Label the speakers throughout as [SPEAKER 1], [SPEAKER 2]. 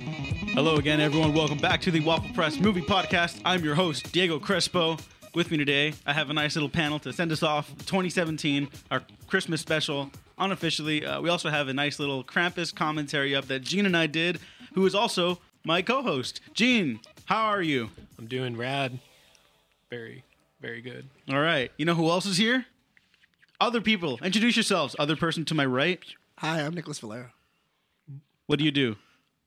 [SPEAKER 1] Hello again, everyone. Welcome back to the Waffle Press Movie Podcast. I'm your host, Diego Crespo. With me today, I have a nice little panel to send us off 2017, our Christmas special, unofficially. Uh, we also have a nice little Krampus commentary up that Gene and I did, who is also my co host. Gene, how are you?
[SPEAKER 2] I'm doing rad. Very, very good.
[SPEAKER 1] All right. You know who else is here? Other people. Introduce yourselves. Other person to my right.
[SPEAKER 3] Hi, I'm Nicholas Valero.
[SPEAKER 1] What do you do?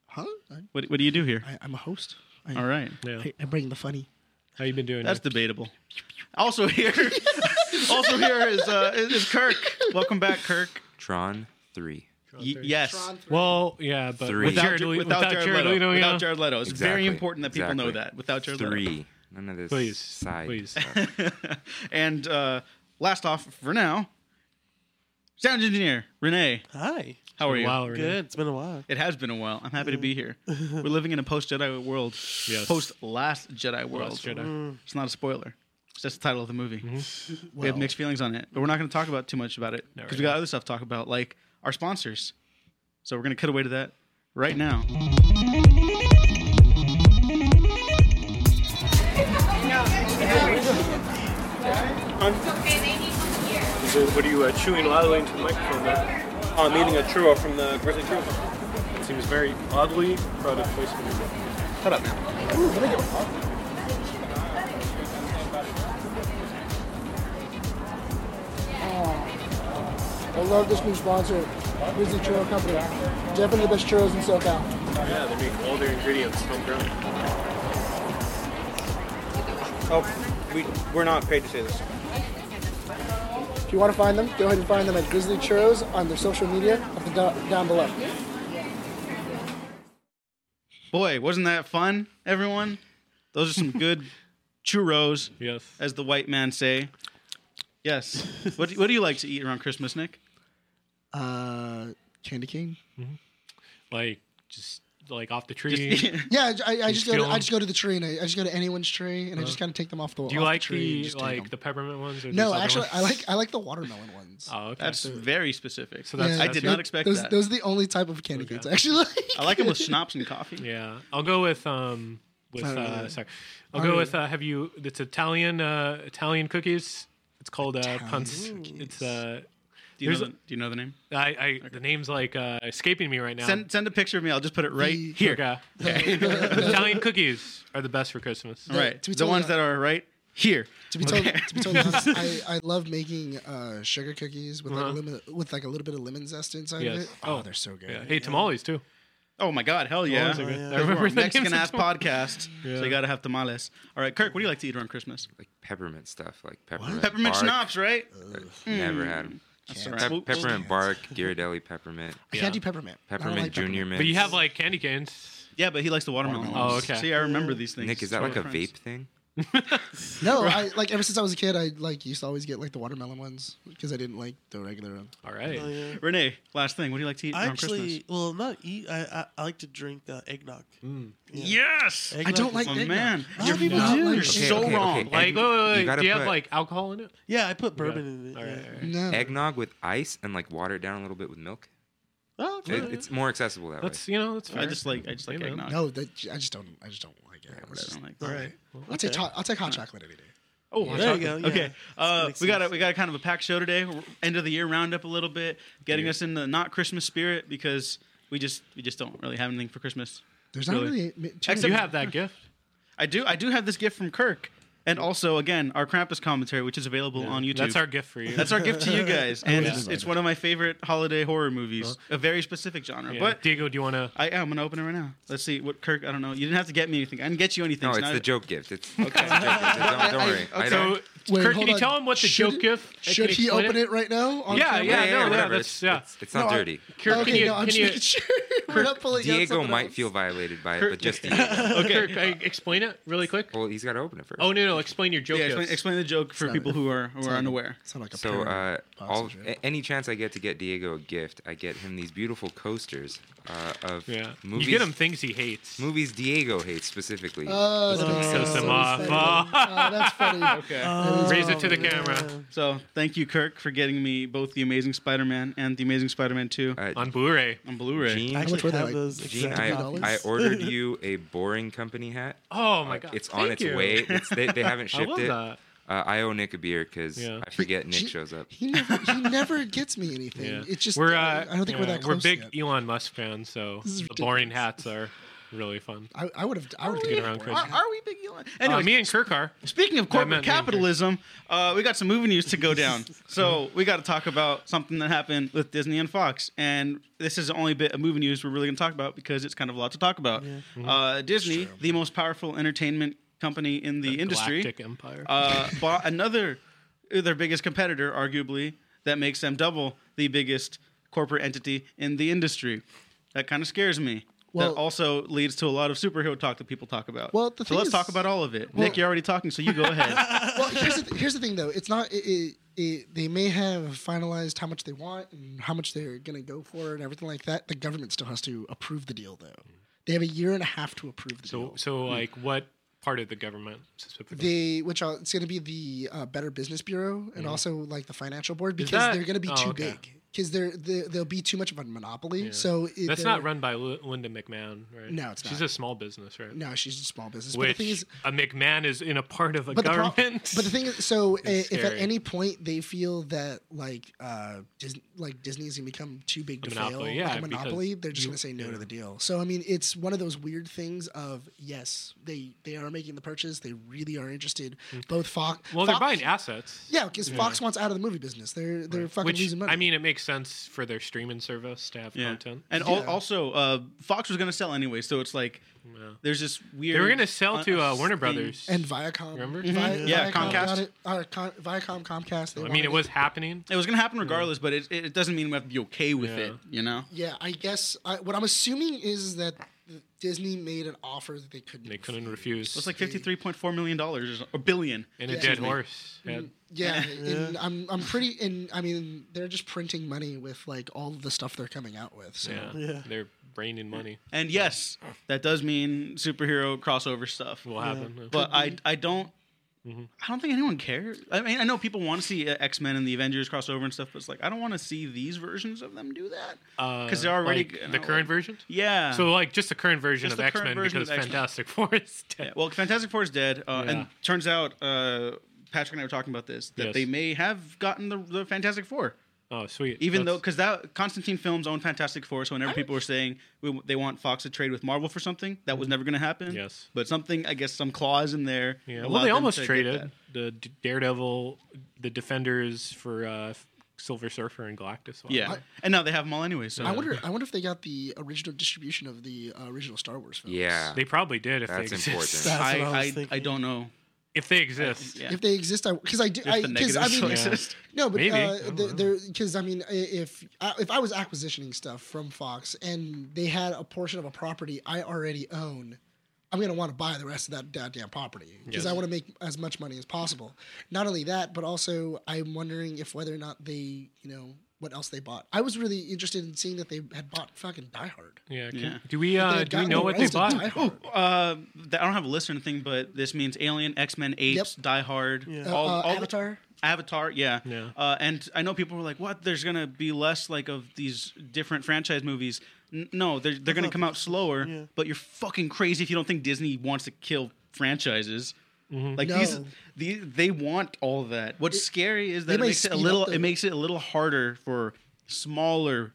[SPEAKER 3] Huh? I,
[SPEAKER 1] What, what do you do here?
[SPEAKER 3] I, I'm a host. I,
[SPEAKER 1] All right.
[SPEAKER 2] Yeah.
[SPEAKER 3] I, I bring the funny.
[SPEAKER 2] How you been doing?
[SPEAKER 1] That's
[SPEAKER 2] Nick?
[SPEAKER 1] debatable. Also here, also here is uh, is is Kirk. Welcome back, Kirk.
[SPEAKER 4] Tron 3.
[SPEAKER 1] Y- yes,
[SPEAKER 2] well, yeah, but
[SPEAKER 4] Three.
[SPEAKER 2] without,
[SPEAKER 1] without,
[SPEAKER 2] Jared,
[SPEAKER 1] Jared,
[SPEAKER 2] Le-
[SPEAKER 1] without, Jared, Leto.
[SPEAKER 2] Leto, yeah.
[SPEAKER 1] Without Jared Leto, it's very
[SPEAKER 4] Exactly.
[SPEAKER 1] important that people know
[SPEAKER 4] Exactly.
[SPEAKER 1] that. Without Jared Leto.
[SPEAKER 4] Three. None of this
[SPEAKER 2] Please.
[SPEAKER 4] side
[SPEAKER 2] Please.
[SPEAKER 4] stuff.
[SPEAKER 1] And uh, last off for now, sound engineer Renee.
[SPEAKER 5] Hi.
[SPEAKER 1] How are you?
[SPEAKER 2] Wow, Renee.
[SPEAKER 5] Good. It's been a while.
[SPEAKER 1] It has been a while. I'm happy to be here. We're living in a post Jedi world.
[SPEAKER 2] Yes.
[SPEAKER 1] Post last Jedi world.
[SPEAKER 2] Last Jedi.
[SPEAKER 1] It's not a spoiler. It's just the title of the movie.
[SPEAKER 2] Mm-hmm.
[SPEAKER 1] we have mixed feelings on it, but we're not going to talk about too much about it
[SPEAKER 2] No,
[SPEAKER 1] because
[SPEAKER 2] right
[SPEAKER 1] we got
[SPEAKER 2] now.
[SPEAKER 1] other stuff to talk about, like our sponsors. So we're going to cut away to that right now.
[SPEAKER 6] Okay, they need one here.
[SPEAKER 7] So what are you uh, chewing loudly into the microphone there? Oh, I'm eating a churro from the Grizzly Churro Company. It seems very oddly out of place for me.
[SPEAKER 8] I love this new sponsor, Grizzly Churro Company. Definitely the best churros in SoCal.
[SPEAKER 7] Yeah, they make all their ingredients homegrown. Oh, we, we're not paid to say this.
[SPEAKER 8] If you want to find them, go ahead and find them at Grizzly Churros on their social media up and down- down below.
[SPEAKER 1] Boy, wasn't that fun, everyone? Those are some good churros,
[SPEAKER 2] Yes.
[SPEAKER 1] as the white man say. Yes. What do, what do you like to eat around Christmas, Nick?
[SPEAKER 3] Uh, candy cane.
[SPEAKER 2] Like just like off the tree.
[SPEAKER 1] Just-
[SPEAKER 8] Yeah, I, I- I just go.
[SPEAKER 2] kill
[SPEAKER 8] To,
[SPEAKER 2] 'em?
[SPEAKER 8] I just go to the tree and I, I just go to anyone's tree and I just kind of take them off the.
[SPEAKER 2] Uh, Do you
[SPEAKER 8] off
[SPEAKER 2] like
[SPEAKER 8] tree and
[SPEAKER 2] the,
[SPEAKER 8] just take
[SPEAKER 2] like
[SPEAKER 8] 'em.
[SPEAKER 2] the peppermint ones? Or just
[SPEAKER 8] No,
[SPEAKER 2] other
[SPEAKER 8] actually,
[SPEAKER 2] ones?
[SPEAKER 8] I like I like the watermelon ones.
[SPEAKER 2] Oh, okay.
[SPEAKER 1] that's very specific.
[SPEAKER 2] So that's-
[SPEAKER 1] I did not expect
[SPEAKER 8] those,
[SPEAKER 1] that.
[SPEAKER 8] Those are the only type of candy canes I actually. Like.
[SPEAKER 1] I like them with schnapps and coffee.
[SPEAKER 2] yeah. I'll go with um with
[SPEAKER 8] I don't know.
[SPEAKER 2] uh sorry. I'll go with uh, have you? It's Italian uh Italian cookies. It's called uh punz. It's uh
[SPEAKER 1] Do, you know
[SPEAKER 2] There's
[SPEAKER 1] the,
[SPEAKER 2] a-
[SPEAKER 1] do you know the name?
[SPEAKER 2] I, I the name's like uh escaping me right now.
[SPEAKER 1] Send send a picture of me. I'll just put it right here.
[SPEAKER 2] Okay. Italian cookies are the best for Christmas.
[SPEAKER 1] All right.
[SPEAKER 8] To be
[SPEAKER 1] The
[SPEAKER 8] totally
[SPEAKER 1] ones that are right here.
[SPEAKER 8] To be told, to be totally honest, I, I love making uh, sugar cookies with like
[SPEAKER 2] Uh-huh.
[SPEAKER 8] a lemon, with like a little bit of lemon zest inside
[SPEAKER 2] Yes.
[SPEAKER 8] of it. Oh, they're so good.
[SPEAKER 2] Yeah. Hey, tamales too.
[SPEAKER 1] Oh my God! Hell yeah!
[SPEAKER 2] Tamales are good.
[SPEAKER 1] Because
[SPEAKER 2] I remember
[SPEAKER 1] we're a
[SPEAKER 2] the names
[SPEAKER 1] Mexican
[SPEAKER 2] of
[SPEAKER 1] ass
[SPEAKER 2] tamales.
[SPEAKER 1] podcast, so you gotta have tamales. All right, Kirk, what do you like to eat around Christmas?
[SPEAKER 4] like peppermint stuff. Like peppermint.
[SPEAKER 1] Peppermint
[SPEAKER 4] bark.
[SPEAKER 1] schnapps, right?
[SPEAKER 4] I've Never had 'em.
[SPEAKER 1] That's all
[SPEAKER 8] Can't.
[SPEAKER 1] right.
[SPEAKER 4] Pep-
[SPEAKER 1] We'll- we'll-
[SPEAKER 4] peppermint bark, Ghirardelli peppermint,
[SPEAKER 8] I can't do peppermint. I don't
[SPEAKER 4] peppermint
[SPEAKER 8] like
[SPEAKER 4] junior mint.
[SPEAKER 2] But you have like candy canes.
[SPEAKER 1] yeah, but he likes the watermelon.
[SPEAKER 2] Oh,
[SPEAKER 1] ones.
[SPEAKER 2] okay.
[SPEAKER 1] See, I remember these things.
[SPEAKER 4] Nick, is that
[SPEAKER 1] We're
[SPEAKER 4] like a
[SPEAKER 1] friends.
[SPEAKER 4] vape thing?
[SPEAKER 8] No, I like ever since I was a kid, I like used to always get like the watermelon ones because I didn't like the regular. um,
[SPEAKER 2] All right.
[SPEAKER 5] Oh, yeah.
[SPEAKER 1] Renee, last thing. What do you like to eat
[SPEAKER 5] I
[SPEAKER 1] around
[SPEAKER 5] actually,
[SPEAKER 1] Christmas?
[SPEAKER 5] well, not eat. I, I, I like to drink uh, eggnog.
[SPEAKER 1] Yes,
[SPEAKER 5] Eggnog
[SPEAKER 8] don't
[SPEAKER 5] is-
[SPEAKER 8] like-
[SPEAKER 1] my
[SPEAKER 8] eggnog.
[SPEAKER 1] Oh, man.
[SPEAKER 8] A lot
[SPEAKER 1] You're,
[SPEAKER 8] of people do.
[SPEAKER 1] you're
[SPEAKER 8] Okay,
[SPEAKER 1] so
[SPEAKER 4] okay, okay.
[SPEAKER 1] wrong.
[SPEAKER 2] Like, wait,
[SPEAKER 4] Egg-
[SPEAKER 2] wait,
[SPEAKER 4] you
[SPEAKER 2] wait,
[SPEAKER 4] gotta
[SPEAKER 2] do you have
[SPEAKER 4] put-
[SPEAKER 2] like alcohol in it?
[SPEAKER 5] Yeah, I put bourbon
[SPEAKER 2] Yeah.
[SPEAKER 5] in it.
[SPEAKER 2] All
[SPEAKER 5] yeah.
[SPEAKER 2] right, all right.
[SPEAKER 8] No,
[SPEAKER 4] Eggnog with ice and like water it down a little bit with milk.
[SPEAKER 5] Oh,
[SPEAKER 4] It-
[SPEAKER 5] okay.
[SPEAKER 4] it's more accessible that
[SPEAKER 2] That's you know that's fair.
[SPEAKER 1] I just like I just like
[SPEAKER 2] Hey, man.
[SPEAKER 1] eggnog.
[SPEAKER 8] no, that, I just don't. I just don't like it. It's
[SPEAKER 1] I
[SPEAKER 8] just-
[SPEAKER 1] don't like
[SPEAKER 5] All
[SPEAKER 1] that.
[SPEAKER 5] right.
[SPEAKER 8] I'll take hot, I'll take hot chocolate any day.
[SPEAKER 1] Oh,
[SPEAKER 5] Yeah, there you go, yeah.
[SPEAKER 1] Okay, uh,
[SPEAKER 5] makes
[SPEAKER 1] we got a,
[SPEAKER 5] sense.
[SPEAKER 1] we got a kind of a packed show today. We're- End of the year roundup a little bit, getting us in the not Christmas spirit because we just we just don't really have anything for Christmas.
[SPEAKER 8] There's not
[SPEAKER 1] Really?
[SPEAKER 8] really. really
[SPEAKER 1] Except-
[SPEAKER 2] you have that gift.
[SPEAKER 1] I do I do have this gift from Kirk, and also again our Krampus commentary, which is available on YouTube.
[SPEAKER 2] That's our gift for you.
[SPEAKER 1] That's our gift to you guys, and it's,
[SPEAKER 8] invited.
[SPEAKER 1] it's one of my favorite holiday horror movies, a very specific genre.
[SPEAKER 2] Yeah.
[SPEAKER 1] But
[SPEAKER 2] Diego, do you want to?
[SPEAKER 1] I am gonna open it right now. Let's see what Kirk. I don't know. You didn't have to get me anything. I didn't get you anything.
[SPEAKER 4] way. No, it's
[SPEAKER 1] not-
[SPEAKER 4] the joke gift. It's, okay. don't, don't worry. I
[SPEAKER 2] So,
[SPEAKER 4] don't,
[SPEAKER 8] Wait,
[SPEAKER 2] Kirk, can
[SPEAKER 8] hold
[SPEAKER 2] you
[SPEAKER 8] on.
[SPEAKER 2] tell him what the
[SPEAKER 8] Should-
[SPEAKER 2] joke gift? and
[SPEAKER 8] Should
[SPEAKER 2] can
[SPEAKER 8] he
[SPEAKER 2] you explain
[SPEAKER 8] open it right now? on
[SPEAKER 2] Yeah,
[SPEAKER 8] camera?
[SPEAKER 2] yeah, no, yeah,
[SPEAKER 4] whatever.
[SPEAKER 2] that's-
[SPEAKER 4] It's,
[SPEAKER 2] yeah.
[SPEAKER 4] it's, it's not
[SPEAKER 8] No, I-
[SPEAKER 4] dirty.
[SPEAKER 2] Kirk,
[SPEAKER 8] okay,
[SPEAKER 2] can you,
[SPEAKER 8] no, I'm
[SPEAKER 2] can
[SPEAKER 8] just
[SPEAKER 2] you,
[SPEAKER 8] making sure we're not pulling out
[SPEAKER 4] Diego
[SPEAKER 8] something
[SPEAKER 4] might
[SPEAKER 8] else.
[SPEAKER 4] feel violated by it,
[SPEAKER 1] Kirk-
[SPEAKER 4] but just Diego.
[SPEAKER 2] Kirk, I- uh, explain it really quick?
[SPEAKER 4] Well, he's got to open it first.
[SPEAKER 2] Oh no, no, no, explain your joke.
[SPEAKER 1] yeah,
[SPEAKER 2] to
[SPEAKER 1] explain,
[SPEAKER 2] us.
[SPEAKER 1] explain the joke for
[SPEAKER 3] not-
[SPEAKER 1] people who are who
[SPEAKER 3] It's
[SPEAKER 1] are
[SPEAKER 3] not-
[SPEAKER 1] unaware.
[SPEAKER 3] It's not like a
[SPEAKER 4] So, uh,
[SPEAKER 3] pyramid box
[SPEAKER 4] all,
[SPEAKER 3] and shit.
[SPEAKER 4] a- any chance I get to get Diego a gift, I get him these beautiful coasters uh, of
[SPEAKER 2] Yeah,
[SPEAKER 4] movies.
[SPEAKER 2] you get him things he hates.
[SPEAKER 4] movies Diego hates specifically.
[SPEAKER 3] Uh,
[SPEAKER 8] Oh, that makes
[SPEAKER 2] Piss
[SPEAKER 8] sense.
[SPEAKER 2] him
[SPEAKER 8] That
[SPEAKER 2] off.
[SPEAKER 8] was funny.
[SPEAKER 2] Oh,
[SPEAKER 8] Oh, that's funny. Uh,
[SPEAKER 1] Okay.
[SPEAKER 2] raise it to the camera
[SPEAKER 1] so thank you, Kirk, for getting me both the Amazing Spider-Man and the Amazing Spider-Man Two
[SPEAKER 4] Uh,
[SPEAKER 2] on Blu-ray.
[SPEAKER 1] on Blu-ray.
[SPEAKER 4] Gene,
[SPEAKER 5] I actually
[SPEAKER 3] were they,
[SPEAKER 5] have
[SPEAKER 3] like,
[SPEAKER 5] those
[SPEAKER 4] Gene,
[SPEAKER 5] exact
[SPEAKER 4] I,
[SPEAKER 5] copies.
[SPEAKER 4] I ordered you a boring company hat.
[SPEAKER 2] Oh my god,
[SPEAKER 4] It's on
[SPEAKER 2] Thank
[SPEAKER 4] its
[SPEAKER 2] you.
[SPEAKER 4] way. It's, they, they haven't
[SPEAKER 2] I
[SPEAKER 4] shipped
[SPEAKER 2] love
[SPEAKER 4] it.
[SPEAKER 2] that.
[SPEAKER 4] Uh, I owe Nick a beer because
[SPEAKER 2] Yeah.
[SPEAKER 4] I forget Nick
[SPEAKER 3] Gee,
[SPEAKER 4] shows up.
[SPEAKER 3] He never, he never gets me anything.
[SPEAKER 2] Yeah.
[SPEAKER 3] It's just
[SPEAKER 2] we're.
[SPEAKER 3] I-
[SPEAKER 2] Uh,
[SPEAKER 3] I don't think we're
[SPEAKER 2] yeah,
[SPEAKER 3] that close.
[SPEAKER 2] We're big
[SPEAKER 3] yet.
[SPEAKER 2] Elon Musk fans, so
[SPEAKER 3] This is
[SPEAKER 2] the boring
[SPEAKER 3] ridiculous.
[SPEAKER 2] hats are really fun.
[SPEAKER 3] I, I would have. I would have
[SPEAKER 2] Get
[SPEAKER 3] taken
[SPEAKER 2] around
[SPEAKER 3] it.
[SPEAKER 2] Christmas.
[SPEAKER 1] Are, are we big Elon? Anyway,
[SPEAKER 2] Uh, me and Kirk are.
[SPEAKER 1] Speaking of
[SPEAKER 2] I
[SPEAKER 1] corporate
[SPEAKER 2] meant me and Kirk.
[SPEAKER 1] capitalism, uh, we got some movie news to go down. so we got to talk about something that happened with Disney and Fox, and this is the only bit of movie news we're really going to talk about because it's kind of a lot to talk about. Uh, Disney, the most powerful entertainment company in the, industry,
[SPEAKER 2] Galactic Empire.
[SPEAKER 1] uh, bought another their biggest competitor, arguably that makes them double the biggest corporate entity in the industry. That kind of scares me.
[SPEAKER 3] Well-
[SPEAKER 1] that also leads to a lot of superhero talk that people talk about.
[SPEAKER 3] Well, the
[SPEAKER 1] so
[SPEAKER 3] thing
[SPEAKER 1] let's
[SPEAKER 3] is-
[SPEAKER 1] talk about all of it.
[SPEAKER 3] Well-
[SPEAKER 1] Nick, you're already talking, so you go ahead.
[SPEAKER 3] well, here's the, th- here's the thing though. It's not. It, it, it, they may have finalized how much they want and how much they're gonna go for and everything like that. The government still has to approve the deal though. They have a year and a half to approve the
[SPEAKER 2] so,
[SPEAKER 3] deal.
[SPEAKER 2] so like, what part of the government specifically?
[SPEAKER 3] They, which are, it's going to be the uh, Better Business Bureau and also like the Financial Board because
[SPEAKER 2] Mm-hmm. that-
[SPEAKER 3] they're going to be
[SPEAKER 2] oh,
[SPEAKER 3] too
[SPEAKER 2] okay.
[SPEAKER 3] big because they're, they they'll be too much of a monopoly. So it,
[SPEAKER 2] That's
[SPEAKER 3] they're-
[SPEAKER 2] not run by Lu- Linda McMahon, right?
[SPEAKER 3] No, it's
[SPEAKER 2] She's
[SPEAKER 3] not.
[SPEAKER 2] a small business, right?
[SPEAKER 3] No, she's a small business. but
[SPEAKER 2] Which
[SPEAKER 3] the thing is,
[SPEAKER 2] a McMahon is in a part of a
[SPEAKER 3] but the, pro-
[SPEAKER 2] government.
[SPEAKER 3] but the thing is, so i- if at
[SPEAKER 2] scary.
[SPEAKER 3] any point they feel that like uh, Dis- like Disney's gonna become too big
[SPEAKER 2] A
[SPEAKER 3] to fail,
[SPEAKER 2] monopoly,
[SPEAKER 3] like
[SPEAKER 2] yeah,
[SPEAKER 3] a
[SPEAKER 2] because
[SPEAKER 3] monopoly, they're just
[SPEAKER 2] you-
[SPEAKER 3] gonna say no
[SPEAKER 2] yeah.
[SPEAKER 3] to the deal. So I mean, it's one of those weird things of yes, they they are making the purchase, they really are interested. Both Fox,
[SPEAKER 2] Mm-hmm. well, they're
[SPEAKER 3] Fox-
[SPEAKER 2] buying assets.
[SPEAKER 3] yeah, because Fox wants out of the movie business. They're they're fucking
[SPEAKER 2] Which
[SPEAKER 3] losing money.
[SPEAKER 2] I mean, it makes sense for their streaming service to have content.
[SPEAKER 1] And al- also, uh, Fox was going to sell anyway, so it's like there's this weird.
[SPEAKER 2] They were going to sell to
[SPEAKER 1] un-
[SPEAKER 2] uh, Warner
[SPEAKER 1] thing.
[SPEAKER 2] Brothers.
[SPEAKER 3] and Viacom,
[SPEAKER 2] Remember? Mm-hmm.
[SPEAKER 3] Vi-
[SPEAKER 1] Mhm. Yeah, Comcast.
[SPEAKER 3] Viacom got it. Uh, Com- Viacom, Comcast. they
[SPEAKER 2] I
[SPEAKER 3] wanted
[SPEAKER 2] mean, it was happening.
[SPEAKER 1] It was going to happen regardless, but it, it doesn't mean we have to be okay with
[SPEAKER 2] Yeah.
[SPEAKER 1] it, you know?
[SPEAKER 3] Yeah, I guess I, what I'm assuming is that Disney made an offer that they couldn't.
[SPEAKER 2] They couldn't refuse.
[SPEAKER 1] It's like $53.4 million or so- or billion.
[SPEAKER 2] and a
[SPEAKER 3] Yeah.
[SPEAKER 2] dead horse. had-
[SPEAKER 3] Mm,
[SPEAKER 1] Mm-hmm.
[SPEAKER 3] Yeah, and I'm I'm pretty and I mean they're just printing money with like all of the stuff they're coming out with. So
[SPEAKER 2] Yeah.
[SPEAKER 5] Yeah.
[SPEAKER 2] They're raining money.
[SPEAKER 1] And yes, that does mean superhero crossover stuff.
[SPEAKER 2] Will happen. Yeah.
[SPEAKER 1] but I I don't
[SPEAKER 2] Mm-hmm.
[SPEAKER 1] I don't think anyone cares. I mean, I know people want to see X Men and the Avengers crossover and stuff, but it's like I don't want to see these versions of them do that because they're already
[SPEAKER 2] Uh, like,
[SPEAKER 1] you
[SPEAKER 2] the
[SPEAKER 1] know,
[SPEAKER 2] current
[SPEAKER 1] like-
[SPEAKER 2] version.
[SPEAKER 1] Yeah.
[SPEAKER 2] So like just the current version
[SPEAKER 1] Just
[SPEAKER 2] of
[SPEAKER 1] the
[SPEAKER 2] X
[SPEAKER 1] current
[SPEAKER 2] Men
[SPEAKER 1] version
[SPEAKER 2] because
[SPEAKER 1] of X-Men.
[SPEAKER 2] Fantastic Four is dead.
[SPEAKER 1] Yeah, well, Fantastic Four is dead, uh,
[SPEAKER 2] Yeah.
[SPEAKER 1] and turns out uh, Patrick and I were talking about this that
[SPEAKER 2] Yes.
[SPEAKER 1] they may have gotten the, the Fantastic Four,
[SPEAKER 2] oh sweet.
[SPEAKER 1] even though
[SPEAKER 2] That's-
[SPEAKER 1] because that Constantine Films own Fantastic Four, so whenever people were saying we, they want Fox to trade with Marvel for something, that was never going to happen.
[SPEAKER 2] Mm-hmm. Yes.
[SPEAKER 1] but something I guess some clause in there.
[SPEAKER 2] Yeah,
[SPEAKER 1] allowed
[SPEAKER 2] well, they
[SPEAKER 1] them
[SPEAKER 2] almost
[SPEAKER 1] to get that.
[SPEAKER 2] traded the D- Daredevil, the Defenders for uh, Silver Surfer and Galactus. Wow.
[SPEAKER 1] Yeah, and now they have them all anyway. So
[SPEAKER 3] I wonder I wonder if they got the original distribution of the uh, original Star Wars films.
[SPEAKER 4] Yeah.
[SPEAKER 2] they probably did if
[SPEAKER 4] That's
[SPEAKER 2] they exist.
[SPEAKER 4] important.
[SPEAKER 5] That's
[SPEAKER 1] I,
[SPEAKER 5] what I was
[SPEAKER 1] I, I,
[SPEAKER 5] thinking.
[SPEAKER 1] don't know.
[SPEAKER 2] If they exist,
[SPEAKER 1] Yeah.
[SPEAKER 3] If they exist, I because I do. I,
[SPEAKER 1] the
[SPEAKER 3] 'cause I
[SPEAKER 1] negatives
[SPEAKER 3] mean,
[SPEAKER 1] still
[SPEAKER 2] exist.
[SPEAKER 3] no, but
[SPEAKER 2] Maybe. I
[SPEAKER 3] uh,
[SPEAKER 2] don't know.
[SPEAKER 3] there because I mean, i- if I- if I was acquisitioning stuff from Fox and they had a portion of a property I already own, I'm gonna want to buy the rest of that goddamn property because I want to make as much money as possible. Not only that, but also I'm wondering if whether or not they, you know, what else they bought. I was really interested in seeing that they had bought fucking Die Hard.
[SPEAKER 2] yeah. can-
[SPEAKER 1] Yeah.
[SPEAKER 2] Do we
[SPEAKER 3] They
[SPEAKER 2] uh,
[SPEAKER 3] had
[SPEAKER 2] do we
[SPEAKER 3] gotten
[SPEAKER 2] know
[SPEAKER 3] the
[SPEAKER 2] what they
[SPEAKER 3] rights to
[SPEAKER 2] bought?
[SPEAKER 3] Die Hard.
[SPEAKER 1] Uh, th- I don't have a list or anything, but this means Alien, X Men, Apes,
[SPEAKER 3] Yep.
[SPEAKER 1] Die Hard,
[SPEAKER 5] Yeah.
[SPEAKER 1] all,
[SPEAKER 3] Uh,
[SPEAKER 1] all the-
[SPEAKER 3] Avatar.
[SPEAKER 1] Avatar, yeah.
[SPEAKER 2] Yeah.
[SPEAKER 1] Uh, and I know people were like, "What? There's gonna be less like of these different franchise movies." N- no, they're they're gonna
[SPEAKER 5] thought
[SPEAKER 1] come out slower.
[SPEAKER 5] yeah.
[SPEAKER 1] But you're fucking crazy if you don't think Disney wants to kill franchises.
[SPEAKER 2] Mm-hmm.
[SPEAKER 1] Like
[SPEAKER 3] No.
[SPEAKER 1] these, these, they want all that. What's scary is that it
[SPEAKER 3] may
[SPEAKER 1] makes it a
[SPEAKER 3] speed up
[SPEAKER 1] little.
[SPEAKER 3] the-
[SPEAKER 1] It makes it a little harder for smaller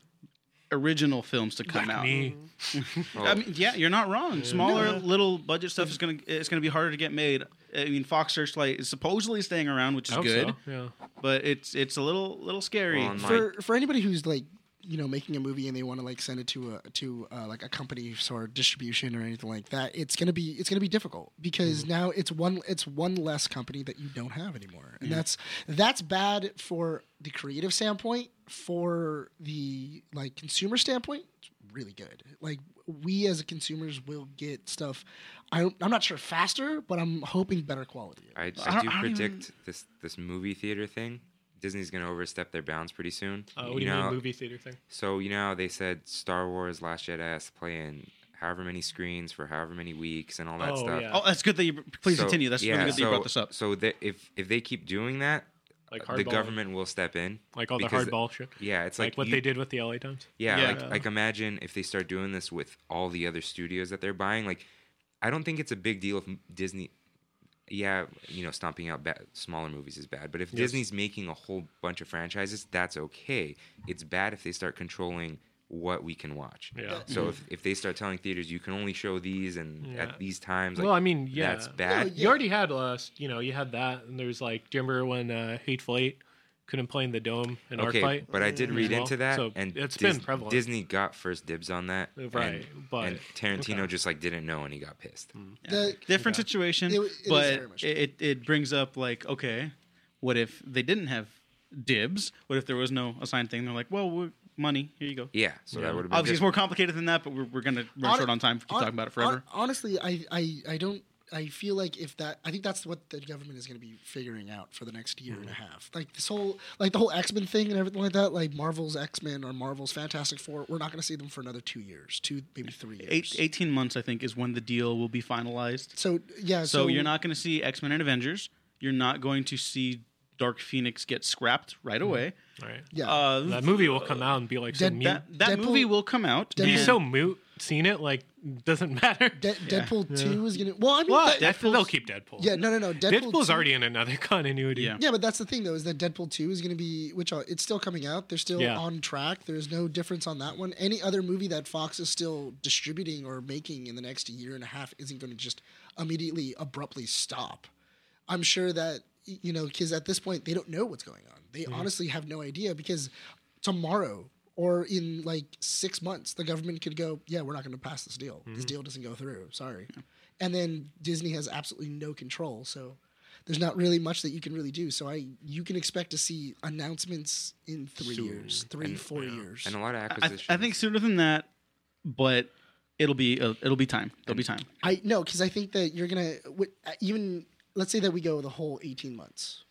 [SPEAKER 1] original films to come out.
[SPEAKER 2] Me.
[SPEAKER 1] I
[SPEAKER 4] Oh,
[SPEAKER 1] mean, yeah, you're not wrong. Smaller, little budget stuff is gonna it's gonna be harder to get made. I mean, Fox Searchlight is supposedly staying around, which
[SPEAKER 2] I
[SPEAKER 1] is
[SPEAKER 2] hope
[SPEAKER 1] good,
[SPEAKER 2] So. Yeah. Uh,
[SPEAKER 1] but it's it's a little little scary.
[SPEAKER 4] Well, my-
[SPEAKER 3] for for anybody who's like you know making a movie and they want to like send it to a to uh, like a company for distribution or anything like that it's gonna be it's gonna be difficult because now it's one it's one less company that you don't have anymore and that's that's bad for the creative standpoint for the like consumer standpoint it's really good. Like we as consumers will get stuff. I don't, I'm not sure faster, but I'm hoping better quality.
[SPEAKER 4] I,
[SPEAKER 1] I
[SPEAKER 4] I
[SPEAKER 1] don't-
[SPEAKER 4] do
[SPEAKER 1] I don't
[SPEAKER 4] predict this this movie theater thing. Disney's gonna overstep their bounds pretty soon.
[SPEAKER 2] Uh, what do you
[SPEAKER 4] know,
[SPEAKER 2] mean movie theater thing?
[SPEAKER 4] So you know how they said Star Wars Last Jedi has to play in however many screens for however many weeks and all that
[SPEAKER 2] Oh,
[SPEAKER 4] stuff.
[SPEAKER 2] yeah.
[SPEAKER 1] Oh, that's good that you. Please
[SPEAKER 4] So-
[SPEAKER 1] continue. That's
[SPEAKER 4] yeah,
[SPEAKER 1] really good that you
[SPEAKER 4] so-
[SPEAKER 1] brought this up.
[SPEAKER 4] So that if if they keep doing that,
[SPEAKER 2] Like
[SPEAKER 4] the
[SPEAKER 2] hardball?
[SPEAKER 4] government will step in.
[SPEAKER 2] Like all the
[SPEAKER 4] because-
[SPEAKER 2] hardball shit.
[SPEAKER 4] Yeah, it's
[SPEAKER 2] Like,
[SPEAKER 4] like,
[SPEAKER 2] what
[SPEAKER 4] you-
[SPEAKER 2] they did with the LA Times.
[SPEAKER 4] Yeah,
[SPEAKER 1] Yeah.
[SPEAKER 4] Like, like imagine if they start doing this with all the other studios that they're buying. Like, I don't think it's a big deal if Disney. Yeah, you know, stomping out ba- smaller movies is bad, but if Disney's making a whole bunch of franchises, that's okay. It's bad if they start controlling what we can watch.
[SPEAKER 2] Yeah.
[SPEAKER 4] So if, if they start telling theaters you can only show these and
[SPEAKER 2] Yeah.
[SPEAKER 4] at these times, like,
[SPEAKER 2] Well, I mean, yeah.
[SPEAKER 4] that's bad.
[SPEAKER 2] You already had last, you know, you had that, and there was like, do you remember when uh, Hateful Eight couldn't play in the dome in our
[SPEAKER 4] okay,
[SPEAKER 2] fight?
[SPEAKER 4] but I did
[SPEAKER 2] as
[SPEAKER 4] read
[SPEAKER 2] well.
[SPEAKER 4] into that,
[SPEAKER 2] So
[SPEAKER 4] and
[SPEAKER 2] it's
[SPEAKER 4] it's
[SPEAKER 2] been prevalent.
[SPEAKER 4] Disney got first dibs on that,
[SPEAKER 2] Right,
[SPEAKER 4] And,
[SPEAKER 2] but- Mm.
[SPEAKER 4] and Tarantino just like didn't know, and he got pissed.
[SPEAKER 3] The-
[SPEAKER 1] different situation,
[SPEAKER 3] It- it is
[SPEAKER 1] but
[SPEAKER 3] very much
[SPEAKER 1] it, it it brings up like, okay, what if they didn't have dibs? What if there was no assigned thing? They're like, well, we're, money. Here you go.
[SPEAKER 4] Yeah, so
[SPEAKER 2] Yeah.
[SPEAKER 4] that would have
[SPEAKER 1] Obviously,
[SPEAKER 4] been different.
[SPEAKER 1] it's more complicated than that, but we're, we're gonna run
[SPEAKER 3] Hon-
[SPEAKER 1] short on time. Keep
[SPEAKER 3] hon-
[SPEAKER 1] talking about it forever.
[SPEAKER 3] hon- honestly, I, I I don't. I feel like if that, I think that's what the government is going to be figuring out for the next year
[SPEAKER 1] Mm-hmm.
[SPEAKER 3] and a half. Like this whole, like the whole X Men thing and everything like that. Like Marvel's X Men or Marvel's Fantastic Four. We're not going to see them for another two years, two maybe three years.
[SPEAKER 1] Eight, 18 months, I think, is when the deal will be finalized.
[SPEAKER 3] So yeah.
[SPEAKER 1] So,
[SPEAKER 3] So,
[SPEAKER 1] you're not going to see X Men and Avengers. You're not going to see Dark Phoenix get scrapped right
[SPEAKER 3] Mm-hmm.
[SPEAKER 1] away.
[SPEAKER 2] All right.
[SPEAKER 3] Yeah.
[SPEAKER 1] Uh,
[SPEAKER 2] That movie will come out and be like so
[SPEAKER 3] Dead-
[SPEAKER 2] mute.
[SPEAKER 1] that that
[SPEAKER 3] Deadpool-
[SPEAKER 1] movie will come out.
[SPEAKER 2] be
[SPEAKER 1] and-
[SPEAKER 2] so mute. Seeing it like doesn't matter.
[SPEAKER 3] De- Deadpool two is going to. Well, I mean,
[SPEAKER 2] Well,
[SPEAKER 3] that-
[SPEAKER 2] Deadpool, they'll keep Deadpool.
[SPEAKER 3] yeah. No, no, no. Deadpool
[SPEAKER 2] Deadpool's
[SPEAKER 3] 2
[SPEAKER 2] already in another continuity.
[SPEAKER 1] Yeah.
[SPEAKER 3] Yeah, but that's the thing though is that Deadpool two is going to be, which are, it's still coming out. They're still
[SPEAKER 2] Yeah.
[SPEAKER 3] on track. There's no difference on that one. Any other movie that Fox is still distributing or making in the next year and a half isn't going to just immediately abruptly stop. I'm sure that y- you know because at this point they don't know what's going on. They
[SPEAKER 4] Mm-hmm.
[SPEAKER 3] honestly have no idea because tomorrow or in like six months the government could go, yeah, we're not going to pass this deal. This
[SPEAKER 4] Mm-hmm.
[SPEAKER 3] deal doesn't go through. Sorry. And then Disney has absolutely no control. So there's not really much that you can really do. So I you can expect to see announcements in three years, three four years.
[SPEAKER 4] and a lot of
[SPEAKER 1] I,
[SPEAKER 4] acquisitions.
[SPEAKER 1] I think sooner than that, but it'll be uh, it'll be time. There'll be time.
[SPEAKER 3] I no, because I think that you're gonna wi- even let's say that we go the whole 18 months.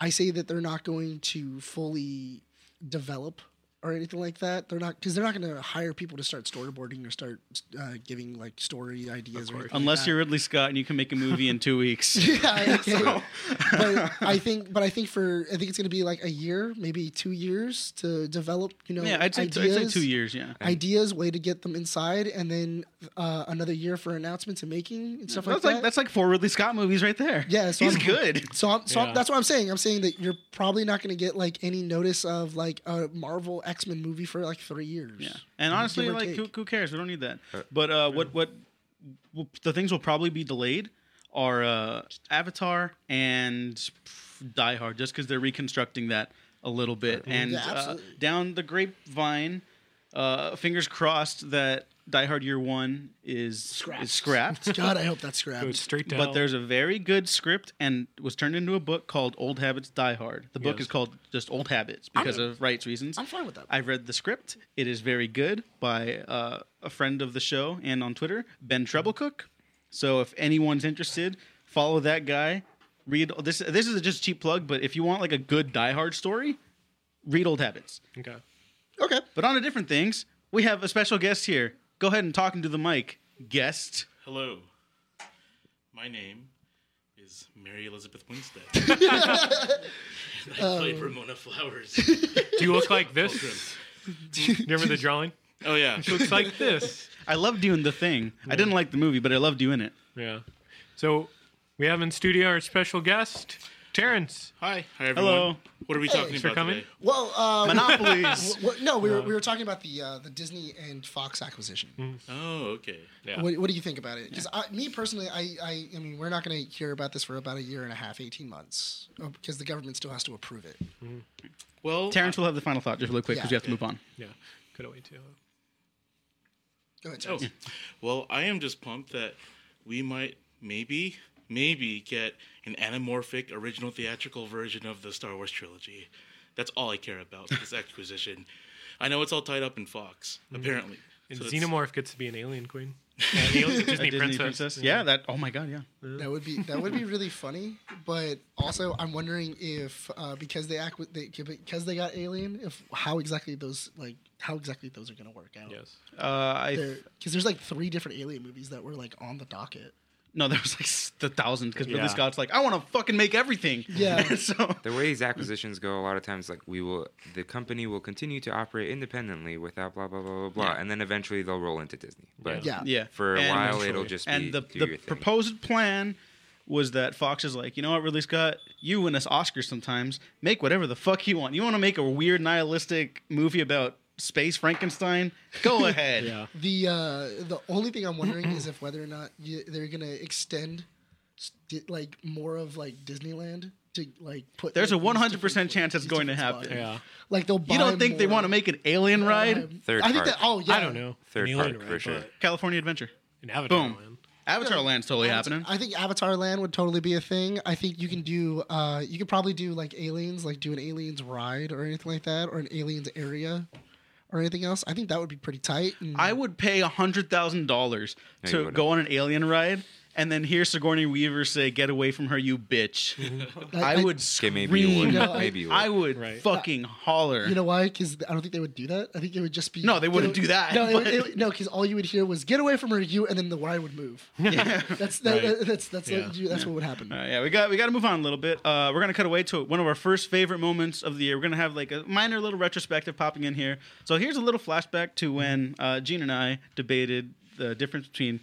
[SPEAKER 3] I say that they're not going to fully develop or anything like that. They're not because they're not going to hire people to start storyboarding or start uh, giving like story ideas. Or anything
[SPEAKER 1] Unless you're Ridley Scott and you can make a movie in two weeks.
[SPEAKER 3] yeah, okay. but I think, but I think for I think it's going to be like a year, maybe two years to develop. You know,
[SPEAKER 1] yeah, I'd say, I'd
[SPEAKER 3] ideas
[SPEAKER 1] say two years. Yeah.
[SPEAKER 3] ideas, way to get them inside, and then uh, another year for announcements and making and stuff
[SPEAKER 1] That's
[SPEAKER 3] like
[SPEAKER 1] like
[SPEAKER 3] that.
[SPEAKER 1] that's like four Ridley Scott movies right there.
[SPEAKER 3] Yeah, so
[SPEAKER 1] he's
[SPEAKER 3] I'm-
[SPEAKER 1] good.
[SPEAKER 3] So, I'm, so
[SPEAKER 2] Yeah.
[SPEAKER 3] I'm, that's what I'm saying. I'm saying that you're probably not going to get like any notice of like a Marvel X Men movie for like three years.
[SPEAKER 1] Yeah, and honestly,
[SPEAKER 3] give or
[SPEAKER 1] like
[SPEAKER 3] take.
[SPEAKER 1] who, who cares? We don't need that. But uh, what what will- the things will probably be delayed are uh, Avatar and pff, Die Hard, just because they're reconstructing that a little bit. And uh,
[SPEAKER 3] Mm-hmm. absolutely.
[SPEAKER 1] down the grapevine, uh, fingers crossed that Die Hard Year One is
[SPEAKER 3] Scrapped.
[SPEAKER 1] is scrapped.
[SPEAKER 3] God, I hope that's
[SPEAKER 2] Go
[SPEAKER 3] scrapped.
[SPEAKER 2] straight down.
[SPEAKER 1] But there's a very good script and was turned into a book called Old Habits Die Hard. The book
[SPEAKER 2] Yes.
[SPEAKER 1] is called just Old Habits because of rights reasons.
[SPEAKER 3] I'm fine with that.
[SPEAKER 1] I've read the script. It is very good by uh, a friend of the show and on Twitter, Ben Treblecook. So if anyone's interested, follow that guy. Read this. This is just a cheap plug, but if you want like a good Die Hard story, read Old Habits.
[SPEAKER 2] okay.
[SPEAKER 3] okay.
[SPEAKER 1] But on to different things, we have a special guest here. Go ahead and talk into the mic, guest.
[SPEAKER 9] Hello. My name is Mary Elizabeth Winstead. I play Ramona Flowers.
[SPEAKER 2] Do you look like this? Do you remember the drawing?
[SPEAKER 9] Oh yeah.
[SPEAKER 2] She looks like this.
[SPEAKER 1] I loved you in The Thing. I didn't like the movie, but I loved you in it.
[SPEAKER 2] Yeah. So we have in studio our special guest, Terrence.
[SPEAKER 9] Hi. Hi everyone.
[SPEAKER 1] Hello.
[SPEAKER 9] What are we talking
[SPEAKER 2] for
[SPEAKER 9] about
[SPEAKER 2] coming.
[SPEAKER 9] today?
[SPEAKER 3] Well, uh,
[SPEAKER 1] Monopolies.
[SPEAKER 3] w- w- no, we were, we were talking about the uh, the Disney and Fox acquisition.
[SPEAKER 9] Oh, okay.
[SPEAKER 2] Yeah.
[SPEAKER 3] What, what do you think about it? Because me personally, I, I I mean, we're not going to hear about this for about a year and a half, 18 months, because the government still has to approve it.
[SPEAKER 9] Well,
[SPEAKER 1] Terrence will have the final thought just really quick because
[SPEAKER 3] Yeah.
[SPEAKER 1] we have to move on.
[SPEAKER 2] Yeah. Couldn't wait to.
[SPEAKER 3] Go ahead,
[SPEAKER 9] Oh,
[SPEAKER 3] Terrence.
[SPEAKER 9] well, I am just pumped that we might maybe, maybe get an anamorphic original theatrical version of the Star Wars trilogy. That's all I care about with this acquisition. I know it's all tied up in Fox, apparently.
[SPEAKER 2] And
[SPEAKER 9] So it's-
[SPEAKER 2] Xenomorph gets to be an alien queen. Uh, an alien- Disney,
[SPEAKER 1] A Disney
[SPEAKER 2] princess.
[SPEAKER 1] Yeah. that. Oh my god, yeah.
[SPEAKER 3] That would be that would be really funny, but also I'm wondering if uh, because they act with they, because they got Alien, if how exactly those like how exactly those are gonna work out.
[SPEAKER 2] Yes.
[SPEAKER 1] Uh, I
[SPEAKER 3] Because there's like three different Alien movies that were like on the docket.
[SPEAKER 1] no, there was like s- the thousand because
[SPEAKER 2] Yeah.
[SPEAKER 1] Ridley Scott's like, I want to fucking make everything.
[SPEAKER 3] Yeah.
[SPEAKER 1] so
[SPEAKER 4] the way these acquisitions go, a lot of times, like we will, the company will continue to operate independently without blah blah blah blah blah, and then eventually they'll roll into Disney. But
[SPEAKER 3] Yeah.
[SPEAKER 1] yeah,
[SPEAKER 4] for a
[SPEAKER 1] And-
[SPEAKER 4] while, it'll just be
[SPEAKER 1] and the,
[SPEAKER 4] do
[SPEAKER 1] the
[SPEAKER 4] your thing.
[SPEAKER 1] proposed plan was that Fox is like, you know what, Ridley Scott, you win us Oscars sometimes. Make whatever the fuck you want. You want to make a weird nihilistic movie about space Frankenstein? Go ahead.
[SPEAKER 2] Yeah.
[SPEAKER 3] The uh, the only thing I'm wondering is if whether or not you, they're gonna extend st- like more of like Disneyland to like put.
[SPEAKER 1] There's
[SPEAKER 3] like,
[SPEAKER 1] a
[SPEAKER 3] these
[SPEAKER 1] 100%
[SPEAKER 3] different-
[SPEAKER 1] chance it's
[SPEAKER 3] these
[SPEAKER 1] going to
[SPEAKER 3] different
[SPEAKER 1] happen.
[SPEAKER 3] spots.
[SPEAKER 2] Yeah.
[SPEAKER 3] Like they'll. Buy
[SPEAKER 1] You don't think they
[SPEAKER 3] more- Uh,
[SPEAKER 1] want to make an alien ride?
[SPEAKER 4] Third
[SPEAKER 3] I think
[SPEAKER 4] park.
[SPEAKER 3] that. Oh yeah.
[SPEAKER 2] I don't know.
[SPEAKER 4] Third
[SPEAKER 2] An
[SPEAKER 4] part
[SPEAKER 2] alien
[SPEAKER 4] for
[SPEAKER 2] ride,
[SPEAKER 4] sure.
[SPEAKER 2] but
[SPEAKER 1] California Adventure.
[SPEAKER 2] An Avatar
[SPEAKER 1] Boom.
[SPEAKER 2] land.
[SPEAKER 1] Avatar Land's totally happening.
[SPEAKER 3] I think Avatar Land would totally be a thing. I think you can do, uh, you could probably do like aliens, like do an aliens ride or anything like that, or an aliens area, or anything else. I think that would be pretty tight. And
[SPEAKER 1] I would pay hundred thousand dollars
[SPEAKER 4] No, you
[SPEAKER 1] to
[SPEAKER 4] wouldn't.
[SPEAKER 1] go on an alien ride and then hear Sigourney Weaver say, "Get away from her, you bitch." I, would
[SPEAKER 4] Okay,
[SPEAKER 1] scream.
[SPEAKER 4] maybe you would.
[SPEAKER 3] No, I-
[SPEAKER 4] maybe you would.
[SPEAKER 1] I would fucking holler.
[SPEAKER 3] you know why? Because I don't think they would do that. I think it would just be
[SPEAKER 1] No, they wouldn't
[SPEAKER 3] it
[SPEAKER 1] do
[SPEAKER 3] would-
[SPEAKER 1] that,
[SPEAKER 3] No, it would-
[SPEAKER 1] but-
[SPEAKER 3] it would- no, because all you would hear was "Get away from her, you," and then the ride would move. that's that,
[SPEAKER 2] Right.
[SPEAKER 3] that's that's
[SPEAKER 2] Yeah.
[SPEAKER 3] what you, that's what would happen.
[SPEAKER 1] All right, yeah, we got we got to move on a little bit. Uh, we're gonna cut away to one of our first favorite moments of the year. We're gonna have like a minor little retrospective popping in here. So here's a little flashback to when uh, Gene and I debated the difference between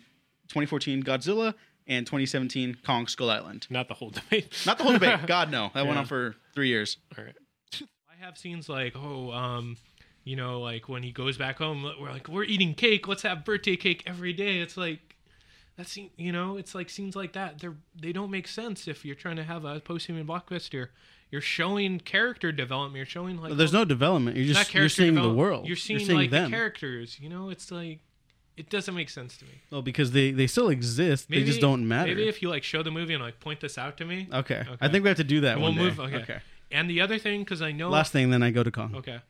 [SPEAKER 1] 2014 Godzilla and 2017 Kong Skull Island.
[SPEAKER 2] Not the whole debate.
[SPEAKER 1] Not the whole debate. God no, that went
[SPEAKER 2] Yeah.
[SPEAKER 1] on for three years.
[SPEAKER 2] All right. I have scenes like, oh, um, you know, like when he goes back home, we're like, we're eating cake. Let's have birthday cake every day. It's like, that's you know, it's like scenes like that. They're they don't make sense if you're trying to have a post-human blockbuster. You're showing character development. You're showing like oh,
[SPEAKER 10] There's no development. You're
[SPEAKER 2] not
[SPEAKER 10] just
[SPEAKER 2] character
[SPEAKER 10] you're seeing the
[SPEAKER 2] develop-
[SPEAKER 10] world.
[SPEAKER 2] You're seeing, like
[SPEAKER 10] them.
[SPEAKER 2] the characters. You know, it's like it doesn't make sense to me.
[SPEAKER 10] Well, Oh, because they they still exist. they just don't matter.
[SPEAKER 2] Maybe if you like show the movie and like point this out to me,
[SPEAKER 10] okay.
[SPEAKER 2] Okay.
[SPEAKER 10] I think we have to do that.
[SPEAKER 2] and we'll
[SPEAKER 10] one day.
[SPEAKER 2] move. Okay. And the other thing, because I know
[SPEAKER 10] Last thing, then I go to Kong.
[SPEAKER 2] Okay.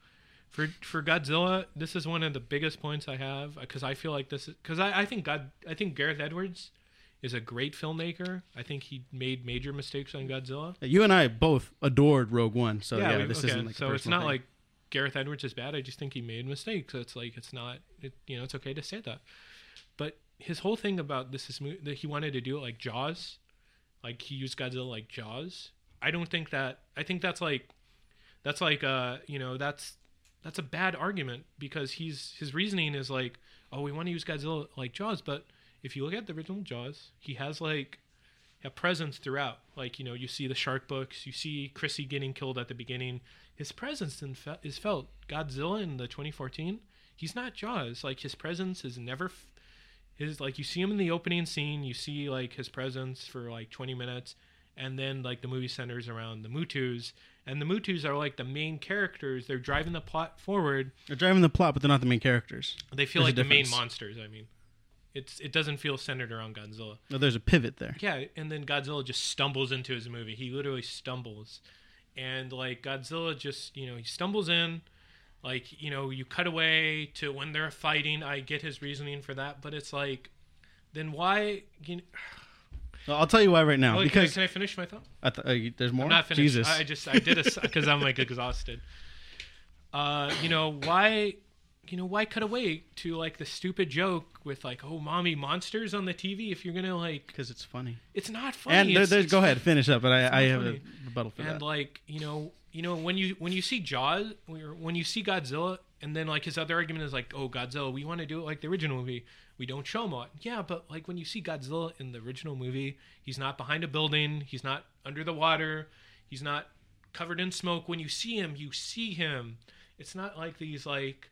[SPEAKER 2] For for Godzilla, this is one of the biggest points I have because I feel like this is because I, I think God I think Gareth Edwards is a great filmmaker. I think he made major mistakes on Godzilla.
[SPEAKER 10] You and I both adored Rogue One, so yeah,
[SPEAKER 2] we-
[SPEAKER 10] this
[SPEAKER 2] okay,
[SPEAKER 10] isn't like a
[SPEAKER 2] so it's
[SPEAKER 10] personal
[SPEAKER 2] not
[SPEAKER 10] thing.
[SPEAKER 2] like Gareth Edwards is bad. I just think he made mistakes. It's like it's not it, you know it's okay to say that, but his whole thing about this is mo- that he wanted to do it like Jaws, like he used Godzilla like Jaws. I don't think that I think that's like that's like uh you know that's that's a bad argument because he's his reasoning is like oh we want to use Godzilla like Jaws, but if you look at the original Jaws, he has like a presence throughout. Like you know, you see the shark books, you see Chrissy getting killed at the beginning. His presence in fe- is felt. Godzilla in the 2014, he's not Jaws. Like his presence is never. F- his like you see him in the opening scene, you see like his presence for like 20 minutes, and then like the movie centers around the Mutus, and the Mutus are like the main characters. They're driving the plot forward.
[SPEAKER 10] they're driving the plot, but they're not the main characters.
[SPEAKER 2] They feel
[SPEAKER 10] There's a
[SPEAKER 2] like the main
[SPEAKER 10] difference.
[SPEAKER 2] monsters. I mean, it's it doesn't feel centered around Godzilla.
[SPEAKER 10] No, there's a pivot there.
[SPEAKER 2] Yeah, and then Godzilla just stumbles into his movie. He literally stumbles. And like Godzilla just, you know, he stumbles in. Like, you know, you cut away to when they're fighting. I get his reasoning for that, but it's like then why you know,
[SPEAKER 10] Well, I'll tell you why right now.
[SPEAKER 2] oh,
[SPEAKER 10] because
[SPEAKER 2] can I, can I finish my thought?
[SPEAKER 10] I th- uh, you- there's more.
[SPEAKER 2] I'm not finished.
[SPEAKER 10] Jesus.
[SPEAKER 2] I just I did a because I'm like exhausted. Uh, you know why? You know why cut away to like the stupid joke with like, oh, mommy monsters on the TV? If you're gonna like,
[SPEAKER 10] because it's funny.
[SPEAKER 2] it's not funny.
[SPEAKER 10] And there,
[SPEAKER 2] it's-
[SPEAKER 10] there's,
[SPEAKER 2] it's
[SPEAKER 10] go ahead, finish up. But I, I have
[SPEAKER 2] funny.
[SPEAKER 10] a rebuttal for
[SPEAKER 2] and
[SPEAKER 10] that.
[SPEAKER 2] like you know you know when you when you see jaws or when you see godzilla and then like his other argument is like oh godzilla we want to do it like the original movie we don't show him a lot yeah but like when you see godzilla in the original movie he's not behind a building he's not under the water he's not covered in smoke when you see him you see him it's not like these like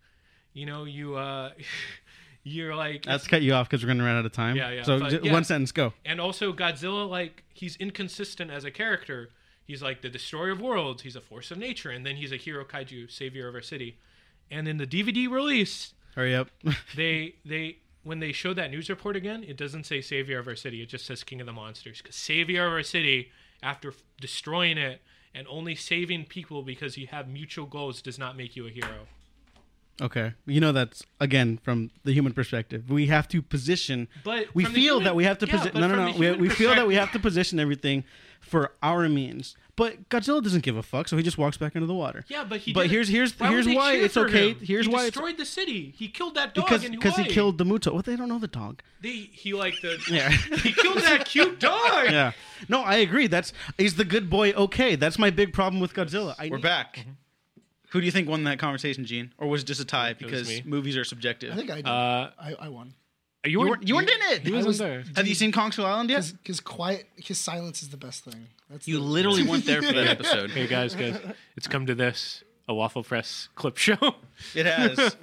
[SPEAKER 2] you know you uh you're like
[SPEAKER 10] That's cut you off because we're gonna run out of time.
[SPEAKER 2] Yeah, yeah,
[SPEAKER 10] So
[SPEAKER 2] but-
[SPEAKER 10] ju-
[SPEAKER 2] yeah.
[SPEAKER 10] one sentence, go.
[SPEAKER 2] and also Godzilla like he's inconsistent as a character. He's like the destroyer of worlds, he's a force of nature, and then he's a hero kaiju, savior of our city. And in the DVD release,
[SPEAKER 10] Hurry up.
[SPEAKER 2] they they when they show that news report again, it doesn't say savior of our city, it just says king of the monsters cuz savior of our city after f- destroying it and only saving people because you have mutual goals does not make you a hero.
[SPEAKER 10] Okay, you know that's again from the human perspective. We have to position.
[SPEAKER 2] But
[SPEAKER 10] we
[SPEAKER 2] from the
[SPEAKER 10] feel
[SPEAKER 2] human-
[SPEAKER 10] that we have to
[SPEAKER 2] yeah,
[SPEAKER 10] position.
[SPEAKER 2] but
[SPEAKER 10] No,
[SPEAKER 2] from
[SPEAKER 10] no,
[SPEAKER 2] the
[SPEAKER 10] no. We,
[SPEAKER 2] human
[SPEAKER 10] we feel that we have to position everything for our means. But Godzilla doesn't give a fuck, so he just walks back into the water.
[SPEAKER 2] Yeah, but he.
[SPEAKER 10] But
[SPEAKER 2] did-
[SPEAKER 10] here's here's
[SPEAKER 2] why would
[SPEAKER 10] here's
[SPEAKER 2] they
[SPEAKER 10] why
[SPEAKER 2] cheer
[SPEAKER 10] it's
[SPEAKER 2] for
[SPEAKER 10] okay.
[SPEAKER 2] him?
[SPEAKER 10] Here's
[SPEAKER 2] he
[SPEAKER 10] why it's
[SPEAKER 2] destroyed the city. He killed that dog
[SPEAKER 10] because
[SPEAKER 2] in
[SPEAKER 10] because he
[SPEAKER 2] Hawaii.
[SPEAKER 10] killed the Muto. Well, they don't know the dog.
[SPEAKER 2] They, he like the.
[SPEAKER 10] Yeah.
[SPEAKER 2] he killed that cute dog.
[SPEAKER 10] Yeah. No, I agree. That's is the good boy okay? That's my big problem with Godzilla. I
[SPEAKER 1] We're back.
[SPEAKER 2] Mm-hmm.
[SPEAKER 1] Who do you think won that conversation, Gene? Or was it just a tie because
[SPEAKER 2] me.
[SPEAKER 1] movies are subjective?
[SPEAKER 3] I think I did.
[SPEAKER 2] Uh,
[SPEAKER 3] I, I won.
[SPEAKER 2] you
[SPEAKER 1] weren't- you weren't in it!
[SPEAKER 2] He
[SPEAKER 1] I
[SPEAKER 2] wasn't
[SPEAKER 1] was-
[SPEAKER 2] there.
[SPEAKER 1] Have you seen Kong's Island yet?
[SPEAKER 3] Because quiet, his silence is the best thing. That's
[SPEAKER 1] You
[SPEAKER 3] the-
[SPEAKER 1] literally weren't there for that episode.
[SPEAKER 2] Hey guys, guys, it's come to this. A Waffle Press clip show.
[SPEAKER 1] It has.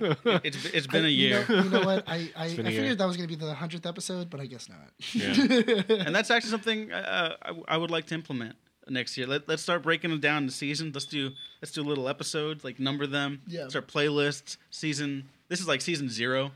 [SPEAKER 1] It's it's been a year.
[SPEAKER 3] You know, you know what? I, I, I
[SPEAKER 2] been a
[SPEAKER 3] figured
[SPEAKER 2] year.
[SPEAKER 3] that was going to be the 100th episode, but I guess not.
[SPEAKER 1] and that's actually something uh, I, I would like to implement next year. Let, let's start breaking them down into seasons. Let's do let's do little episodes, like number them.
[SPEAKER 3] Yeah.
[SPEAKER 1] Start playlists. Season. This is like season zero.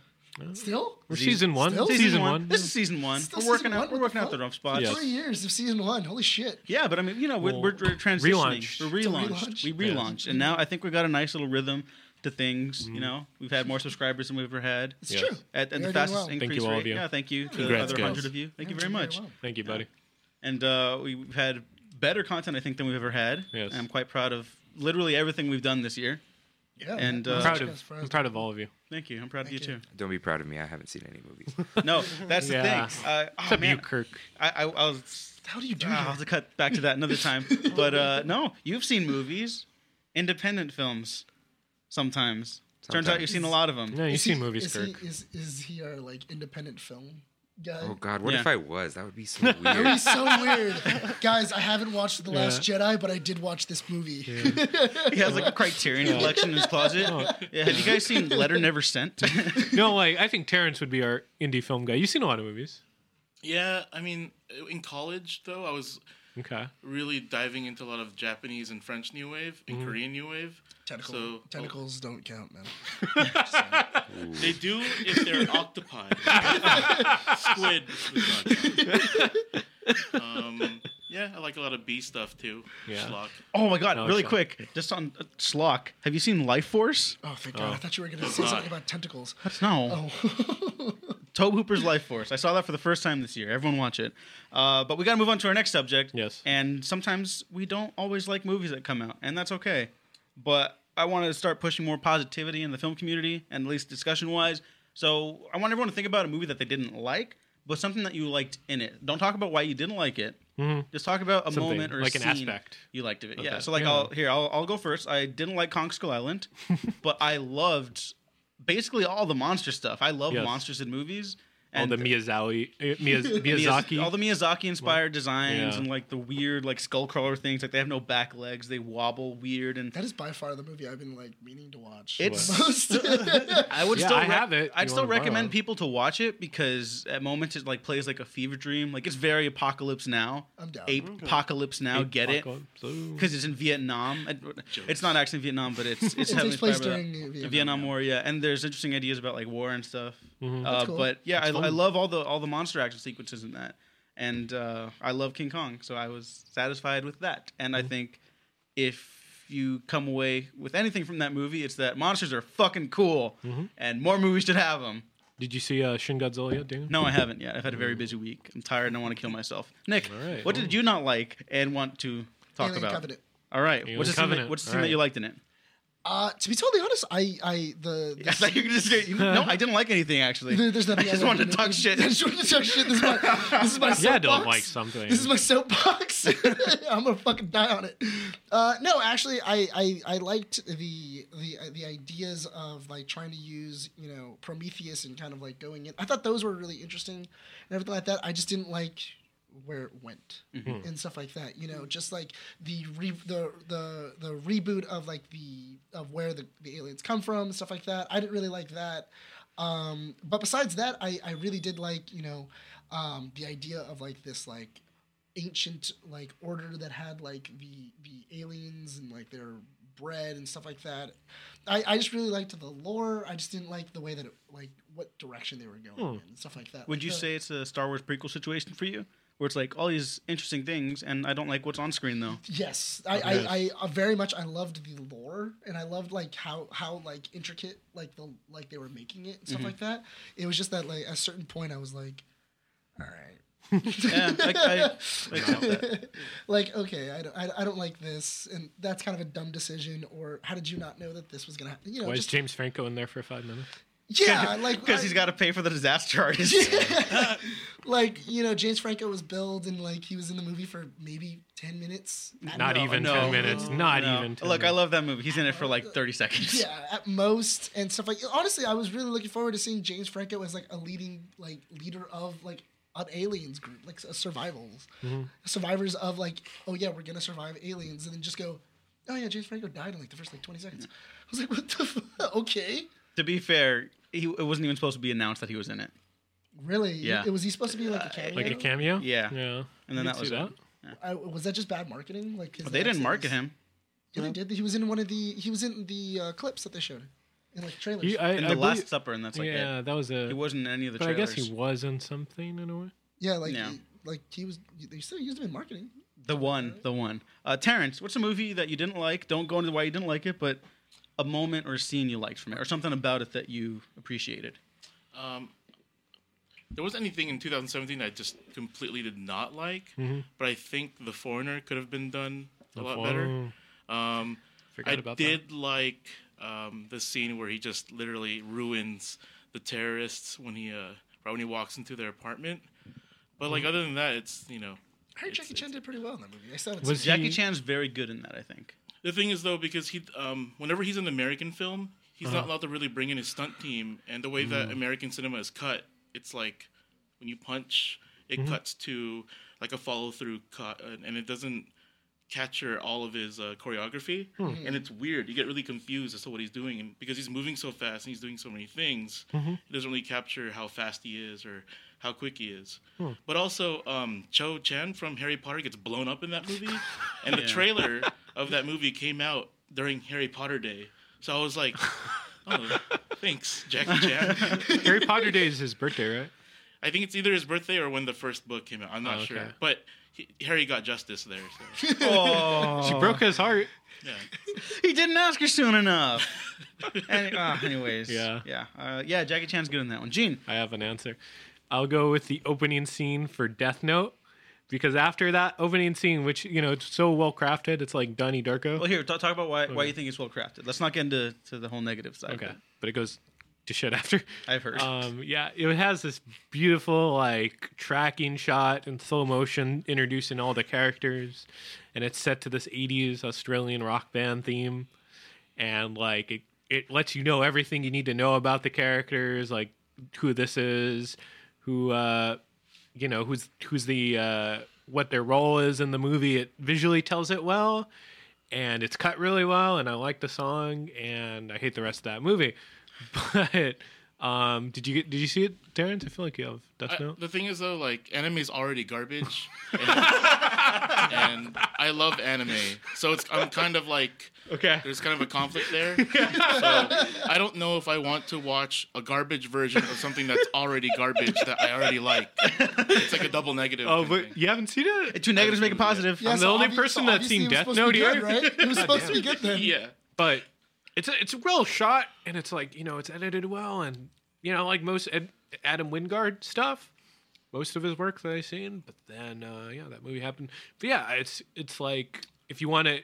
[SPEAKER 3] Still?
[SPEAKER 2] We're season one.
[SPEAKER 3] Still?
[SPEAKER 2] Season, one.
[SPEAKER 1] This is season one.
[SPEAKER 3] Still
[SPEAKER 1] we're working
[SPEAKER 3] season
[SPEAKER 1] out.
[SPEAKER 3] one?
[SPEAKER 1] We're
[SPEAKER 3] What
[SPEAKER 1] working
[SPEAKER 3] the
[SPEAKER 1] out the
[SPEAKER 3] fuck?
[SPEAKER 1] rough spots.
[SPEAKER 2] Yes.
[SPEAKER 3] Three years of season one. Holy shit.
[SPEAKER 1] Yeah, but I mean, you know, we're,
[SPEAKER 2] Well,
[SPEAKER 1] we're, we're transitioning.
[SPEAKER 2] relaunch.
[SPEAKER 1] We're relaunched.
[SPEAKER 3] relaunch?
[SPEAKER 1] We relaunched, and now I think we got a nice little rhythm to things.
[SPEAKER 2] Mm-hmm.
[SPEAKER 1] You know, we've had more subscribers than we've ever had.
[SPEAKER 3] It's
[SPEAKER 2] Yes.
[SPEAKER 3] true.
[SPEAKER 1] At, and the
[SPEAKER 3] We are doing
[SPEAKER 1] fastest
[SPEAKER 3] well.
[SPEAKER 1] increase
[SPEAKER 2] you, all
[SPEAKER 1] rate.
[SPEAKER 2] of you.
[SPEAKER 1] Yeah, thanhank you to
[SPEAKER 2] Congrats,
[SPEAKER 1] the other
[SPEAKER 2] guys.
[SPEAKER 1] hundred of you. Thank you
[SPEAKER 3] We're
[SPEAKER 1] very
[SPEAKER 3] doing
[SPEAKER 1] much.
[SPEAKER 3] well.
[SPEAKER 2] Thank you, buddy.
[SPEAKER 1] and uh, we've had better content I think than we've ever had.
[SPEAKER 2] Yes.
[SPEAKER 1] And I'm quite proud of literally everything we've done this year.
[SPEAKER 3] Yeah.
[SPEAKER 1] And,
[SPEAKER 3] man.
[SPEAKER 1] uh,
[SPEAKER 2] I'm
[SPEAKER 1] Proud
[SPEAKER 2] proud of. I'm proud of all of you.
[SPEAKER 1] Thank you. I'm proud of you,
[SPEAKER 4] Don't be proud of me. I haven't seen any movies.
[SPEAKER 1] too. No, that's
[SPEAKER 2] Yeah.
[SPEAKER 1] the thing. Uh, oh,
[SPEAKER 2] Except
[SPEAKER 1] man,
[SPEAKER 2] you, Kirk.
[SPEAKER 1] I, I, I was.
[SPEAKER 3] How do you do
[SPEAKER 1] ah, I'll
[SPEAKER 3] that?
[SPEAKER 1] have to cut back to that another time. But uh, no, you've seen movies, independent films, sometimes. Turns out
[SPEAKER 4] Sometimes.
[SPEAKER 1] you've seen a lot of them.
[SPEAKER 2] No, you've
[SPEAKER 3] Is he-
[SPEAKER 2] seen movies,
[SPEAKER 3] is
[SPEAKER 2] Kirk.
[SPEAKER 3] he, is, is he our like independent film guy?
[SPEAKER 4] Oh God, what if
[SPEAKER 1] Yeah.
[SPEAKER 4] I was? That would be so
[SPEAKER 3] That would be
[SPEAKER 4] weird.
[SPEAKER 3] so weird, guys. I haven't watched The Last Jedi, but I did watch this movie.
[SPEAKER 1] He has like a Criterion collection in his closet.
[SPEAKER 2] Oh.
[SPEAKER 1] Yeah, have you guys seen Letter Never Sent?
[SPEAKER 2] no, like I think Terrence would be our indie film guy. You've seen a lot of movies.
[SPEAKER 9] Yeah, I mean, in college though, I was
[SPEAKER 2] Okay.
[SPEAKER 9] really diving into a lot of Japanese and French new wave and
[SPEAKER 2] Mm-hmm.
[SPEAKER 9] Korean new wave.
[SPEAKER 3] Tentacle,
[SPEAKER 1] oh.
[SPEAKER 9] So-
[SPEAKER 3] tentacles don't count, man.
[SPEAKER 9] They do if they're an octopi. Squid. does not count. um, yeah, I like a lot of B stuff too.
[SPEAKER 2] Yeah.
[SPEAKER 9] Schlock.
[SPEAKER 1] Oh my god!
[SPEAKER 2] No,
[SPEAKER 1] really
[SPEAKER 2] Schlock.
[SPEAKER 1] quick, just on uh, Schlock. Have you seen Life Force?
[SPEAKER 3] Oh, thank God! I thought you were gonna say
[SPEAKER 9] God.
[SPEAKER 3] something about tentacles.
[SPEAKER 1] No.
[SPEAKER 3] Oh,
[SPEAKER 1] Tobe Hooper's Life Force. I saw that for the first time this year. Everyone watch it. Uh, but we got to move on to our next subject.
[SPEAKER 2] Yes.
[SPEAKER 1] And sometimes we don't always like movies that come out, and that's okay. But I wanted to start pushing more positivity in the film community, and at least discussion wise. So I want everyone to think about a movie that they didn't like, but something that you liked in it. Don't talk about why you didn't like it. Just talk about a
[SPEAKER 2] Mm-hmm. Something,
[SPEAKER 1] moment or a
[SPEAKER 2] like an
[SPEAKER 1] scene
[SPEAKER 2] aspect.
[SPEAKER 1] you liked of it. Yeah.
[SPEAKER 2] that.
[SPEAKER 1] So like,
[SPEAKER 2] Yeah.
[SPEAKER 1] I'll here I'll, I'll go first. I didn't like Kong Skull Island, but I loved basically all the monster stuff. I love
[SPEAKER 2] Yes.
[SPEAKER 1] monsters in movies.
[SPEAKER 2] All the Miyazawa, uh, Miyaz- Miyazaki.
[SPEAKER 1] all the Miyazaki inspired designs
[SPEAKER 2] Yeah.
[SPEAKER 1] and like the weird like skullcrawler things. Like they have no back legs, they wobble weird, and
[SPEAKER 3] that is by far the movie I've been like meaning to watch.
[SPEAKER 1] It's-
[SPEAKER 3] most.
[SPEAKER 1] I would
[SPEAKER 2] Yeah,
[SPEAKER 1] still
[SPEAKER 2] I have it.
[SPEAKER 1] I'd
[SPEAKER 2] You
[SPEAKER 1] still
[SPEAKER 2] wanna borrow
[SPEAKER 1] recommend
[SPEAKER 2] it?
[SPEAKER 1] people to watch it because at moments it like plays like a fever dream. Like it's very apocalypse now.
[SPEAKER 3] I'm down.
[SPEAKER 1] Ape apocalypse now. Get it?
[SPEAKER 2] So-
[SPEAKER 1] Because it's in Vietnam. It- It's not actually in Vietnam, but it's it's
[SPEAKER 3] It
[SPEAKER 1] heavily
[SPEAKER 3] takes place
[SPEAKER 1] inspired by that.
[SPEAKER 3] during the
[SPEAKER 1] the
[SPEAKER 3] Vietnam.
[SPEAKER 1] Vietnam War, yeah, and there's interesting ideas about like war and stuff. Uh,
[SPEAKER 3] cool.
[SPEAKER 1] But yeah, I, I love all the all the monster action sequences in that, and uh, I love King Kong, so I was satisfied with that. And I think if you come away with anything from that movie, it's that monsters are fucking cool, and more movies should have them.
[SPEAKER 2] Did you see uh, Shin Godzilla yet, Daniel?
[SPEAKER 1] No, I haven't yet. I've had a very busy week. I'm tired and I want to kill myself. Nick,
[SPEAKER 2] right.
[SPEAKER 1] what did you not like and want to talk
[SPEAKER 3] Alien
[SPEAKER 1] about?
[SPEAKER 3] Covenant.
[SPEAKER 1] All right,
[SPEAKER 2] Alien
[SPEAKER 1] what's the scene, that,
[SPEAKER 2] Covenant.
[SPEAKER 1] what's the
[SPEAKER 2] All
[SPEAKER 1] scene that
[SPEAKER 2] right.
[SPEAKER 1] you liked in it?
[SPEAKER 3] Uh, to be totally honest, I, I the, the
[SPEAKER 1] I thought you were gonna say- no, I didn't like anything actually.
[SPEAKER 3] There- there's nothing.
[SPEAKER 1] I just
[SPEAKER 3] like
[SPEAKER 1] wanted
[SPEAKER 3] in
[SPEAKER 1] to
[SPEAKER 3] it.
[SPEAKER 1] talk shit.
[SPEAKER 3] I just wanted to talk shit. This is my, this is my soapbox.
[SPEAKER 2] Yeah, I don't like something.
[SPEAKER 3] This is my soapbox. I'm gonna fucking die on it. Uh, no, actually, I, I, I liked the the the ideas of like trying to use you know Prometheus and kind of like going in. I thought those were really interesting and everything like that. I just didn't like where it went and stuff like that. You know, just like the re- the the the reboot of like the of where the, the aliens come from, stuff like that. I didn't really like that. Um, but besides that, I, I really did like you know um, the idea of like this like ancient like order that had like the the aliens and like their bread and stuff like that. I, I just really liked the lore. I just didn't like the way that it, like what direction they were going in and stuff like that.
[SPEAKER 1] Would
[SPEAKER 3] Like
[SPEAKER 1] you
[SPEAKER 3] the-
[SPEAKER 1] say it's a Star Wars prequel situation for you, where it's like all these interesting things, and I don't like what's on screen though.
[SPEAKER 3] Yes, I,
[SPEAKER 1] Okay.
[SPEAKER 3] I, I, uh very much I loved the lore, and I loved like how how like intricate like the like they were making it and stuff
[SPEAKER 1] Mhm.
[SPEAKER 2] Mm-hmm.
[SPEAKER 3] like that. It was just that like at a certain point I was like, all right.
[SPEAKER 1] Yeah, I- I- I got that.
[SPEAKER 3] like okay, I don't, I, I don't like this, and that's kind of a dumb decision. Or how did you not know that this was gonna happen? You know,
[SPEAKER 2] Why
[SPEAKER 3] just
[SPEAKER 2] is James Franco in there for five minutes?
[SPEAKER 3] Yeah, like-
[SPEAKER 1] because he's got to pay for the disaster artist.
[SPEAKER 3] like you know, James Franco was billed, and like he was in the movie for maybe ten minutes. at
[SPEAKER 2] Not
[SPEAKER 3] most.
[SPEAKER 2] even 10 minutes. Not even 10
[SPEAKER 1] Look, I love that movie. He's in it for like 30 seconds.
[SPEAKER 3] Yeah, at most and stuff like. Honestly, I was really looking forward to seeing James Franco as like a leading like leader of like an aliens group, like a survivals, survivors of like, oh yeah, we're gonna survive aliens, and then just go, oh yeah, James Franco died in like the first like twenty seconds. I was like, what the f okay,
[SPEAKER 1] To be fair, he, it wasn't even supposed to be announced that he was in it.
[SPEAKER 3] really?
[SPEAKER 1] Yeah.
[SPEAKER 3] It was he supposed to be like a cameo?
[SPEAKER 2] Like a cameo?
[SPEAKER 1] Yeah.
[SPEAKER 2] Yeah.
[SPEAKER 1] And then
[SPEAKER 2] I
[SPEAKER 1] that
[SPEAKER 2] can
[SPEAKER 1] was
[SPEAKER 2] see
[SPEAKER 1] it.
[SPEAKER 3] I, was that just bad marketing? Like 'cause
[SPEAKER 1] But they didn't
[SPEAKER 3] that's-
[SPEAKER 1] market him.
[SPEAKER 3] Yeah, they did. He was in one of the. He was in the uh, clips that they showed, in like trailers.
[SPEAKER 11] uh,
[SPEAKER 2] He- I-
[SPEAKER 1] in
[SPEAKER 2] I
[SPEAKER 1] the Last
[SPEAKER 2] believe-
[SPEAKER 1] Supper, and that's like
[SPEAKER 2] yeah,
[SPEAKER 1] it.
[SPEAKER 2] that was a.
[SPEAKER 1] He wasn't in any of the
[SPEAKER 2] but I
[SPEAKER 1] trailers.
[SPEAKER 2] guess he was in something in a way.
[SPEAKER 3] yeah, like
[SPEAKER 1] Yeah.
[SPEAKER 3] He, like he was. They still used him in marketing.
[SPEAKER 1] The one, the one. Uh, Terrence, what's a movie that you didn't like? Don't go into why you didn't like it, but a moment or a scene you liked from it, or something about it that you appreciated.
[SPEAKER 9] Um, there was anything in 2017 that I just completely did not like,
[SPEAKER 2] Mhm.
[SPEAKER 9] but I think The Foreigner could have been done a
[SPEAKER 2] The
[SPEAKER 9] lot
[SPEAKER 2] Foreigner.
[SPEAKER 9] better. Um,
[SPEAKER 2] Forgot
[SPEAKER 9] I
[SPEAKER 2] about that.
[SPEAKER 9] did like um, the scene where he just literally ruins the terrorists when he uh, right when he walks into their apartment. But like other than that, it's you know
[SPEAKER 3] I heard Jackie Chan did pretty well in that movie. I saw it.
[SPEAKER 2] Was
[SPEAKER 1] Jackie
[SPEAKER 2] he-
[SPEAKER 1] Chan's very good in that, I think.
[SPEAKER 9] The thing is, though, because he, um, whenever he's in an American film, he's not
[SPEAKER 2] Uh-huh.
[SPEAKER 9] allowed to really bring in his stunt team. And the way that
[SPEAKER 2] Mm.
[SPEAKER 9] American cinema is cut, it's like when you punch, it
[SPEAKER 2] Mhm.
[SPEAKER 9] cuts to like a follow through cut, and and it doesn't capture all of his uh, choreography.
[SPEAKER 2] Hmm.
[SPEAKER 9] And it's weird. You get really confused as to what he's doing, and because he's moving so fast and he's doing so many things,
[SPEAKER 2] Mhm.
[SPEAKER 9] it doesn't really capture how fast he is or how quick he is.
[SPEAKER 2] Hmm.
[SPEAKER 9] But also, um, Cho Chen from Harry Potter gets blown up in that movie, and the
[SPEAKER 1] Yeah.
[SPEAKER 9] trailer of that movie came out during Harry Potter Day. So I was like, "Oh, thanks, Jackie Chan."
[SPEAKER 2] Harry Potter Day is his birthday, right?
[SPEAKER 9] I think it's either his birthday or when the first book came out. I'm not
[SPEAKER 2] Oh,
[SPEAKER 9] sure,
[SPEAKER 2] okay.
[SPEAKER 9] but he, Harry got justice there. So
[SPEAKER 1] Oh,
[SPEAKER 2] She broke his heart.
[SPEAKER 9] yeah,
[SPEAKER 1] He didn't ask her soon enough. Any, uh, anyways,
[SPEAKER 2] Yeah.
[SPEAKER 1] yeah, uh, yeah. Jackie Chan's good in that one. Gene,
[SPEAKER 2] I have an answer. I'll go with the opening scene for Death Note because after that opening scene, which you know it's so well crafted, it's like Donnie Darko.
[SPEAKER 1] well, here talk, talk about why why
[SPEAKER 2] Okay.
[SPEAKER 1] you think it's well crafted. Let's not get into to the whole negative side.
[SPEAKER 2] Okay, but it goes to shit after.
[SPEAKER 1] but I've heard.
[SPEAKER 2] Um, yeah, it has this beautiful like tracking shot in slow motion introducing all the characters, and it's set to this '80s Australian rock band theme, and like it it lets you know everything you need to know about the characters, like who this is, who uh, you know who's who's the uh, what their role is in the movie. It visually tells it well. And it's cut really well, and I like the song, and I hate the rest of that movie. But um, did you get? Did you see it, Terrence? I feel like you have Death
[SPEAKER 9] I,
[SPEAKER 2] Note.
[SPEAKER 9] the thing is though, like anime is already garbage, and, and I love anime, so it's I'm kind of like
[SPEAKER 2] Okay.
[SPEAKER 9] there's kind of a conflict there. so I don't know if I want to watch a garbage version of something that's already garbage that I already like. It's like a double negative.
[SPEAKER 2] Oh,
[SPEAKER 9] kind of
[SPEAKER 2] but
[SPEAKER 9] thing.
[SPEAKER 2] you haven't seen it.
[SPEAKER 1] Two negatives make a positive. Um,
[SPEAKER 3] Yeah,
[SPEAKER 2] I'm the only
[SPEAKER 3] obvi-
[SPEAKER 2] person that's
[SPEAKER 3] obviously
[SPEAKER 2] seen
[SPEAKER 3] it
[SPEAKER 2] Death
[SPEAKER 3] was supposed to be
[SPEAKER 2] Note
[SPEAKER 3] good,
[SPEAKER 2] here.
[SPEAKER 3] right? It was supposed to be good then.
[SPEAKER 9] yeah.
[SPEAKER 2] But it's a, it's well shot, and it's like you know it's edited well, and you know like most Ed, Adam Wingard stuff, most of his work that I've seen. But then uh, yeah, that movie happened. But yeah, it's it's like if you want to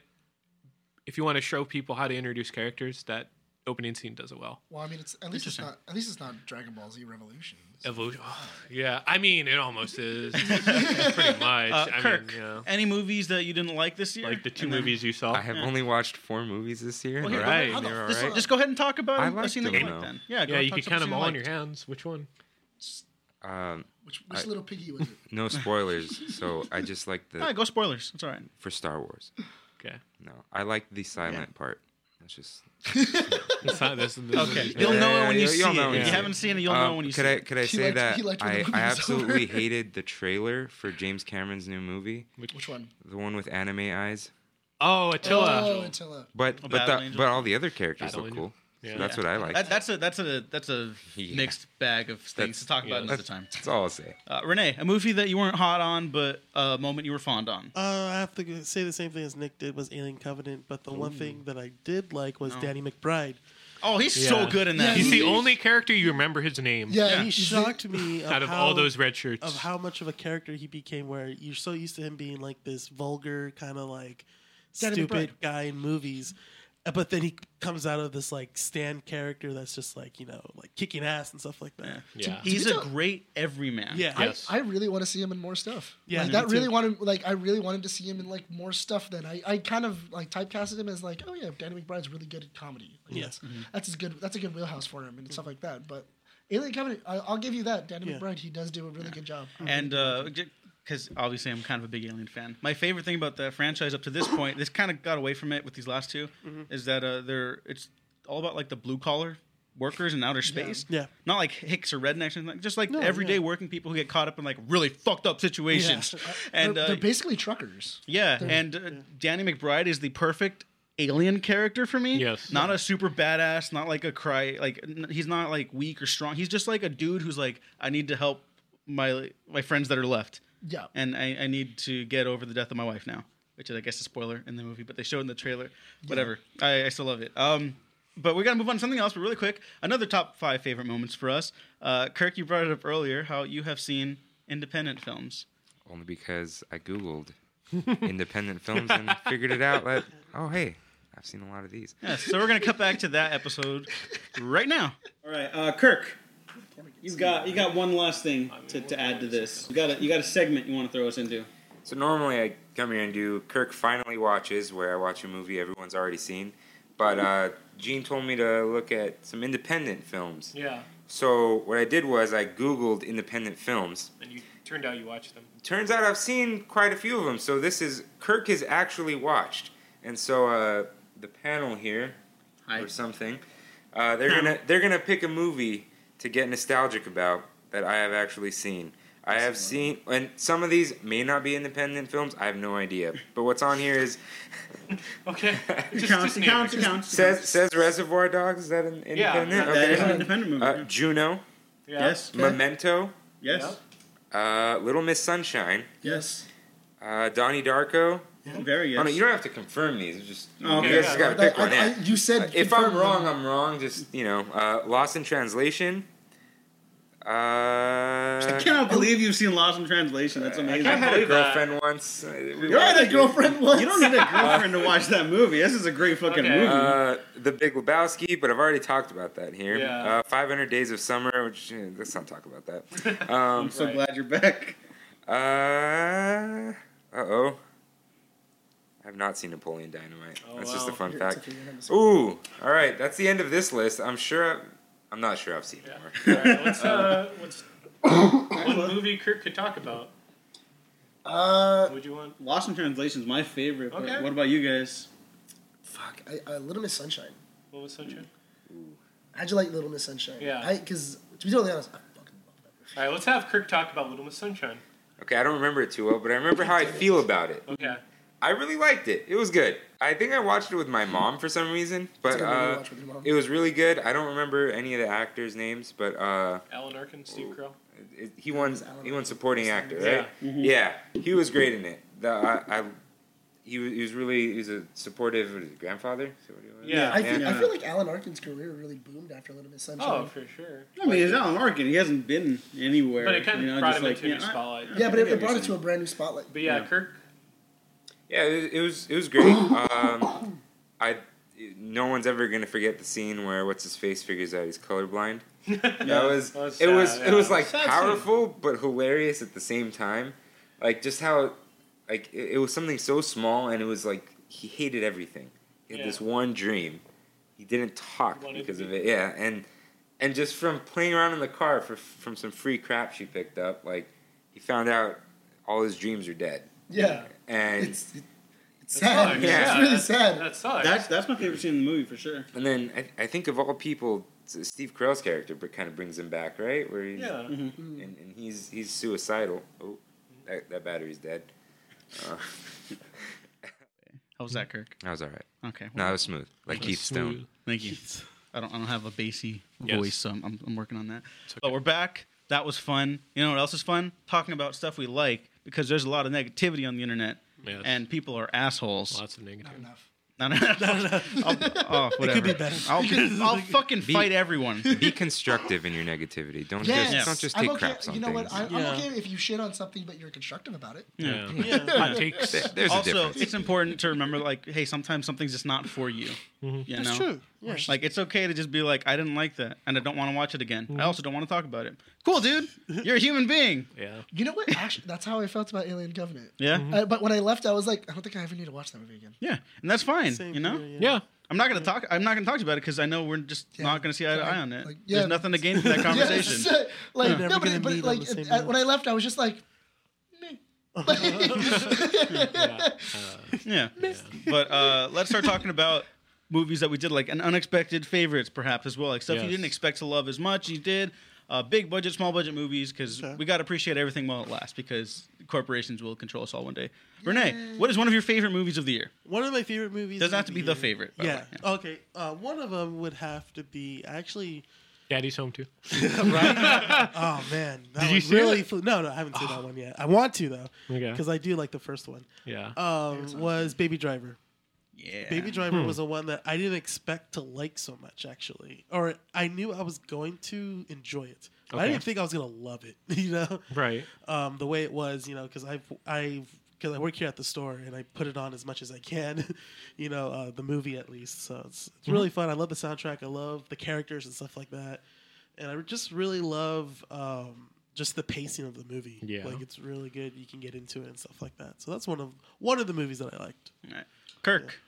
[SPEAKER 2] if you want to show people how to introduce characters, that opening scene does it well.
[SPEAKER 3] Well, I mean, it's at least it's not at least it's not Dragon Ball Z Revolution.
[SPEAKER 2] Evolution. Yeah, I mean, it almost is pretty much.
[SPEAKER 1] Uh,
[SPEAKER 2] I
[SPEAKER 1] Kirk,
[SPEAKER 2] mean, yeah.
[SPEAKER 1] any movies that you didn't like this year?
[SPEAKER 2] like the two
[SPEAKER 1] And then-
[SPEAKER 2] movies you saw.
[SPEAKER 4] I have only watched four movies this year.
[SPEAKER 1] Well, here,
[SPEAKER 2] Right,
[SPEAKER 1] how the-
[SPEAKER 2] they're
[SPEAKER 1] this-
[SPEAKER 2] alright.
[SPEAKER 1] Just go ahead and talk about
[SPEAKER 4] I
[SPEAKER 1] it. I've
[SPEAKER 4] liked
[SPEAKER 1] seen the
[SPEAKER 4] them,
[SPEAKER 1] click
[SPEAKER 4] though.
[SPEAKER 1] then. Yeah, go
[SPEAKER 2] yeah,
[SPEAKER 1] and
[SPEAKER 2] you
[SPEAKER 1] talk
[SPEAKER 2] could
[SPEAKER 1] about
[SPEAKER 2] count
[SPEAKER 1] something
[SPEAKER 2] them all
[SPEAKER 1] you
[SPEAKER 2] on your
[SPEAKER 1] liked.
[SPEAKER 2] hands. Which one?
[SPEAKER 4] Um,
[SPEAKER 3] Which which
[SPEAKER 4] I-
[SPEAKER 3] little piggy was it?
[SPEAKER 4] no spoilers. so I just like
[SPEAKER 1] All
[SPEAKER 4] the
[SPEAKER 1] right, go spoilers. It's all right.
[SPEAKER 4] for Star Wars.
[SPEAKER 2] Okay.
[SPEAKER 4] No, I like the silent part. That's just
[SPEAKER 2] It's not this. this
[SPEAKER 1] Okay,
[SPEAKER 2] Is,
[SPEAKER 1] you'll
[SPEAKER 4] Yeah,
[SPEAKER 1] know
[SPEAKER 4] yeah,
[SPEAKER 1] it when you
[SPEAKER 4] you'll-
[SPEAKER 1] see
[SPEAKER 4] you'll
[SPEAKER 1] it.
[SPEAKER 4] know
[SPEAKER 1] If
[SPEAKER 4] when you
[SPEAKER 1] you
[SPEAKER 4] see
[SPEAKER 1] haven't seen it, you'll
[SPEAKER 4] Um,
[SPEAKER 1] know when you see
[SPEAKER 4] could I
[SPEAKER 1] it.
[SPEAKER 4] could I
[SPEAKER 3] He
[SPEAKER 4] say
[SPEAKER 3] liked-
[SPEAKER 4] that
[SPEAKER 3] he liked when the
[SPEAKER 4] I,
[SPEAKER 3] movie
[SPEAKER 4] I
[SPEAKER 3] was
[SPEAKER 4] absolutely
[SPEAKER 3] over.
[SPEAKER 4] hated the trailer for James Cameron's new movie,
[SPEAKER 3] Which one?
[SPEAKER 4] the one with anime eyes.
[SPEAKER 2] oh, Attila.
[SPEAKER 3] Oh, Attila.
[SPEAKER 4] But but
[SPEAKER 1] Battle
[SPEAKER 4] the,
[SPEAKER 1] Oh, Angel.
[SPEAKER 4] but all the other characters
[SPEAKER 2] Battle
[SPEAKER 4] look
[SPEAKER 2] Angel.
[SPEAKER 4] cool. So that's what I like.
[SPEAKER 1] That, that's a that's a that's a mixed bag of things
[SPEAKER 4] That's-
[SPEAKER 1] to talk about
[SPEAKER 4] yeah.
[SPEAKER 1] another time.
[SPEAKER 4] That's all I'll say.
[SPEAKER 1] Uh, Renee, a movie that you weren't hot on, but a moment you were fond on.
[SPEAKER 5] Uh, I have to g- say the same thing as Nick did was Alien Covenant, but the one
[SPEAKER 1] Ooh.
[SPEAKER 5] thing that I did like was
[SPEAKER 1] No.
[SPEAKER 5] Danny McBride.
[SPEAKER 1] Oh, he's so good in that.
[SPEAKER 2] He's the
[SPEAKER 1] movie.
[SPEAKER 2] only character you remember his name.
[SPEAKER 5] Yeah, he shocked me of
[SPEAKER 2] out of
[SPEAKER 5] how-
[SPEAKER 2] all those red shirts.
[SPEAKER 5] of how much of a character he became. Where you're so used to him being like this vulgar kind of like
[SPEAKER 3] Danny
[SPEAKER 5] stupid
[SPEAKER 3] McBride.
[SPEAKER 5] guy in movies, uh, but then he comes out of this like stand character that's just like you know like kicking ass and stuff like that.
[SPEAKER 1] Yeah. He's a great everyman.
[SPEAKER 5] Yeah.
[SPEAKER 3] I, I really want to see him in more stuff.
[SPEAKER 5] Yeah,
[SPEAKER 3] like,
[SPEAKER 5] me
[SPEAKER 3] that
[SPEAKER 5] too.
[SPEAKER 3] really wanted like I really wanted to see him in like more stuff. Then I, I kind of like typecasted him as like oh yeah, Danny McBride's really good at comedy. Like,
[SPEAKER 5] Yeah.
[SPEAKER 3] that's,
[SPEAKER 2] Mm-hmm.
[SPEAKER 3] that's a good that's a good wheelhouse for him and
[SPEAKER 2] Mm.
[SPEAKER 3] stuff like that. But Alien Covenant, I, I'll give you that. Danny McBride, he does do a really good job.
[SPEAKER 1] And because obviously I'm kind of a big Alien fan. My favorite thing about the franchise up to this point, this kind of got away from it with these last 2
[SPEAKER 5] Mhm.
[SPEAKER 3] Mm-hmm.
[SPEAKER 1] is that uh, they're it's all about like the blue collar workers in outer space.
[SPEAKER 5] Yeah.
[SPEAKER 1] Not like hicks or rednecks, and like just like
[SPEAKER 3] No,
[SPEAKER 1] everyday
[SPEAKER 3] yeah.
[SPEAKER 1] working people who get caught up in like really fucked up situations.
[SPEAKER 3] Yeah.
[SPEAKER 1] And
[SPEAKER 3] they're,
[SPEAKER 1] uh,
[SPEAKER 3] they're basically truckers.
[SPEAKER 1] yeah,
[SPEAKER 3] they're-
[SPEAKER 1] and uh, Danny McBride is the perfect alien character for me. Yes, not a super badass, not like a cry. Like n- he's not like weak or strong. He's just like a dude who's like, I need to help my my friends that are left.
[SPEAKER 3] Yeah.
[SPEAKER 1] and I, I need to get over the death of my wife now, which is I guess a spoiler in the movie, but they showed in the trailer. Whatever, I, I still love it. Um, but we gotta move on to something else. But really quick, another top five favorite moments for us. Uh, Kirk, you brought it up earlier how you have seen independent films.
[SPEAKER 4] Only because I Googled independent films and figured it out. Like, oh, hey, I've seen a lot of these.
[SPEAKER 1] Yeah, so we're gonna cut back to that episode right now.
[SPEAKER 10] All right, uh, Kirk.
[SPEAKER 1] You got you got one last thing to, to add to this. You got a, you got a segment you want to throw us into.
[SPEAKER 4] So normally I come here and do Kirk finally watches, where I watch a movie everyone's already seen. But uh, Gene told me to look at some independent films.
[SPEAKER 2] Yeah.
[SPEAKER 4] So what I did was I Googled independent films.
[SPEAKER 2] And you turned out you watched them.
[SPEAKER 4] Turns out I've seen quite a few of them. So this is Kirk has actually watched, and so uh, the panel here or something, uh, they're gonna they're gonna pick a movie to get nostalgic about that I have actually seen. I have seen, and some of these may not be independent films. I have no idea. But what's on here is
[SPEAKER 2] Okay.
[SPEAKER 4] Says says Reservoir Dogs. Is that an
[SPEAKER 2] Yeah,
[SPEAKER 4] independent?
[SPEAKER 2] that is an independent
[SPEAKER 1] movie,
[SPEAKER 4] Uh, Juno.
[SPEAKER 2] Yeah. Yes.
[SPEAKER 4] Memento.
[SPEAKER 1] Yes.
[SPEAKER 4] Uh, Little Miss Sunshine.
[SPEAKER 1] Yes.
[SPEAKER 4] Uh, Donnie Darko.
[SPEAKER 1] Very
[SPEAKER 4] Oh, no, you don't have to confirm these. it's Just
[SPEAKER 1] Oh, okay.
[SPEAKER 4] you guys just
[SPEAKER 1] Yeah.
[SPEAKER 4] got to pick
[SPEAKER 1] I-
[SPEAKER 4] one.
[SPEAKER 1] I-
[SPEAKER 4] yeah.
[SPEAKER 1] you said
[SPEAKER 4] Uh, if I'm
[SPEAKER 1] confirm
[SPEAKER 4] wrong,
[SPEAKER 1] them.
[SPEAKER 4] I'm wrong. Just you know, uh, Lost in Translation. Uh,
[SPEAKER 1] I cannot believe you've seen Lost in Translation. That's amazing.
[SPEAKER 4] I had a girlfriend once.
[SPEAKER 1] You had a girlfriend once. You don't need a girlfriend to watch that movie. This is a great fucking movie.
[SPEAKER 4] Uh, the Big Lebowski, but I've already talked about that here.
[SPEAKER 1] Yeah.
[SPEAKER 4] Uh, 500 Days of Summer, which eh, let's not talk about that. Um,
[SPEAKER 1] I'm so glad you're back.
[SPEAKER 4] Uh oh. I've not seen Napoleon Dynamite.
[SPEAKER 2] Oh,
[SPEAKER 4] that's just a
[SPEAKER 1] wow.
[SPEAKER 4] fun
[SPEAKER 1] Here, it's
[SPEAKER 4] fact.
[SPEAKER 1] okay, you haven't seen it.
[SPEAKER 4] Ooh, all right. That's the end of this list. I'm sure. I've, I'm not sure I've seen more.
[SPEAKER 2] What's, uh, what's one movie Kirk could talk about?
[SPEAKER 1] Uh,
[SPEAKER 2] Would you want
[SPEAKER 1] Lost in Translation is my favorite. But
[SPEAKER 2] Okay.
[SPEAKER 1] What about you guys?
[SPEAKER 3] Fuck, I, I, Little Miss Sunshine.
[SPEAKER 2] What was Sunshine?
[SPEAKER 3] How'd you like Little Miss Sunshine?
[SPEAKER 2] Yeah.
[SPEAKER 3] Because to be totally honest,
[SPEAKER 2] All right, let's have Kirk talk about Little Miss Sunshine.
[SPEAKER 4] okay, I don't remember it too well, but I remember how I feel about it.
[SPEAKER 2] Okay.
[SPEAKER 4] I really liked it. It was good. I think I watched it with my mom for some reason,
[SPEAKER 2] It's
[SPEAKER 4] but
[SPEAKER 2] a good movie to
[SPEAKER 4] uh,
[SPEAKER 2] watch with your mom.
[SPEAKER 4] it was really good. I don't remember any of the actors' names, but uh,
[SPEAKER 2] Alan Arkin, Steve Carell.
[SPEAKER 4] it- he won. He won supporting actor,
[SPEAKER 2] Yeah.
[SPEAKER 4] right? Yeah, he was great in it. The, I, I, he, was, he was really he was a supportive what is it, grandfather. Is that what he was?
[SPEAKER 3] I, feel, I feel like Alan Arkin's career really boomed after Little Miss Sunshine.
[SPEAKER 2] Oh, for sure.
[SPEAKER 1] I mean, it's Alan Arkin. He hasn't been anywhere.
[SPEAKER 2] But it kind of
[SPEAKER 1] you know,
[SPEAKER 2] brought
[SPEAKER 1] just
[SPEAKER 2] him
[SPEAKER 1] like,
[SPEAKER 2] into
[SPEAKER 1] yeah,
[SPEAKER 2] the
[SPEAKER 1] I-
[SPEAKER 2] spotlight.
[SPEAKER 3] Yeah, but it, it brought it to a brand new spotlight.
[SPEAKER 2] But yeah, Kirk.
[SPEAKER 4] Yeah, it, it was it was great. Um, I no one's ever gonna forget the scene where what's his face figures out he's colorblind. That was,
[SPEAKER 2] That was
[SPEAKER 4] it was
[SPEAKER 2] sad,
[SPEAKER 4] it was
[SPEAKER 2] yeah.
[SPEAKER 4] like
[SPEAKER 2] Sad scene.
[SPEAKER 4] powerful but hilarious at the same time. Like just how like it, it was something so small and it was like he hated everything. He had
[SPEAKER 2] Yeah.
[SPEAKER 4] this one dream. He didn't talk
[SPEAKER 2] Wanted to
[SPEAKER 4] because of
[SPEAKER 2] be-
[SPEAKER 4] it. Yeah, and and just from playing around in the car for from some free crap she picked up, like he found out all his dreams are dead.
[SPEAKER 3] Yeah.
[SPEAKER 4] And
[SPEAKER 3] It's sad. It's really sad.
[SPEAKER 2] That sucks.
[SPEAKER 1] That's that's my favorite scene in the movie for sure.
[SPEAKER 4] And then I, I think of all people, S- Steve Carell's character br- kind of brings him back, right? Where he's,
[SPEAKER 2] Yeah. Mhm.
[SPEAKER 4] and, and he's he's suicidal. Oh, that, that battery's dead. Uh,
[SPEAKER 1] How was that, Kirk?
[SPEAKER 4] that was all right.
[SPEAKER 1] Okay.
[SPEAKER 4] no, that was smooth,
[SPEAKER 1] That
[SPEAKER 4] like
[SPEAKER 1] was
[SPEAKER 4] Keith Stone.
[SPEAKER 1] smooth. Thank you. I don't, I don't have a bassy
[SPEAKER 10] Yes.
[SPEAKER 1] voice, so I'm, I'm, I'm working on that. But we're back. That was fun. You know what else is fun? Talking about stuff we like because there's a lot of negativity on the internet,
[SPEAKER 2] Yes.
[SPEAKER 1] and people are assholes.
[SPEAKER 2] Lots of negative. Not
[SPEAKER 3] enough.
[SPEAKER 1] Not enough. I'll, oh,
[SPEAKER 4] It could
[SPEAKER 1] whatever.
[SPEAKER 4] be better.
[SPEAKER 1] I'll, I'll fucking
[SPEAKER 4] Be-
[SPEAKER 1] fight everyone.
[SPEAKER 4] Be constructive in your negativity. Don't just don't just
[SPEAKER 3] I'm
[SPEAKER 4] take
[SPEAKER 3] okay.
[SPEAKER 4] craps on
[SPEAKER 3] You know what?
[SPEAKER 4] things.
[SPEAKER 3] I'm, I'm okay if you shit on something, but you're constructive about it.
[SPEAKER 1] Yeah.
[SPEAKER 3] Yeah.
[SPEAKER 4] There- there's a
[SPEAKER 1] also,
[SPEAKER 4] difference.
[SPEAKER 1] it's important to remember, like, hey, sometimes something's just not for you.
[SPEAKER 2] Mm-hmm.
[SPEAKER 1] You
[SPEAKER 5] That's
[SPEAKER 1] know?
[SPEAKER 5] true. Yeah.
[SPEAKER 1] Like, it's okay to just be like, I didn't like that, and I don't want to watch it again.
[SPEAKER 2] Mm-hmm.
[SPEAKER 1] I also don't want to talk about it. Cool, dude. You're a human being.
[SPEAKER 2] Yeah.
[SPEAKER 3] You know what? Actually, that's how I felt about Alien Covenant.
[SPEAKER 1] Yeah.
[SPEAKER 2] Mm-hmm.
[SPEAKER 1] Mhm.
[SPEAKER 3] Uh, but when I left, I was like, I don't think I ever need to watch that movie again.
[SPEAKER 1] Yeah, and that's fine. you know.
[SPEAKER 3] here,
[SPEAKER 2] yeah.
[SPEAKER 1] I'm not gonna talk. I'm not gonna talk to you about it because I know we're just not gonna see eye to eye on it.
[SPEAKER 3] yeah.
[SPEAKER 1] There's nothing to gain from that
[SPEAKER 3] Yes.
[SPEAKER 1] conversation.
[SPEAKER 3] like
[SPEAKER 1] Yeah.
[SPEAKER 3] no, but, but like at- at- when I left, I was just like, meh.
[SPEAKER 1] yeah. But uh, let's start talking about movies that we did, like an unexpected favorites, perhaps as well, like stuff you
[SPEAKER 10] Yes.
[SPEAKER 1] didn't expect to love as much. You did uh, big budget, small budget movies because we got to appreciate everything while it lasts because corporations will control us all one day. Renee, what is one of your favorite movies of the year?
[SPEAKER 5] One of my favorite movies.
[SPEAKER 1] Doesn't
[SPEAKER 5] of
[SPEAKER 1] have to be the favorite, by the
[SPEAKER 5] Yeah.
[SPEAKER 1] way.
[SPEAKER 5] Okay. Uh, one of them would have to be actually.
[SPEAKER 2] Daddy's home too.
[SPEAKER 5] right? oh man, that
[SPEAKER 2] Did you
[SPEAKER 5] one
[SPEAKER 2] see Oh.
[SPEAKER 5] really
[SPEAKER 2] it?
[SPEAKER 5] flew. No, no, I haven't seen that one yet. I want to though,
[SPEAKER 2] Okay.
[SPEAKER 5] because I do like the first one.
[SPEAKER 2] Yeah.
[SPEAKER 5] Um, was Baby Driver.
[SPEAKER 1] Yeah.
[SPEAKER 5] Baby Driver
[SPEAKER 2] Hmm.
[SPEAKER 5] was the one that I didn't expect to like so much, actually, or I knew I was going to enjoy it. But I
[SPEAKER 2] Okay.
[SPEAKER 5] didn't think I was gonna love it, you know?
[SPEAKER 2] Right.
[SPEAKER 5] Um, the way it was, you know, because I I because I work here at the store and I put it on as much as I can, you know, uh, the movie at least. So it's it's really
[SPEAKER 2] Mm-hmm.
[SPEAKER 5] fun. I love the soundtrack. I love the characters and stuff like that, and I just really love um, just the pacing of the movie.
[SPEAKER 2] Yeah.
[SPEAKER 5] like it's really good. You can get into it and stuff like that. So that's one of one of the movies that I liked.
[SPEAKER 1] All right. Kirk,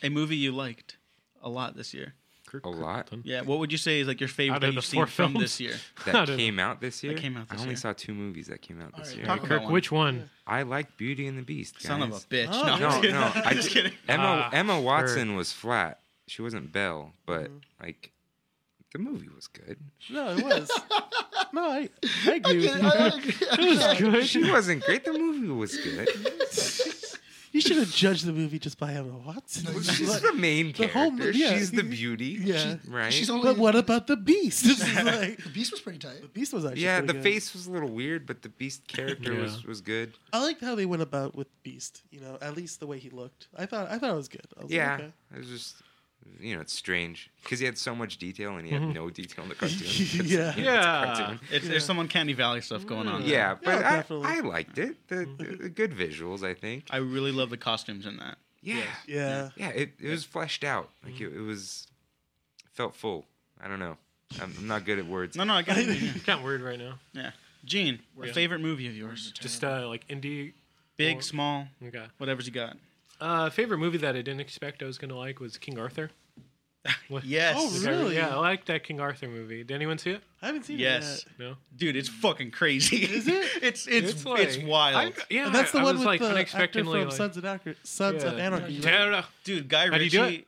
[SPEAKER 1] a movie you liked a lot this year.
[SPEAKER 2] Kirk,
[SPEAKER 4] a lot.
[SPEAKER 1] Yeah, what would you say is like your favorite
[SPEAKER 2] Out of
[SPEAKER 1] that
[SPEAKER 2] the
[SPEAKER 1] you've
[SPEAKER 2] four
[SPEAKER 1] seen from
[SPEAKER 2] films.
[SPEAKER 1] this year?
[SPEAKER 4] That came out this year.
[SPEAKER 1] came out this
[SPEAKER 4] I only
[SPEAKER 1] year.
[SPEAKER 4] saw two movies that came out this
[SPEAKER 1] Alright,
[SPEAKER 4] year.
[SPEAKER 1] talk about Kirk, one. which
[SPEAKER 2] one?
[SPEAKER 4] I like Beauty and the Beast. Guys.
[SPEAKER 1] Son of a bitch.
[SPEAKER 5] Oh,
[SPEAKER 1] no, I'm
[SPEAKER 5] yeah.
[SPEAKER 1] just
[SPEAKER 4] No,
[SPEAKER 1] kidding.
[SPEAKER 4] no. I
[SPEAKER 1] I'm just kidding.
[SPEAKER 4] Emma
[SPEAKER 2] Ah,
[SPEAKER 4] Emma
[SPEAKER 2] Kirk.
[SPEAKER 4] Watson was flat. She wasn't Belle, but
[SPEAKER 1] Mm-hmm.
[SPEAKER 4] like the movie was good.
[SPEAKER 5] No, it was. no, I, I agree with you.
[SPEAKER 4] She wasn't great. The movie was good.
[SPEAKER 5] You should have judged the movie just by Emma Watson.
[SPEAKER 4] She's the main
[SPEAKER 5] The
[SPEAKER 4] character.
[SPEAKER 5] whole mo- yeah.
[SPEAKER 4] She's the beauty.
[SPEAKER 5] Yeah.
[SPEAKER 4] right.
[SPEAKER 3] She's only.
[SPEAKER 5] but what about the Beast? This is like,
[SPEAKER 3] the Beast was pretty tight.
[SPEAKER 5] the Beast was actually
[SPEAKER 4] yeah,
[SPEAKER 5] pretty
[SPEAKER 4] the
[SPEAKER 5] good.
[SPEAKER 4] face was a little weird, but the Beast character
[SPEAKER 2] Yeah.
[SPEAKER 4] was was good.
[SPEAKER 5] I liked how they went about with Beast. You know, at least the way he looked. I thought I thought it was good. I was
[SPEAKER 4] Yeah,
[SPEAKER 5] Like, okay.
[SPEAKER 4] it was just you know it's strange because he had so much detail and he had no detail in the cartoon. It's-
[SPEAKER 5] Mm-hmm. Yeah.
[SPEAKER 4] you know, it's a
[SPEAKER 2] Yeah.
[SPEAKER 4] cartoon.
[SPEAKER 1] It's, There's some uncanny valley stuff going on. there.
[SPEAKER 4] yeah, but I,
[SPEAKER 5] definitely. Mm-hmm.
[SPEAKER 4] I liked it. The, the, the good visuals, I think.
[SPEAKER 1] I really love the costumes in that.
[SPEAKER 4] Yeah,
[SPEAKER 5] Yeah.
[SPEAKER 4] yeah, it, it was fleshed out. Like
[SPEAKER 5] Mm-hmm.
[SPEAKER 4] it, it was felt full. I don't know. I'm, I'm not good at words.
[SPEAKER 1] No, no, I get it. Yeah.
[SPEAKER 2] kind of weird right now.
[SPEAKER 1] yeah. Gene, what
[SPEAKER 2] Yeah.
[SPEAKER 1] favorite movie of yours?
[SPEAKER 2] Just uh, like indie.
[SPEAKER 1] Big, small,
[SPEAKER 2] Okay.
[SPEAKER 1] whatever's you got.
[SPEAKER 2] Uh, favorite movie that I didn't expect I was gonna like was King Arthur. What?
[SPEAKER 1] Yes.
[SPEAKER 5] Oh,
[SPEAKER 2] Is
[SPEAKER 5] really?
[SPEAKER 2] that- Yeah, I like that King Arthur movie. Did anyone see it?
[SPEAKER 5] I haven't seen
[SPEAKER 1] Yes.
[SPEAKER 5] it yet.
[SPEAKER 2] No.
[SPEAKER 1] Dude, it's fucking crazy. Is
[SPEAKER 5] it?
[SPEAKER 1] it's it's it's,
[SPEAKER 2] like-
[SPEAKER 1] wild.
[SPEAKER 2] I- yeah,
[SPEAKER 5] And that's the
[SPEAKER 2] I
[SPEAKER 5] one
[SPEAKER 2] was
[SPEAKER 5] with
[SPEAKER 2] like
[SPEAKER 5] the actor
[SPEAKER 2] unexpectedly
[SPEAKER 5] from
[SPEAKER 2] like,
[SPEAKER 5] Sons of, Anarchy. Sons of
[SPEAKER 2] Yeah.
[SPEAKER 5] Anarchy. right?
[SPEAKER 2] Terror.
[SPEAKER 1] Dude, Guy
[SPEAKER 2] How do you
[SPEAKER 1] Ritchie
[SPEAKER 2] do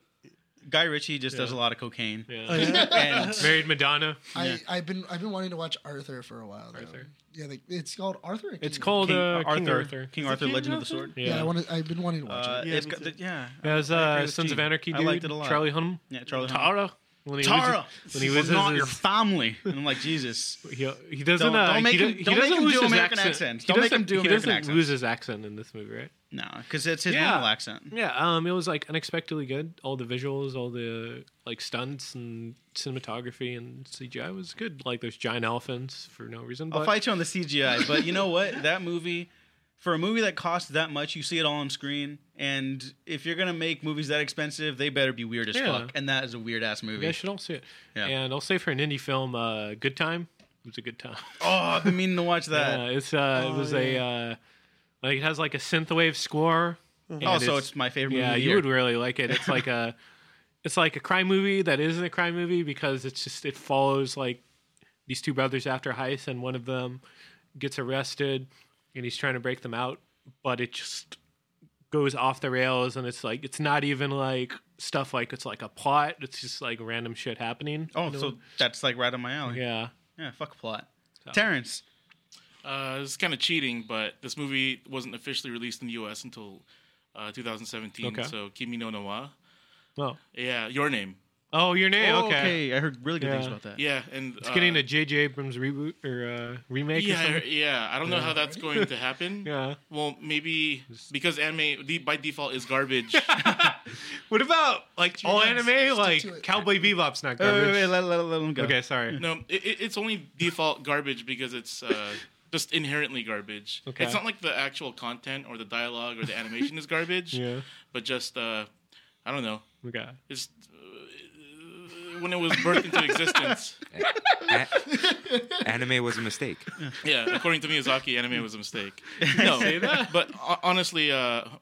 [SPEAKER 1] Guy Ritchie just does a
[SPEAKER 2] Yeah.
[SPEAKER 1] lot of cocaine.
[SPEAKER 2] Yeah.
[SPEAKER 5] Oh, yeah?
[SPEAKER 1] And
[SPEAKER 2] Married Madonna.
[SPEAKER 1] Yeah.
[SPEAKER 3] I, I've been I've been wanting to watch Arthur for a while. Though.
[SPEAKER 2] Arthur.
[SPEAKER 3] Yeah, like, it's called Arthur. or
[SPEAKER 2] It's
[SPEAKER 3] King?
[SPEAKER 2] called
[SPEAKER 1] King,
[SPEAKER 2] uh,
[SPEAKER 1] Arthur,
[SPEAKER 2] King Arthur.
[SPEAKER 1] King Arthur, Legend of the Sword.
[SPEAKER 3] Yeah, I want to. I've been wanting to watch
[SPEAKER 1] Uh,
[SPEAKER 3] it.
[SPEAKER 1] yeah,
[SPEAKER 5] Yeah,
[SPEAKER 1] it's
[SPEAKER 5] me
[SPEAKER 1] got
[SPEAKER 5] too.
[SPEAKER 1] the, yeah.
[SPEAKER 2] That was
[SPEAKER 1] I agree
[SPEAKER 2] uh,
[SPEAKER 1] with
[SPEAKER 2] Sons of
[SPEAKER 1] Gene.
[SPEAKER 2] Anarchy.
[SPEAKER 1] I
[SPEAKER 2] Dude.
[SPEAKER 1] liked it a lot.
[SPEAKER 2] Charlie Hunnam.
[SPEAKER 1] Yeah, Charlie Hunnam.
[SPEAKER 2] Tara. When he
[SPEAKER 1] Tara,
[SPEAKER 2] loses, when he
[SPEAKER 1] was
[SPEAKER 2] loses
[SPEAKER 1] not
[SPEAKER 2] his,
[SPEAKER 1] your family. And I'm like, Jesus.
[SPEAKER 2] he, he doesn't.
[SPEAKER 1] Don't-
[SPEAKER 2] uh,
[SPEAKER 1] don't make
[SPEAKER 2] he, do-
[SPEAKER 1] him-
[SPEAKER 2] he
[SPEAKER 1] don't
[SPEAKER 2] doesn't
[SPEAKER 1] make him
[SPEAKER 2] lose
[SPEAKER 1] do
[SPEAKER 2] his
[SPEAKER 1] American
[SPEAKER 2] accent.
[SPEAKER 1] accents.
[SPEAKER 2] He
[SPEAKER 1] Don't make
[SPEAKER 2] doesn't-
[SPEAKER 1] him do
[SPEAKER 2] He
[SPEAKER 1] American
[SPEAKER 2] doesn't
[SPEAKER 1] accents.
[SPEAKER 2] lose his accent in this movie, right?
[SPEAKER 1] No, because it's his
[SPEAKER 2] Yeah.
[SPEAKER 1] normal accent.
[SPEAKER 2] Yeah, um, it was like unexpectedly good. All the visuals, all the like stunts and cinematography and CGI was good. Like there's giant elephants for no reason. But
[SPEAKER 1] I'll fight you on the CGI, but you know what? That movie, for a movie that costs that much, you see it all on screen. And if you're gonna make movies that expensive, they better be weird as
[SPEAKER 2] Yeah.
[SPEAKER 1] fuck. And that is a weird ass
[SPEAKER 2] you
[SPEAKER 1] movie.
[SPEAKER 2] guys should all see it.
[SPEAKER 1] Yeah.
[SPEAKER 2] And I'll say for an indie film, uh, Good Time. It was a good time.
[SPEAKER 1] Oh, I've been meaning to watch that.
[SPEAKER 2] Yeah, it's uh,
[SPEAKER 1] Oh,
[SPEAKER 2] it was a uh, like it has like a synthwave score. and
[SPEAKER 1] Oh, so it's my favorite movie.
[SPEAKER 2] yeah,
[SPEAKER 1] of the
[SPEAKER 2] you
[SPEAKER 1] year.
[SPEAKER 2] would really like it. It's like a it's like a crime movie that isn't a crime movie because it's just it follows like these two brothers after a heist and one of them gets arrested and he's trying to break them out, but it just goes off the rails and it's like it's not even like stuff like it's like a plot. It's just like random shit happening.
[SPEAKER 1] Oh, so that's like right on my alley. Yeah,
[SPEAKER 2] yeah.
[SPEAKER 1] fuck plot. Terrence,
[SPEAKER 9] Uh, it's kind of cheating, but this movie wasn't officially released in the U.S. until uh, 2017.
[SPEAKER 2] Okay.
[SPEAKER 9] So Kimi no Na wa.
[SPEAKER 2] Well,
[SPEAKER 9] Yeah, your name.
[SPEAKER 2] Oh, your name.
[SPEAKER 1] Oh,
[SPEAKER 2] okay.
[SPEAKER 1] okay. I heard really good things
[SPEAKER 2] Yeah.
[SPEAKER 1] about that.
[SPEAKER 9] Yeah, and
[SPEAKER 2] It's
[SPEAKER 9] uh,
[SPEAKER 2] getting a J.J. Abrams reboot or uh, remake. or
[SPEAKER 9] Yeah,
[SPEAKER 2] something.
[SPEAKER 9] yeah. I don't know how that's going to happen.
[SPEAKER 2] Yeah.
[SPEAKER 9] Well, maybe because anime de- by default is garbage.
[SPEAKER 2] What about like all
[SPEAKER 8] hands.
[SPEAKER 2] anime?
[SPEAKER 8] Stick
[SPEAKER 2] Like
[SPEAKER 8] to it. Oh,
[SPEAKER 2] Cowboy Bebop's not
[SPEAKER 1] Wait, wait,
[SPEAKER 2] garbage.
[SPEAKER 1] wait, let, let, let him go.
[SPEAKER 2] okay, sorry.
[SPEAKER 9] no, it, it- it's only default garbage because it's uh, just inherently garbage.
[SPEAKER 2] Okay.
[SPEAKER 9] It's not like the actual content or the dialogue or the animation is garbage.
[SPEAKER 2] Yeah.
[SPEAKER 9] But just uh, I don't know.
[SPEAKER 2] Okay.
[SPEAKER 9] It's uh, when it was birthed into existence.
[SPEAKER 4] A- anime was a mistake.
[SPEAKER 9] Yeah, according to Miyazaki, anime was a mistake. No, but ho- honestly, uh,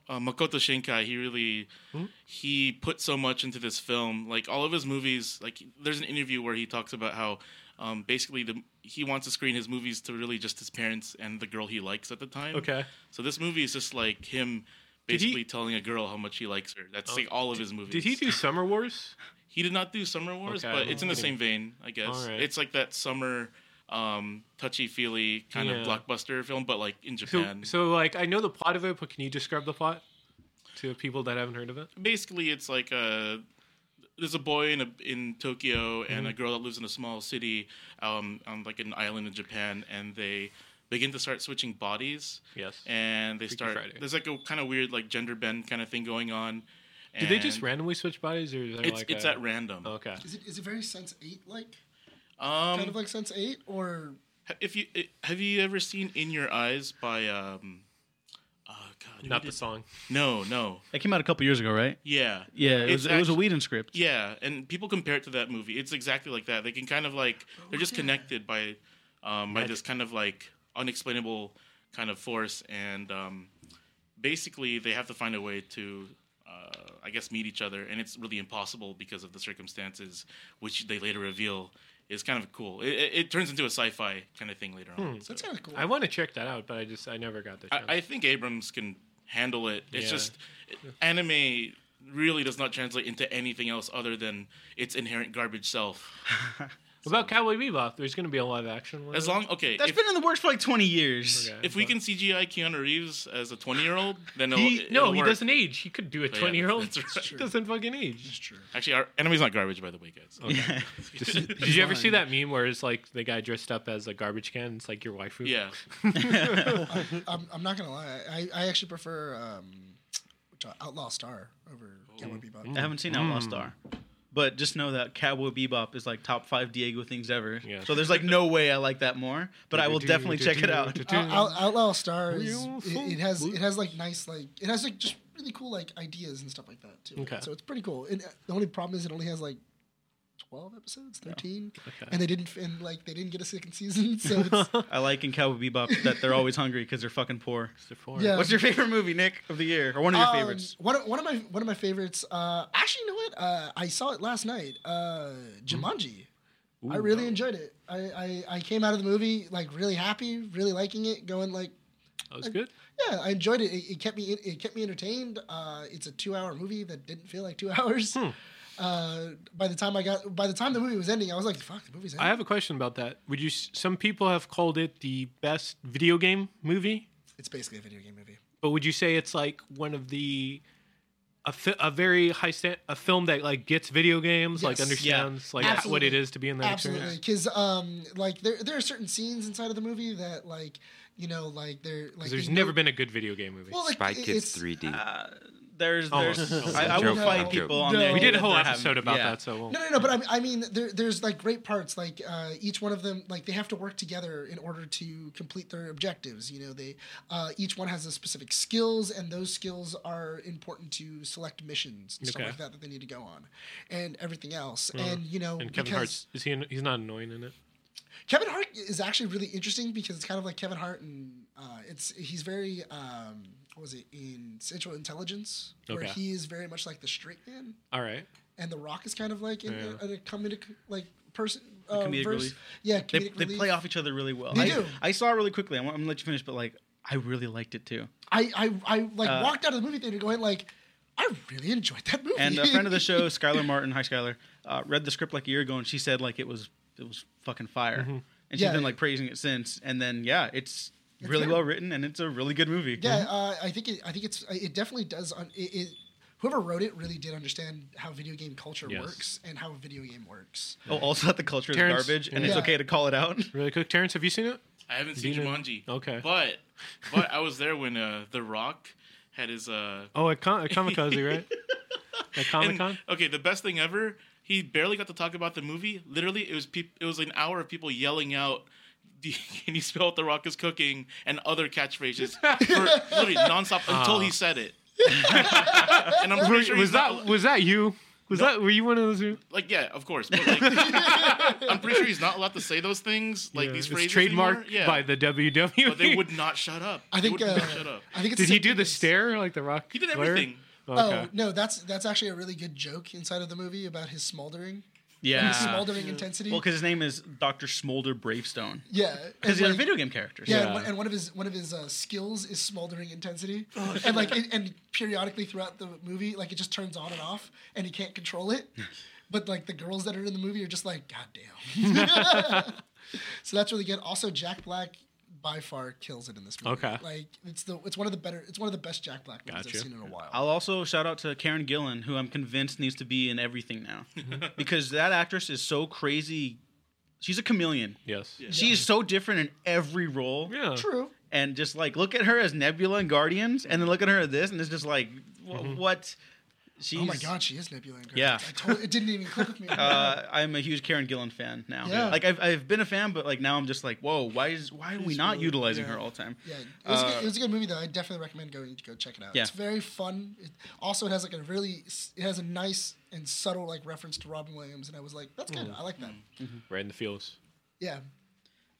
[SPEAKER 9] uh, Makoto Shinkai, he really
[SPEAKER 2] Hmm?
[SPEAKER 9] he put so much into this film. Like all of his movies, like there's an interview where he talks about how um, basically the he wants to screen his movies to really just his parents and the girl he likes at the time.
[SPEAKER 2] Okay.
[SPEAKER 9] So this movie is just like him
[SPEAKER 2] he- Oh,
[SPEAKER 9] basically telling a girl how much he likes her. That's like all of his movies.
[SPEAKER 2] Did he do Summer Wars?
[SPEAKER 9] He did not do Summer Wars,
[SPEAKER 2] Okay.
[SPEAKER 9] but it's in the same vein, I guess.
[SPEAKER 2] Alright.
[SPEAKER 9] It's like that summer um, touchy feely kind
[SPEAKER 2] Yeah.
[SPEAKER 9] of blockbuster film, but like in
[SPEAKER 2] So,
[SPEAKER 9] Japan.
[SPEAKER 2] so like I know the plot of it, but can you describe the plot to people that haven't heard of it?
[SPEAKER 9] basically, it's like a there's a boy in a, in Tokyo and
[SPEAKER 2] Mm-hmm.
[SPEAKER 9] a girl that lives in a small city um, on like an island in Japan, and they begin to start switching bodies.
[SPEAKER 2] Yes.
[SPEAKER 9] And they start
[SPEAKER 2] Friday.
[SPEAKER 9] there's like a kind of weird like gender bend kind of thing going on.
[SPEAKER 2] Do they just
[SPEAKER 9] and
[SPEAKER 2] randomly switch bodies, or is there
[SPEAKER 9] It's
[SPEAKER 2] like Oh.
[SPEAKER 9] it's
[SPEAKER 2] a,
[SPEAKER 9] at random.
[SPEAKER 2] Okay.
[SPEAKER 8] Is it is it very Sense Eight like?
[SPEAKER 9] Um,
[SPEAKER 8] Kind of like Sense Eight or
[SPEAKER 9] If you i- have you ever seen In Your Eyes by um, oh god, who
[SPEAKER 2] Not the
[SPEAKER 9] did-
[SPEAKER 2] song.
[SPEAKER 9] No, no,
[SPEAKER 1] That came out a couple years ago, right?
[SPEAKER 9] yeah,
[SPEAKER 1] Yeah, it
[SPEAKER 9] It's
[SPEAKER 1] was, it was a
[SPEAKER 9] actu-
[SPEAKER 1] Whedon script.
[SPEAKER 9] yeah, and people compare it to that movie. It's exactly like that. They can kind of like
[SPEAKER 2] Oh,
[SPEAKER 9] they're just connected by, um, by this kind of like unexplainable kind of force, and um, basically they have to find a way to. Uh, I guess meet each other, and it's really impossible because of the circumstances, which they later reveal is kind of cool. It, it, it turns into a sci-fi kind of thing later
[SPEAKER 2] Hmm.
[SPEAKER 9] on. so.
[SPEAKER 8] that's kind of cool.
[SPEAKER 2] I want to check that out, but I just I never got the chance.
[SPEAKER 9] I, I think Abrams can handle it. It's
[SPEAKER 2] Yeah.
[SPEAKER 9] just anime really does not translate into anything else other than its inherent garbage self.
[SPEAKER 2] What about Cowboy Bebop? There's going to be a live action one.
[SPEAKER 9] As long okay,
[SPEAKER 1] That's
[SPEAKER 9] if,
[SPEAKER 1] been in the works for like 20 years.
[SPEAKER 2] Okay.
[SPEAKER 9] if we can CGI Keanu Reeves as a twenty year old, then it'll,
[SPEAKER 2] He,
[SPEAKER 9] Oh, it'll
[SPEAKER 2] no, he
[SPEAKER 9] work.
[SPEAKER 2] doesn't age. He could do a
[SPEAKER 9] yeah,
[SPEAKER 2] 20 year old.
[SPEAKER 9] that's right.
[SPEAKER 2] He doesn't fucking age.
[SPEAKER 9] Actually, our enemy's not garbage, by the way, guys.
[SPEAKER 2] Did you ever see that meme where it's like the guy dressed up as a garbage can? It's like your waifu.
[SPEAKER 9] Yeah,
[SPEAKER 8] I'm, I'm not gonna lie. I, I actually prefer um, which, uh, Outlaw Star over Cowboy Bebop.
[SPEAKER 1] I haven't seen Outlaw Star. But just know that Cowboy Bebop is like top five Diego things ever.
[SPEAKER 2] Yeah.
[SPEAKER 1] So there's like no way I like that more. But I will definitely check it out.
[SPEAKER 8] Out- Out- Outlaw Star is
[SPEAKER 2] Real
[SPEAKER 8] it, it has it has like nice like it has like just really cool like ideas and stuff like that too.
[SPEAKER 2] Okay.
[SPEAKER 8] So it's pretty cool. And uh, the only problem is it only has like twelve episodes, thirteen, and they didn't f- and like they didn't get a second season. So it's,
[SPEAKER 1] I like in Cowboy Bebop that they're always hungry because they're fucking poor.
[SPEAKER 8] yeah.
[SPEAKER 1] What's your favorite movie, Nick, of the year? Or one of your
[SPEAKER 8] Um,
[SPEAKER 1] favorites?
[SPEAKER 8] One of, one of my one of my favorites. Uh, actually, you know what? Uh, I saw it last night. Uh, Jumanji. I really enjoyed it. I, I I came out of the movie like really happy, really liking it. Going like,
[SPEAKER 2] That was good.
[SPEAKER 8] yeah, I enjoyed it. It, it kept me it kept me entertained. Uh, it's a two hour movie that didn't feel like two hours. Uh, by the time I got by the time the movie was ending, I was like, fuck, the movie's ending.
[SPEAKER 2] I have a question about that. Would you? s- Some people have called it the best video game movie,
[SPEAKER 8] it's basically a video game movie.
[SPEAKER 2] but would you say it's like one of the a, fi- a very high stand a film that like gets video games like
[SPEAKER 8] Yes.
[SPEAKER 2] understands like what
[SPEAKER 8] Absolutely.
[SPEAKER 2] it is to be in that
[SPEAKER 8] Absolutely,
[SPEAKER 2] experience?
[SPEAKER 8] because um, like there there are certain scenes inside of the movie that like you know like they're like
[SPEAKER 2] 'Cause There's
[SPEAKER 8] you know-
[SPEAKER 2] never been a good video game movie.
[SPEAKER 8] Well, like,
[SPEAKER 4] Spy
[SPEAKER 8] it-
[SPEAKER 4] Kids
[SPEAKER 8] it's-
[SPEAKER 4] 3D.
[SPEAKER 2] uh,
[SPEAKER 1] There's, there's,
[SPEAKER 2] Almost.
[SPEAKER 1] I, I will
[SPEAKER 4] Joke,
[SPEAKER 1] fight
[SPEAKER 4] joke.
[SPEAKER 1] people on
[SPEAKER 8] No.
[SPEAKER 1] there.
[SPEAKER 8] We
[SPEAKER 2] we did a
[SPEAKER 1] that
[SPEAKER 2] whole
[SPEAKER 1] they're
[SPEAKER 2] episode
[SPEAKER 1] having-
[SPEAKER 2] about
[SPEAKER 1] yeah.
[SPEAKER 2] that, so we'll,
[SPEAKER 8] No, no, no. But I, I mean, there, there's like great parts. Like uh, each one of them, like they have to work together in order to complete their objectives. You know, they uh, each one has a specific skills, and those skills are important to select missions and stuff
[SPEAKER 2] Okay. Mm.
[SPEAKER 8] like that that they need to go on, and everything else. And you know,
[SPEAKER 2] and Kevin
[SPEAKER 8] because-
[SPEAKER 2] Hart's is he? He's not annoying in it.
[SPEAKER 8] Kevin Hart is actually really interesting because it's kind of like Kevin Hart, and uh, it's he's very um, what was it in Central Intelligence, where
[SPEAKER 2] Okay.
[SPEAKER 8] he is very much like the straight man.
[SPEAKER 2] All right.
[SPEAKER 8] and The Rock is kind of like in
[SPEAKER 2] Yeah.
[SPEAKER 8] a, in a comedic like person. Uh,
[SPEAKER 1] comedic
[SPEAKER 8] verse.
[SPEAKER 1] relief.
[SPEAKER 8] Yeah,
[SPEAKER 1] They,
[SPEAKER 8] comedic
[SPEAKER 1] they
[SPEAKER 8] relief.
[SPEAKER 1] play off each other really well.
[SPEAKER 8] They
[SPEAKER 1] I,
[SPEAKER 8] do.
[SPEAKER 1] I saw it really quickly. I'm, I'm gonna let you finish, but like, I really liked it too.
[SPEAKER 8] I, I, I like
[SPEAKER 1] Uh,
[SPEAKER 8] walked out of the movie theater going like, I really enjoyed that movie.
[SPEAKER 1] And a friend of the show, Skylar Martin, hi Skylar, uh, read the script like a year ago, and she said like it was it was fucking fire, and she's
[SPEAKER 8] Mm-hmm. Yeah.
[SPEAKER 1] been like praising it since. And then yeah, it's really
[SPEAKER 8] good.
[SPEAKER 1] well written, and it's a really good movie.
[SPEAKER 8] yeah, uh, I think it, I think it's it definitely does. Un- it, it whoever wrote it really did understand how video game culture
[SPEAKER 2] Yes.
[SPEAKER 8] works and how a video game works.
[SPEAKER 1] Oh, also that the culture
[SPEAKER 2] Terrence-
[SPEAKER 1] is garbage and it's
[SPEAKER 8] Yeah.
[SPEAKER 1] okay to call it out.
[SPEAKER 2] Really quick, Terrence, have you seen it?
[SPEAKER 9] I haven't seen
[SPEAKER 2] Dina-
[SPEAKER 9] Jumanji.
[SPEAKER 2] Okay.
[SPEAKER 9] But but I was there when uh, The Rock had his uh
[SPEAKER 2] Oh, at, Con- at Kamikaze, right? At Comic
[SPEAKER 9] and-
[SPEAKER 2] Con.
[SPEAKER 9] Okay, the best thing ever. He barely got to talk about the movie. Literally, it was peop- it was an hour of people yelling out. "Do you- Can you spell what the rock is cooking and other catchphrases for literally nonstop until he said it. and I'm pretty sure
[SPEAKER 2] Ah. was
[SPEAKER 9] he's not-
[SPEAKER 2] that was that you? Was that were you one of those? Who,
[SPEAKER 9] like yeah, of course. But like, I'm pretty sure he's not allowed to say those things like
[SPEAKER 2] Yeah,
[SPEAKER 9] these
[SPEAKER 2] it's
[SPEAKER 9] phrases.
[SPEAKER 2] trademarked
[SPEAKER 9] anymore. yeah.
[SPEAKER 2] by the WWE.
[SPEAKER 9] but they would not shut up.
[SPEAKER 8] I
[SPEAKER 9] They
[SPEAKER 8] think
[SPEAKER 9] would
[SPEAKER 8] uh,
[SPEAKER 9] not shut up.
[SPEAKER 8] I think it's
[SPEAKER 2] Did he
[SPEAKER 8] same
[SPEAKER 2] do
[SPEAKER 8] thing
[SPEAKER 2] the
[SPEAKER 8] as-
[SPEAKER 2] stare like the Rock?
[SPEAKER 9] He did
[SPEAKER 2] glare?
[SPEAKER 9] everything.
[SPEAKER 2] Okay.
[SPEAKER 8] Oh no, that's that's actually a really good joke inside of the movie about his smoldering,
[SPEAKER 1] Yeah.
[SPEAKER 8] his smoldering intensity.
[SPEAKER 1] Ah. Well, because his name is Doctor Smolder Bravestone.
[SPEAKER 8] yeah,
[SPEAKER 1] Because
[SPEAKER 8] and
[SPEAKER 1] he's a
[SPEAKER 8] like-
[SPEAKER 1] video game character.
[SPEAKER 8] Yeah,
[SPEAKER 1] so-
[SPEAKER 8] And, one, and one of his one of his uh, skills is smoldering intensity, and like it, and periodically throughout the movie, like it just turns on and off, and he can't control it. But like the girls that are in the movie are just like, God damn. so that's really good. Also, Jack Black by far kills it in this movie.
[SPEAKER 2] Okay.
[SPEAKER 8] like it's the it's one of the better it's one of the best Jack Black movies
[SPEAKER 2] Gotcha.
[SPEAKER 8] I've seen in a while.
[SPEAKER 1] I'll also shout out to Karen Gillan, who I'm convinced needs to be in everything now,
[SPEAKER 2] Mm-hmm.
[SPEAKER 1] because that actress is so crazy. She's a chameleon.
[SPEAKER 2] Yes.
[SPEAKER 1] She is so different in every role.
[SPEAKER 2] Yeah.
[SPEAKER 8] True.
[SPEAKER 1] And just like look at her as Nebula and Guardians, and then look at her at this, and it's just like wh- what. She's,
[SPEAKER 8] Mm-hmm. Oh my God, she is Nebula. in Guardians.
[SPEAKER 1] Yeah.
[SPEAKER 8] I totally, it didn't even click with me.
[SPEAKER 1] Uh, I'm a huge Karen Gillan fan now.
[SPEAKER 8] Yeah.
[SPEAKER 1] Like I've, I've been a fan, but like now I'm just like, whoa, why is why are we not utilizing her all the time?
[SPEAKER 8] Yeah, it was, a
[SPEAKER 1] Uh,
[SPEAKER 8] good, it was a good movie though. I definitely recommend going to go check it out.
[SPEAKER 1] Yeah.
[SPEAKER 8] It's very fun. It, also, it has like a really, s- it has a nice and subtle like reference to Robin Williams, and I was like, that's good. I like that.
[SPEAKER 2] Mm. Mm-hmm. Right in the fields.
[SPEAKER 8] Yeah,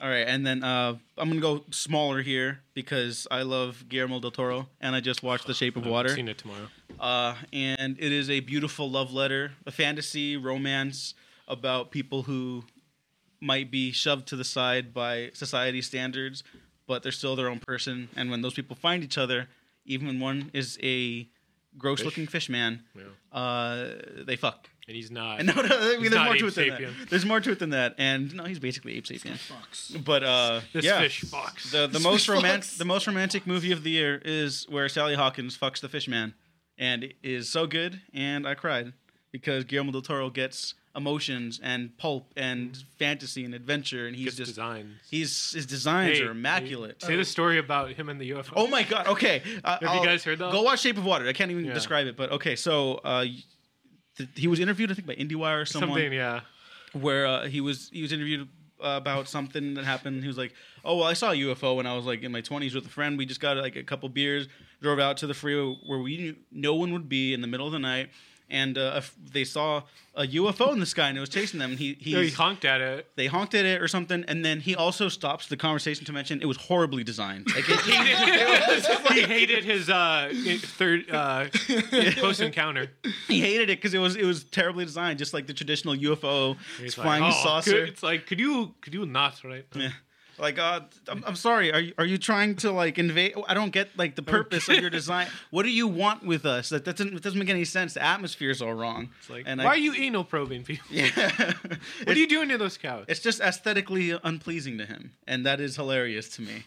[SPEAKER 1] All right, and then uh, I'm gonna go smaller here because I love Guillermo del Toro, and I just watched The Shape of Water.
[SPEAKER 2] Seen it tomorrow.
[SPEAKER 1] uh, and it is a beautiful love letter, a fantasy romance about people who might be shoved to the side by society standards, but they're still their own person. And when those people find each other, even when one is a gross-looking fish, man, uh, they fuck.
[SPEAKER 2] And he's not.
[SPEAKER 1] And no, no, I mean,
[SPEAKER 2] He's
[SPEAKER 1] there's
[SPEAKER 2] not
[SPEAKER 1] more to
[SPEAKER 2] Ape
[SPEAKER 1] it than
[SPEAKER 2] Sapien.
[SPEAKER 1] that. There's more to it than that. And no, he's basically ape sapien. But uh,
[SPEAKER 2] This
[SPEAKER 1] yeah,
[SPEAKER 2] fish fox.
[SPEAKER 1] the the most
[SPEAKER 8] fish
[SPEAKER 1] romantic
[SPEAKER 8] fucks.
[SPEAKER 1] the most romantic movie of the year is where Sally Hawkins fucks the fish man, and it is so good, and I cried because Guillermo del Toro gets emotions and pulp and fantasy and adventure, and he's
[SPEAKER 2] Good
[SPEAKER 1] just
[SPEAKER 2] designs.
[SPEAKER 1] he's his designs
[SPEAKER 2] Hey,
[SPEAKER 1] are immaculate.
[SPEAKER 2] Say the story about him and the UFO.
[SPEAKER 1] Oh my god! Okay, uh,
[SPEAKER 2] you guys heard that?
[SPEAKER 1] Go watch Shape of Water. I can't even
[SPEAKER 2] Yeah.
[SPEAKER 1] describe it, but okay. So uh, th- he was interviewed, I think, by IndieWire or someone
[SPEAKER 2] Something, yeah.
[SPEAKER 1] where uh, he was he was interviewed uh, about something that happened. He was like, "Oh well, I saw a UFO when I was like in my 20s with a friend. We just got like a couple beers, drove out to the freeway where we knew no one would be in the middle of the night, and uh, a f- they saw a UFO in the sky and it was chasing them. And he he's,
[SPEAKER 2] No, he honked at it.
[SPEAKER 1] they honked at it or something, and then he also stops the conversation to mention it was horribly designed. Like it,
[SPEAKER 2] he hated his uh, third uh, close encounter.
[SPEAKER 1] he hated it because it was it was terribly designed, just like the traditional UFO
[SPEAKER 2] He's like,
[SPEAKER 1] flying
[SPEAKER 2] "Oh,
[SPEAKER 1] saucer.
[SPEAKER 2] could- It's like, could you, could you not, right?
[SPEAKER 1] Yeah. Like, uh, I'm, I'm sorry. Are you, are you trying to like invade? I don't get like the purpose of your design. What do you want with us? That doesn't it doesn't make any sense. The atmosphere's all wrong.
[SPEAKER 2] It's like,
[SPEAKER 1] and
[SPEAKER 2] why
[SPEAKER 1] I-
[SPEAKER 2] are you anal probing people?
[SPEAKER 1] Yeah.
[SPEAKER 2] What are you doing to those cows?
[SPEAKER 1] It's just aesthetically unpleasing to him, and that is hilarious to me.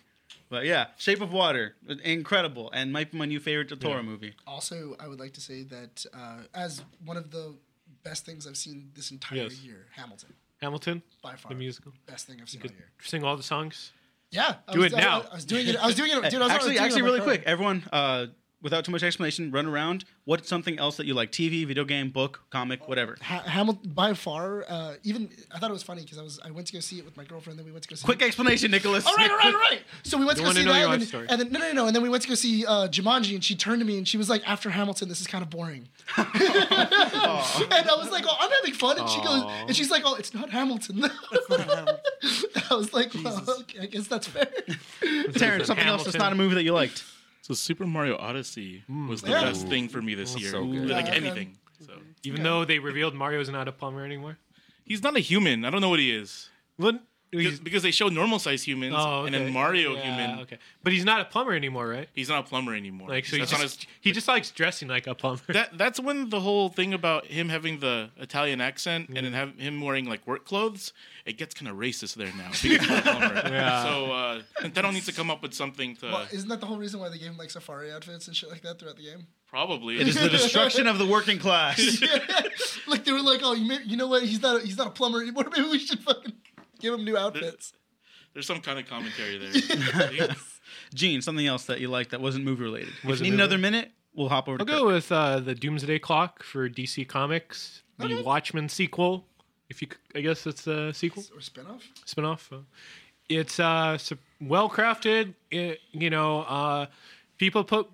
[SPEAKER 1] But yeah, Shape of Water, incredible, and might be my new favorite Del Toro movie.
[SPEAKER 8] Also, I would like to say that uh, as one of the best things I've seen this entire
[SPEAKER 2] Yes.
[SPEAKER 8] year, Hamilton
[SPEAKER 2] Hamilton,
[SPEAKER 8] by far
[SPEAKER 2] the musical.
[SPEAKER 8] best thing I've seen all
[SPEAKER 2] Could
[SPEAKER 8] year.
[SPEAKER 2] sing all the songs.
[SPEAKER 8] Yeah, I
[SPEAKER 2] Do
[SPEAKER 8] was,
[SPEAKER 2] it
[SPEAKER 8] I-
[SPEAKER 2] now.
[SPEAKER 8] I, was doing it. I was doing it, dude. I was
[SPEAKER 1] actually,
[SPEAKER 8] doing it on
[SPEAKER 1] actually,
[SPEAKER 8] my
[SPEAKER 1] really
[SPEAKER 8] phone.
[SPEAKER 1] quick, everyone, uh, without too much explanation, run around. What's something else that you like? TV, video game, book, comic, whatever.
[SPEAKER 8] Ha- Hamilton by far. Uh, even I thought it was funny because I was I went to go see it with my girlfriend. Then we went to go see. it-
[SPEAKER 1] Quick explanation, Nicholas.
[SPEAKER 8] All right, all right, all right. So we went to
[SPEAKER 2] Don't
[SPEAKER 8] go see
[SPEAKER 2] wanna know
[SPEAKER 8] that,
[SPEAKER 2] your
[SPEAKER 8] and
[SPEAKER 2] life
[SPEAKER 8] then,
[SPEAKER 2] story.
[SPEAKER 8] and then no, no, no. And then we went to go see uh, Jumanji, and she turned to me and she was like, "After Hamilton, this is kind of boring." and I was like, "Oh, I'm having fun," and she goes, and she's like, "Oh, it's not Hamilton." I was like, "Well, okay, I guess that's fair."
[SPEAKER 1] Terrence, something else that's
[SPEAKER 2] Hamilton.
[SPEAKER 1] not a movie that you liked.
[SPEAKER 9] So Super Mario Odyssey
[SPEAKER 2] Hmm.
[SPEAKER 9] was the
[SPEAKER 8] Yeah.
[SPEAKER 9] best thing for me this year.
[SPEAKER 12] so good.
[SPEAKER 9] Like
[SPEAKER 8] Yeah.
[SPEAKER 9] anything. So
[SPEAKER 2] Even though they revealed Mario's not a plumber anymore.
[SPEAKER 9] he's not a human. I don't know what he is.
[SPEAKER 2] Well,
[SPEAKER 9] Because, because they show normal sized humans
[SPEAKER 2] Oh,
[SPEAKER 9] and then
[SPEAKER 2] okay.
[SPEAKER 9] Mario
[SPEAKER 2] Yeah,
[SPEAKER 9] human.
[SPEAKER 2] Okay, but he's not a plumber anymore, right?
[SPEAKER 9] He's not a plumber anymore.
[SPEAKER 2] Like so, he
[SPEAKER 9] That's
[SPEAKER 2] just,
[SPEAKER 9] on his-
[SPEAKER 2] he just likes dressing like a plumber.
[SPEAKER 9] that that's when the whole thing about him having the Italian accent and then have him wearing like work clothes, it gets kind of racist there now. because of the plumber.
[SPEAKER 2] Yeah.
[SPEAKER 9] So uh, Nintendo needs to come up with something to
[SPEAKER 3] Well, isn't that the whole reason why they gave him like safari outfits and shit like that throughout the game?
[SPEAKER 9] probably.
[SPEAKER 1] It is the destruction of the working class.
[SPEAKER 3] like they were like, oh, you, may, you know what? He's not a, he's not a plumber anymore. Maybe we should fucking give him new outfits.
[SPEAKER 9] There's some kind of commentary there.
[SPEAKER 1] Gene, something else that you liked that wasn't movie related. if
[SPEAKER 2] Wasn't
[SPEAKER 1] you need
[SPEAKER 2] movie
[SPEAKER 1] another minute, we'll hop over
[SPEAKER 2] I'll
[SPEAKER 1] to
[SPEAKER 2] go with uh, the Doomsday Clock for DC Comics,
[SPEAKER 1] Oh,
[SPEAKER 2] the Watchmen sequel. If you, c- I guess it's a sequel
[SPEAKER 3] Or spinoff?
[SPEAKER 2] spinoff. Uh, It's uh, well crafted. It you know, uh, people put,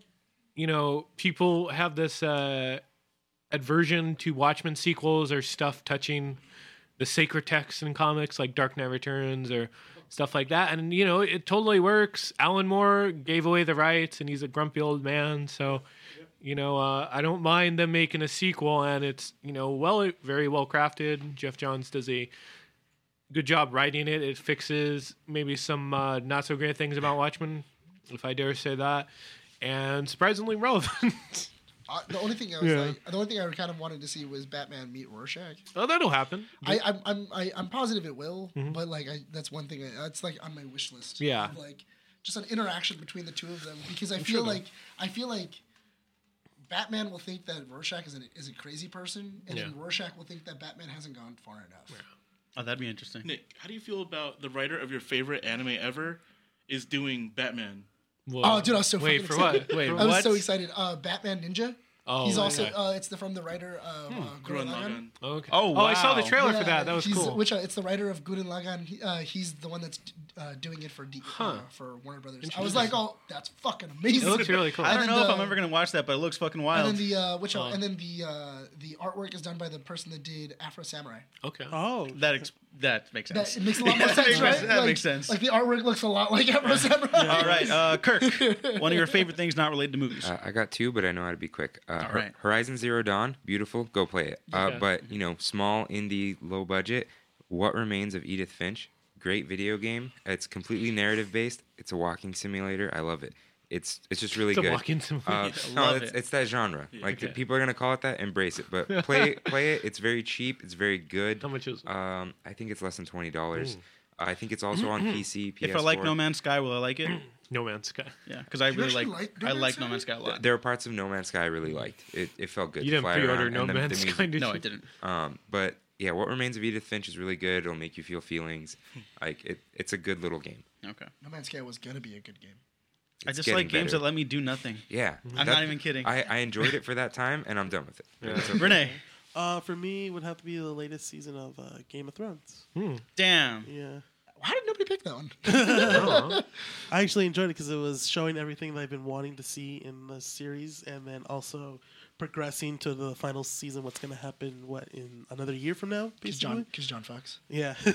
[SPEAKER 2] you know, people have this uh, aversion to Watchmen sequels or stuff touching the sacred texts in comics like Dark Knight Returns or stuff like that. And you know, it totally works. Alan Moore gave away the rights, and he's a grumpy old man, so. You know, uh, I don't mind them making a sequel, and it's you know well, very well crafted. Jeff Johns does a good job writing it. It fixes maybe some uh, not so great things about Watchmen, if I dare say that, and surprisingly relevant.
[SPEAKER 3] Uh, the only thing I was
[SPEAKER 2] Yeah.
[SPEAKER 3] like, the only thing I kind of wanted to see was Batman meet Rorschach.
[SPEAKER 2] oh, that'll happen.
[SPEAKER 3] I, I'm I'm I, I'm positive it will, but like I, that's one thing I- that's like on my wish list.
[SPEAKER 2] Mm-hmm. Yeah.
[SPEAKER 3] Of, like just an interaction between the two of them because I feel like I feel like Batman will think that Rorschach is an, is a crazy person, and then
[SPEAKER 2] Yeah.
[SPEAKER 3] Rorschach will think that Batman hasn't gone far enough.
[SPEAKER 1] Oh, that'd be interesting.
[SPEAKER 9] Nick, how do you feel about the writer of your favorite anime ever is doing Batman?
[SPEAKER 2] Well,
[SPEAKER 3] Oh, dude, I was so
[SPEAKER 2] wait
[SPEAKER 3] fucking
[SPEAKER 2] for
[SPEAKER 3] excited.
[SPEAKER 2] what? Wait,
[SPEAKER 3] I was
[SPEAKER 2] what?
[SPEAKER 3] so excited. Uh, Batman Ninja.
[SPEAKER 2] Oh, Hmm.
[SPEAKER 3] he's also
[SPEAKER 2] okay.
[SPEAKER 3] uh, it's the from the writer of uh, Gurren
[SPEAKER 9] Gurren
[SPEAKER 3] Lagann.
[SPEAKER 9] Lagann.
[SPEAKER 2] okay.
[SPEAKER 1] Oh,
[SPEAKER 2] I saw the
[SPEAKER 1] wow.
[SPEAKER 2] trailer
[SPEAKER 3] Yeah,
[SPEAKER 2] for that. That was
[SPEAKER 3] he's-
[SPEAKER 2] cool.
[SPEAKER 3] Which uh, it's the writer of Gurren Lagann. He, uh, he's the one that's uh, doing it for D- uh, for Warner Brothers. I was like, oh, that's fucking
[SPEAKER 2] it
[SPEAKER 3] amazing.
[SPEAKER 2] looks really cool.
[SPEAKER 1] I don't
[SPEAKER 3] And
[SPEAKER 1] know if
[SPEAKER 3] the-
[SPEAKER 1] I'm ever gonna watch that, but it looks fucking
[SPEAKER 3] and then
[SPEAKER 1] wild.
[SPEAKER 3] the uh, which and then the uh, the artwork is done by the person that did Afro Samurai.
[SPEAKER 2] okay.
[SPEAKER 5] Oh,
[SPEAKER 1] that ex- that makes sense.
[SPEAKER 3] That it makes a lot more
[SPEAKER 1] Yeah,
[SPEAKER 3] sense,
[SPEAKER 1] that
[SPEAKER 3] right?
[SPEAKER 1] makes- that
[SPEAKER 3] like,
[SPEAKER 1] makes sense.
[SPEAKER 3] Like the artwork looks a lot like Afro Samurai.
[SPEAKER 1] All right, uh, Kirk. One of your favorite things not related to movies.
[SPEAKER 4] Uh, I got two, but I know how to be quick. Uh, Hor-
[SPEAKER 1] right.
[SPEAKER 4] Horizon Zero Dawn, beautiful, go play it. Uh,
[SPEAKER 2] Yeah.
[SPEAKER 4] But you know, small indie, low budget. What remains of Edith Finch? Great video game. It's completely narrative based. It's a walking simulator. I love it. It's it's just really
[SPEAKER 2] It's a
[SPEAKER 4] good.
[SPEAKER 2] walking simulator.
[SPEAKER 4] Uh,
[SPEAKER 1] I
[SPEAKER 4] no,
[SPEAKER 1] love
[SPEAKER 4] it's,
[SPEAKER 1] it.
[SPEAKER 4] it's that genre. Like
[SPEAKER 2] Okay.
[SPEAKER 4] people are gonna call it that. Embrace it. But play play it. It's very cheap. It's very good.
[SPEAKER 2] How much is it?
[SPEAKER 4] Um, I think it's less than twenty dollars. I think it's also on PC. PS4.
[SPEAKER 1] if I like No Man's Sky, will I like it?
[SPEAKER 2] No Man's Sky.
[SPEAKER 1] Yeah, because I really
[SPEAKER 3] actually
[SPEAKER 1] like,
[SPEAKER 3] like No
[SPEAKER 1] I
[SPEAKER 3] Man's
[SPEAKER 1] like
[SPEAKER 3] Sky?
[SPEAKER 1] No Man's Sky a lot.
[SPEAKER 4] There are parts of No Man's Sky I really liked. It, it felt good.
[SPEAKER 2] You
[SPEAKER 4] to
[SPEAKER 2] didn't
[SPEAKER 4] fly
[SPEAKER 2] pre-order
[SPEAKER 4] around,
[SPEAKER 2] No
[SPEAKER 4] and the- the
[SPEAKER 2] Man's
[SPEAKER 4] music-
[SPEAKER 2] Sky, did
[SPEAKER 1] no,
[SPEAKER 2] you?
[SPEAKER 1] I didn't.
[SPEAKER 4] Um, but yeah, what remains of Edith Finch is really good. It'll make you feel feelings. Like it, it's a good little game.
[SPEAKER 1] Okay.
[SPEAKER 3] No Man's Sky was gonna be a good game.
[SPEAKER 1] I
[SPEAKER 4] It's
[SPEAKER 1] just
[SPEAKER 4] getting
[SPEAKER 1] like games
[SPEAKER 4] better.
[SPEAKER 1] that let me do nothing.
[SPEAKER 4] Yeah,
[SPEAKER 1] I'm not even kidding.
[SPEAKER 4] I, I enjoyed it for that time, and I'm done with it. It's okay.
[SPEAKER 1] Renee,
[SPEAKER 5] uh, for me would have to be the latest season of uh, Game of Thrones.
[SPEAKER 1] damn.
[SPEAKER 2] Hmm.
[SPEAKER 5] Yeah,
[SPEAKER 3] How did nobody pick that one?
[SPEAKER 5] I actually enjoyed it because it was showing everything that I've been wanting to see in the series, and then also progressing to the final season. What's going to happen? What in another year from now?
[SPEAKER 3] Because
[SPEAKER 5] Basically?
[SPEAKER 3] John, because John Fox.
[SPEAKER 5] Yeah.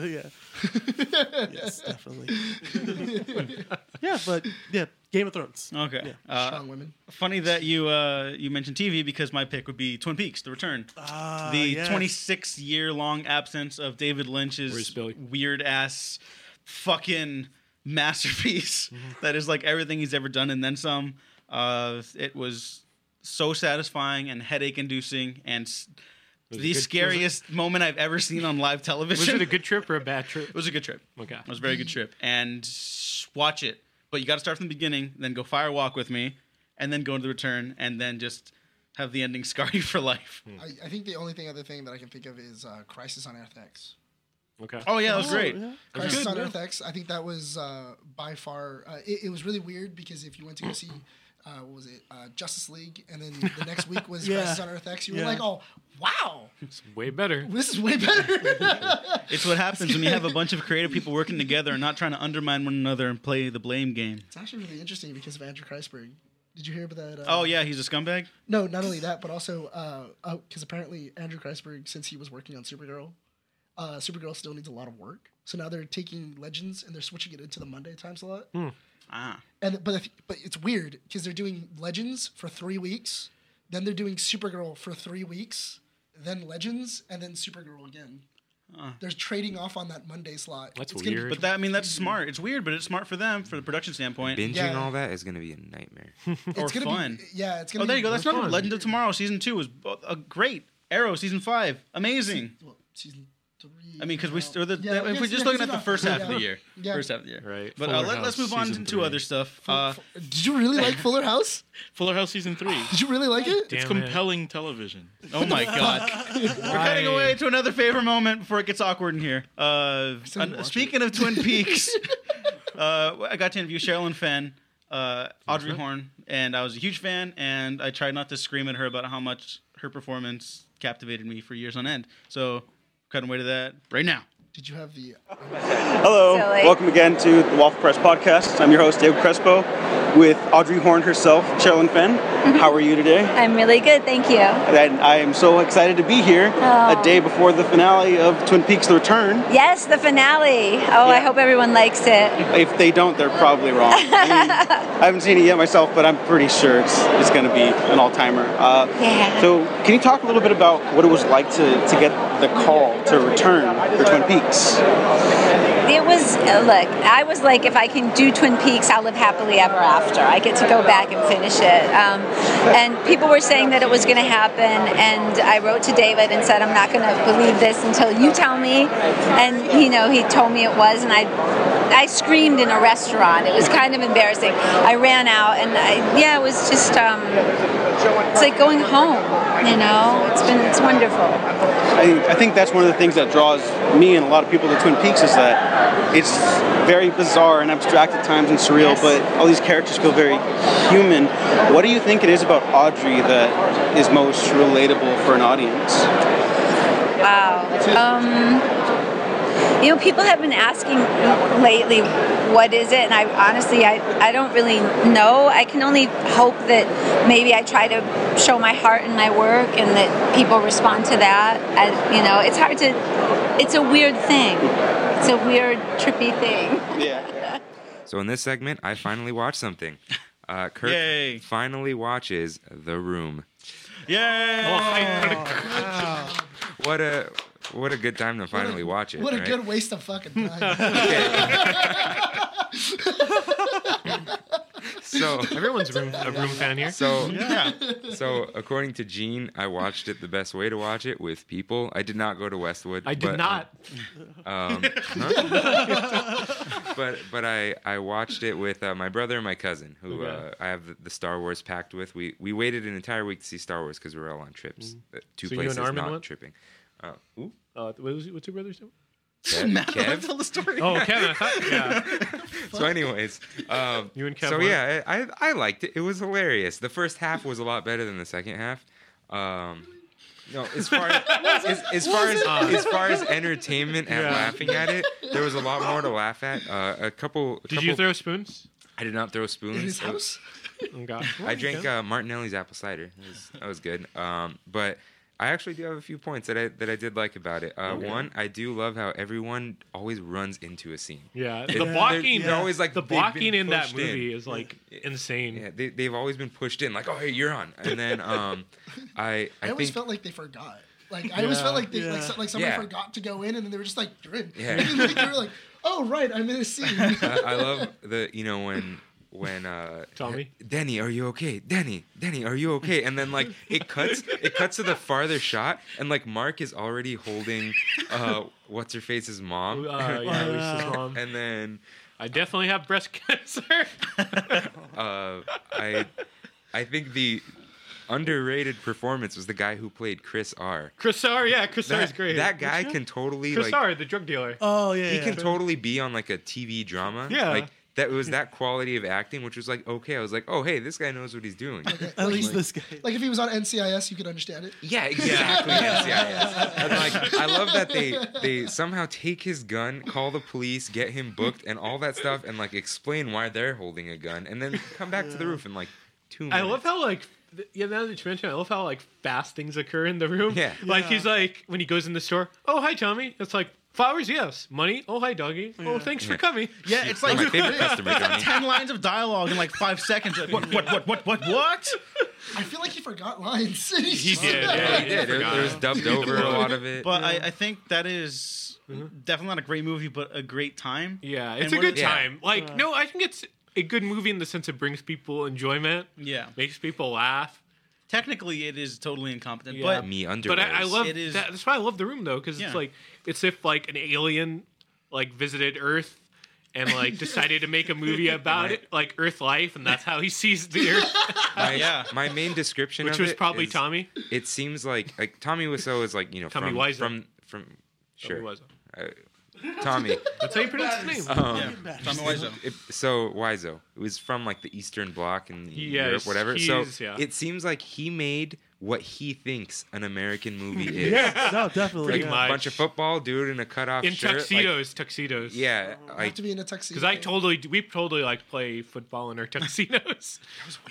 [SPEAKER 5] yeah. yes, definitely. yeah, but yeah, Game of Thrones.
[SPEAKER 1] Okay. Uh,
[SPEAKER 3] Strong women.
[SPEAKER 1] funny that you uh, you mentioned TV because my pick would be Twin Peaks: The Return.
[SPEAKER 5] Ah,
[SPEAKER 1] the
[SPEAKER 5] yes.
[SPEAKER 1] 26 year long absence of David
[SPEAKER 2] Where's
[SPEAKER 1] Lynch's
[SPEAKER 2] Billy?
[SPEAKER 1] weird ass fucking masterpiece
[SPEAKER 2] Mm-hmm.
[SPEAKER 1] that is like everything he's ever done and then some. Uh, it was so satisfying and headache inducing and s- the
[SPEAKER 2] it good- was it-
[SPEAKER 1] scariest moment I've ever seen on live
[SPEAKER 2] Was
[SPEAKER 1] television.
[SPEAKER 2] it a good trip or a bad trip?
[SPEAKER 1] It was a good trip.
[SPEAKER 2] Okay.
[SPEAKER 1] It was a very good trip. And watch it. But you got to start from the beginning, then go fire walk with me, and then go into the return, and then just have the ending scar you for life.
[SPEAKER 2] Hmm.
[SPEAKER 3] I, I think the only thing other thing that I can think of is uh, Crisis on Earth X.
[SPEAKER 2] Okay.
[SPEAKER 1] Oh, yeah, that was great.
[SPEAKER 5] yeah.
[SPEAKER 3] Crisis
[SPEAKER 2] good,
[SPEAKER 3] on
[SPEAKER 2] yeah.
[SPEAKER 3] Earth X. I think that was uh, by far. Uh, it, it was really weird because if you went to go see. Uh, what was it? Uh, Justice League, and then the next week was
[SPEAKER 5] Yeah.
[SPEAKER 3] Crisis on Earth X. You were
[SPEAKER 5] Yeah.
[SPEAKER 3] like, "Oh, wow,
[SPEAKER 2] It's way better.
[SPEAKER 3] this is way better."
[SPEAKER 1] It's what happens when you have a bunch of creative people working together and not trying to undermine one another and play the blame game.
[SPEAKER 3] it's actually really interesting because of Andrew Kreisberg. Did you hear about that? Uh,
[SPEAKER 1] Oh, yeah, he's a scumbag?
[SPEAKER 3] No, not only that, but also because uh, because apparently Andrew Kreisberg, since he was working on Supergirl, uh, Supergirl still needs a lot of work. So now they're taking Legends and they're switching it into the Monday time slot.
[SPEAKER 1] Ah.
[SPEAKER 3] And but I th- but it's weird because they're doing Legends for three weeks, then they're doing Supergirl for three weeks, then Legends, and then Supergirl again. They're trading off on that Monday slot.
[SPEAKER 2] That's
[SPEAKER 3] It's gonna be-
[SPEAKER 2] weird.
[SPEAKER 1] But that I mean that's smart. It's weird, but it's smart for them for the production standpoint.
[SPEAKER 4] Binging
[SPEAKER 3] Yeah.
[SPEAKER 4] all that is going to be a nightmare.
[SPEAKER 1] or
[SPEAKER 3] it's gonna
[SPEAKER 1] fun.
[SPEAKER 3] Be, yeah, it's gonna.
[SPEAKER 1] oh, there
[SPEAKER 3] be
[SPEAKER 1] you go. That's
[SPEAKER 3] more
[SPEAKER 1] another
[SPEAKER 3] fun.
[SPEAKER 1] Legend of Tomorrow season two was bo- uh, great. Arrow season five, amazing.
[SPEAKER 3] Well, season three.
[SPEAKER 1] I mean, because we
[SPEAKER 3] now.
[SPEAKER 1] or the,
[SPEAKER 3] Yeah,
[SPEAKER 1] if we're
[SPEAKER 3] yes,
[SPEAKER 1] just
[SPEAKER 3] yeah,
[SPEAKER 1] looking at
[SPEAKER 3] it's
[SPEAKER 1] the
[SPEAKER 3] not-
[SPEAKER 1] first half of
[SPEAKER 3] yeah.
[SPEAKER 1] the year,
[SPEAKER 3] Yeah.
[SPEAKER 1] first half of the year.
[SPEAKER 2] Right.
[SPEAKER 1] But uh,
[SPEAKER 2] Fuller
[SPEAKER 1] let,
[SPEAKER 2] House
[SPEAKER 1] let's move on
[SPEAKER 2] season
[SPEAKER 1] to
[SPEAKER 2] three.
[SPEAKER 1] other stuff. Uh,
[SPEAKER 3] Did you really like Fuller House?
[SPEAKER 9] Fuller House season three.
[SPEAKER 3] Did you really like Ah, it?
[SPEAKER 9] It's
[SPEAKER 2] Damn it.
[SPEAKER 9] compelling television.
[SPEAKER 1] oh my god. We're cutting away to another favorite moment before it gets awkward in here. Uh,
[SPEAKER 3] still didn't
[SPEAKER 1] un-
[SPEAKER 3] watch
[SPEAKER 1] speaking of Twin Peaks, uh, I got to interview Sherilyn Fenn, uh, Audrey Horn, and I was a huge fan. And I tried not to scream at her about how much her performance captivated me for years on end. So, cutting away to that right now.
[SPEAKER 3] Did you have the? uh,
[SPEAKER 8] Hello,
[SPEAKER 11] Silly.
[SPEAKER 8] welcome again to the Waffle Press podcast. I'm your host Dave Crespo, with Audrey Horn herself, Sherilyn Fenn. How are you today?
[SPEAKER 11] I'm really good, thank you.
[SPEAKER 8] And I am so excited to be here
[SPEAKER 11] Aw.
[SPEAKER 8] a day before the finale of Twin Peaks: The Return.
[SPEAKER 11] Yes, the finale. Oh, I hope everyone likes it.
[SPEAKER 8] If they don't, they're probably wrong. I, mean, I haven't seen it yet myself, but I'm pretty sure it's it's going to be an all timer. Uh,
[SPEAKER 11] Yeah.
[SPEAKER 8] So, can you talk a little bit about what it was like to, to get the call to return for Twin Peaks?
[SPEAKER 11] It was, uh, look, I was like, if I can do Twin Peaks, I'll live happily ever after. I get to go back and finish it. Um, and people were saying that it was going to happen, and I wrote to David and said, I'm not going to believe this until you tell me. And, you know, he told me it was, and I. I screamed in a restaurant. It was kind of embarrassing. I ran out, and I, yeah, it was just um, it's like going home. You know, it's been it's wonderful.
[SPEAKER 8] I think, I think that's one of the things that draws me and a lot of people to Twin Peaks is that it's very bizarre and abstract at times and surreal,
[SPEAKER 11] Yes.
[SPEAKER 8] but all these characters feel very human. What do you think it is about Audrey that is most relatable for an audience?
[SPEAKER 11] Wow. Um, you know, people have been asking lately, what is it? And I honestly, I, I don't really know. I can only hope that maybe I try to show my heart in my work and that people respond to that. I, you know, it's hard to, it's a weird thing. It's a weird, trippy thing.
[SPEAKER 4] So in this segment, I finally watched something. Uh, Kirk
[SPEAKER 1] Yay.
[SPEAKER 4] finally watches The Room.
[SPEAKER 1] Yay!
[SPEAKER 4] What a what a good time to finally watch it.
[SPEAKER 3] What a
[SPEAKER 4] right?
[SPEAKER 3] good waste of fucking time.
[SPEAKER 4] so
[SPEAKER 2] Everyone's room, a room fan here.
[SPEAKER 4] so
[SPEAKER 1] Yeah.
[SPEAKER 4] so according to Gene, I watched it the best way to watch it with people. I did not go to Westwood.
[SPEAKER 2] I did
[SPEAKER 4] but,
[SPEAKER 2] not.
[SPEAKER 4] Um, huh? but but I I watched it with uh, my brother and my cousin, who uh, I have the, the Star Wars packed with. We we waited an entire week to see Star Wars because we were all on trips, Uh, two
[SPEAKER 2] Mm. So you and
[SPEAKER 4] places
[SPEAKER 2] Armin
[SPEAKER 4] not
[SPEAKER 2] went?
[SPEAKER 4] tripping. Uh, ooh,
[SPEAKER 2] Uh, what was what's your brother's name?
[SPEAKER 4] Kev- Kev?
[SPEAKER 1] Tell the story.
[SPEAKER 2] Oh, Kevin. I thought, yeah.
[SPEAKER 4] So, anyways, um,
[SPEAKER 2] You and Kev
[SPEAKER 4] So
[SPEAKER 2] went?
[SPEAKER 4] yeah, I I- I liked it. It was hilarious. The first half was a lot better than the second half. Um, no, as far as as, as far as as far as entertainment and
[SPEAKER 2] Uh. Yeah.
[SPEAKER 4] laughing at it, there was a lot more to laugh at. Uh, a couple. a
[SPEAKER 2] Did you
[SPEAKER 4] couple-
[SPEAKER 2] throw spoons?
[SPEAKER 4] I did not throw spoons.
[SPEAKER 3] in his
[SPEAKER 4] It was-
[SPEAKER 3] house.
[SPEAKER 2] Oh, God.
[SPEAKER 4] I drank uh, Martinelli's apple cider. That was, that was good. Um, but I actually do have a few points that I that I did like about it. Uh, One, I do love how everyone always runs into a scene.
[SPEAKER 2] Yeah,
[SPEAKER 4] They-
[SPEAKER 2] the
[SPEAKER 4] they're-
[SPEAKER 2] blocking.
[SPEAKER 4] they're always, like,
[SPEAKER 2] the
[SPEAKER 4] they've been
[SPEAKER 2] blocking in that
[SPEAKER 4] pushed in.
[SPEAKER 2] movie is like insane.
[SPEAKER 4] Yeah, they, they've always been pushed in, like, oh, hey, you're on. And then um, I, I,
[SPEAKER 3] I, always
[SPEAKER 4] think,
[SPEAKER 3] felt like they forgot. Like I always felt like they like,
[SPEAKER 5] Yeah.
[SPEAKER 3] so- like somebody
[SPEAKER 4] Yeah.
[SPEAKER 3] forgot to go in, and then they were just like, "You're in."
[SPEAKER 4] Yeah.
[SPEAKER 3] And then they were like, "Oh right, I'm in a scene."
[SPEAKER 4] I, I love the, you know, when, when, uh,
[SPEAKER 2] Tommy?
[SPEAKER 4] Denny, are you okay? Denny, Denny, are you okay? And then, like, it cuts, it cuts to the farther shot, and, like, Mark is already holding, uh, what's her face's
[SPEAKER 2] Uh,
[SPEAKER 4] mom.
[SPEAKER 2] yeah, Lisa's mom.
[SPEAKER 4] And then,
[SPEAKER 2] I definitely have breast cancer.
[SPEAKER 4] uh, I, I think the underrated performance was the guy who played Chris R.
[SPEAKER 2] Chrisar, yeah, Chrisar is
[SPEAKER 4] That,
[SPEAKER 2] great.
[SPEAKER 4] that guy can totally, like,
[SPEAKER 2] Chrisar, the drug dealer.
[SPEAKER 5] Oh yeah,
[SPEAKER 4] he
[SPEAKER 5] yeah.
[SPEAKER 4] can totally be on like a TV drama.
[SPEAKER 2] Yeah.
[SPEAKER 4] Like that it was that quality of acting, which was like, okay, I was like, oh hey, this guy knows what he's doing.
[SPEAKER 5] At least this guy.
[SPEAKER 3] like if he was on NCIS, you could understand it.
[SPEAKER 4] yeah, exactly. yes, yeah, yes. And, like I love that they they somehow take his gun, call the police, get him booked, and all that stuff, and like explain why they're holding a gun, and then come back to the roof in like two
[SPEAKER 2] I
[SPEAKER 4] minutes.
[SPEAKER 2] love how like th- yeah. Now that you mention, it, I love how like fast things occur in the room.
[SPEAKER 4] Yeah.
[SPEAKER 2] Like he's like when he goes in the store. Oh hi Tommy. It's like flowers. Yes. Money. Oh hi doggy. Oh thanks
[SPEAKER 4] Yeah.
[SPEAKER 2] for coming.
[SPEAKER 1] Yeah, it's
[SPEAKER 4] You're
[SPEAKER 1] like
[SPEAKER 4] my favorite customer, Johnny.
[SPEAKER 1] ten lines of dialogue in like five seconds. Like, what, what, what, what, what, what?
[SPEAKER 3] I feel like he forgot lines.
[SPEAKER 4] He did, yeah, he did. It- it was dubbed over a lot of it.
[SPEAKER 1] But I, I think that is definitely not a great movie, but a great time.
[SPEAKER 11] Mm-hmm. Yeah,
[SPEAKER 1] And
[SPEAKER 11] it's a
[SPEAKER 1] we're-
[SPEAKER 11] good time. Like, no, I think it's a good movie in the sense it brings people enjoyment,
[SPEAKER 1] Yeah.
[SPEAKER 11] makes people laugh.
[SPEAKER 1] Technically, it is totally incompetent,
[SPEAKER 11] Yeah.
[SPEAKER 1] but
[SPEAKER 4] Me under.
[SPEAKER 11] But I, I love
[SPEAKER 1] It is-
[SPEAKER 11] that. That's why I love the room though, because
[SPEAKER 1] Yeah.
[SPEAKER 11] it's like it's if like an alien like visited Earth and like decided to make a movie about it, like Earth life, and that's how he sees the Earth,
[SPEAKER 4] my,
[SPEAKER 1] Yeah.
[SPEAKER 4] my main description
[SPEAKER 11] which
[SPEAKER 4] of
[SPEAKER 11] was
[SPEAKER 4] it
[SPEAKER 11] probably
[SPEAKER 4] is-
[SPEAKER 11] Tommy.
[SPEAKER 4] It seems like like Tommy Wiseau is like you know
[SPEAKER 11] Tommy
[SPEAKER 4] from,
[SPEAKER 11] Wiseau.
[SPEAKER 4] from from sure
[SPEAKER 11] Tommy Wiseau.
[SPEAKER 4] Uh, Tommy. Um,
[SPEAKER 11] That's how you pronounce his name.
[SPEAKER 1] Tommy Wiseau.
[SPEAKER 4] It- so Wiseau it was from like the Eastern Bloc and
[SPEAKER 11] Yes,
[SPEAKER 4] Europe, whatever. So
[SPEAKER 11] he's- yeah.
[SPEAKER 4] it seems like he made what he thinks an American movie is.
[SPEAKER 5] no, definitely.
[SPEAKER 4] Like
[SPEAKER 11] Pretty
[SPEAKER 5] yeah.
[SPEAKER 11] much.
[SPEAKER 4] a bunch of football dude in a cutoff
[SPEAKER 11] in
[SPEAKER 4] shirt. like-
[SPEAKER 11] tuxedos, Uh-huh. tuxedos.
[SPEAKER 4] yeah,
[SPEAKER 3] I
[SPEAKER 4] like
[SPEAKER 3] have to be in a tuxedo.
[SPEAKER 11] because I totally we totally like play football in our tuxedos.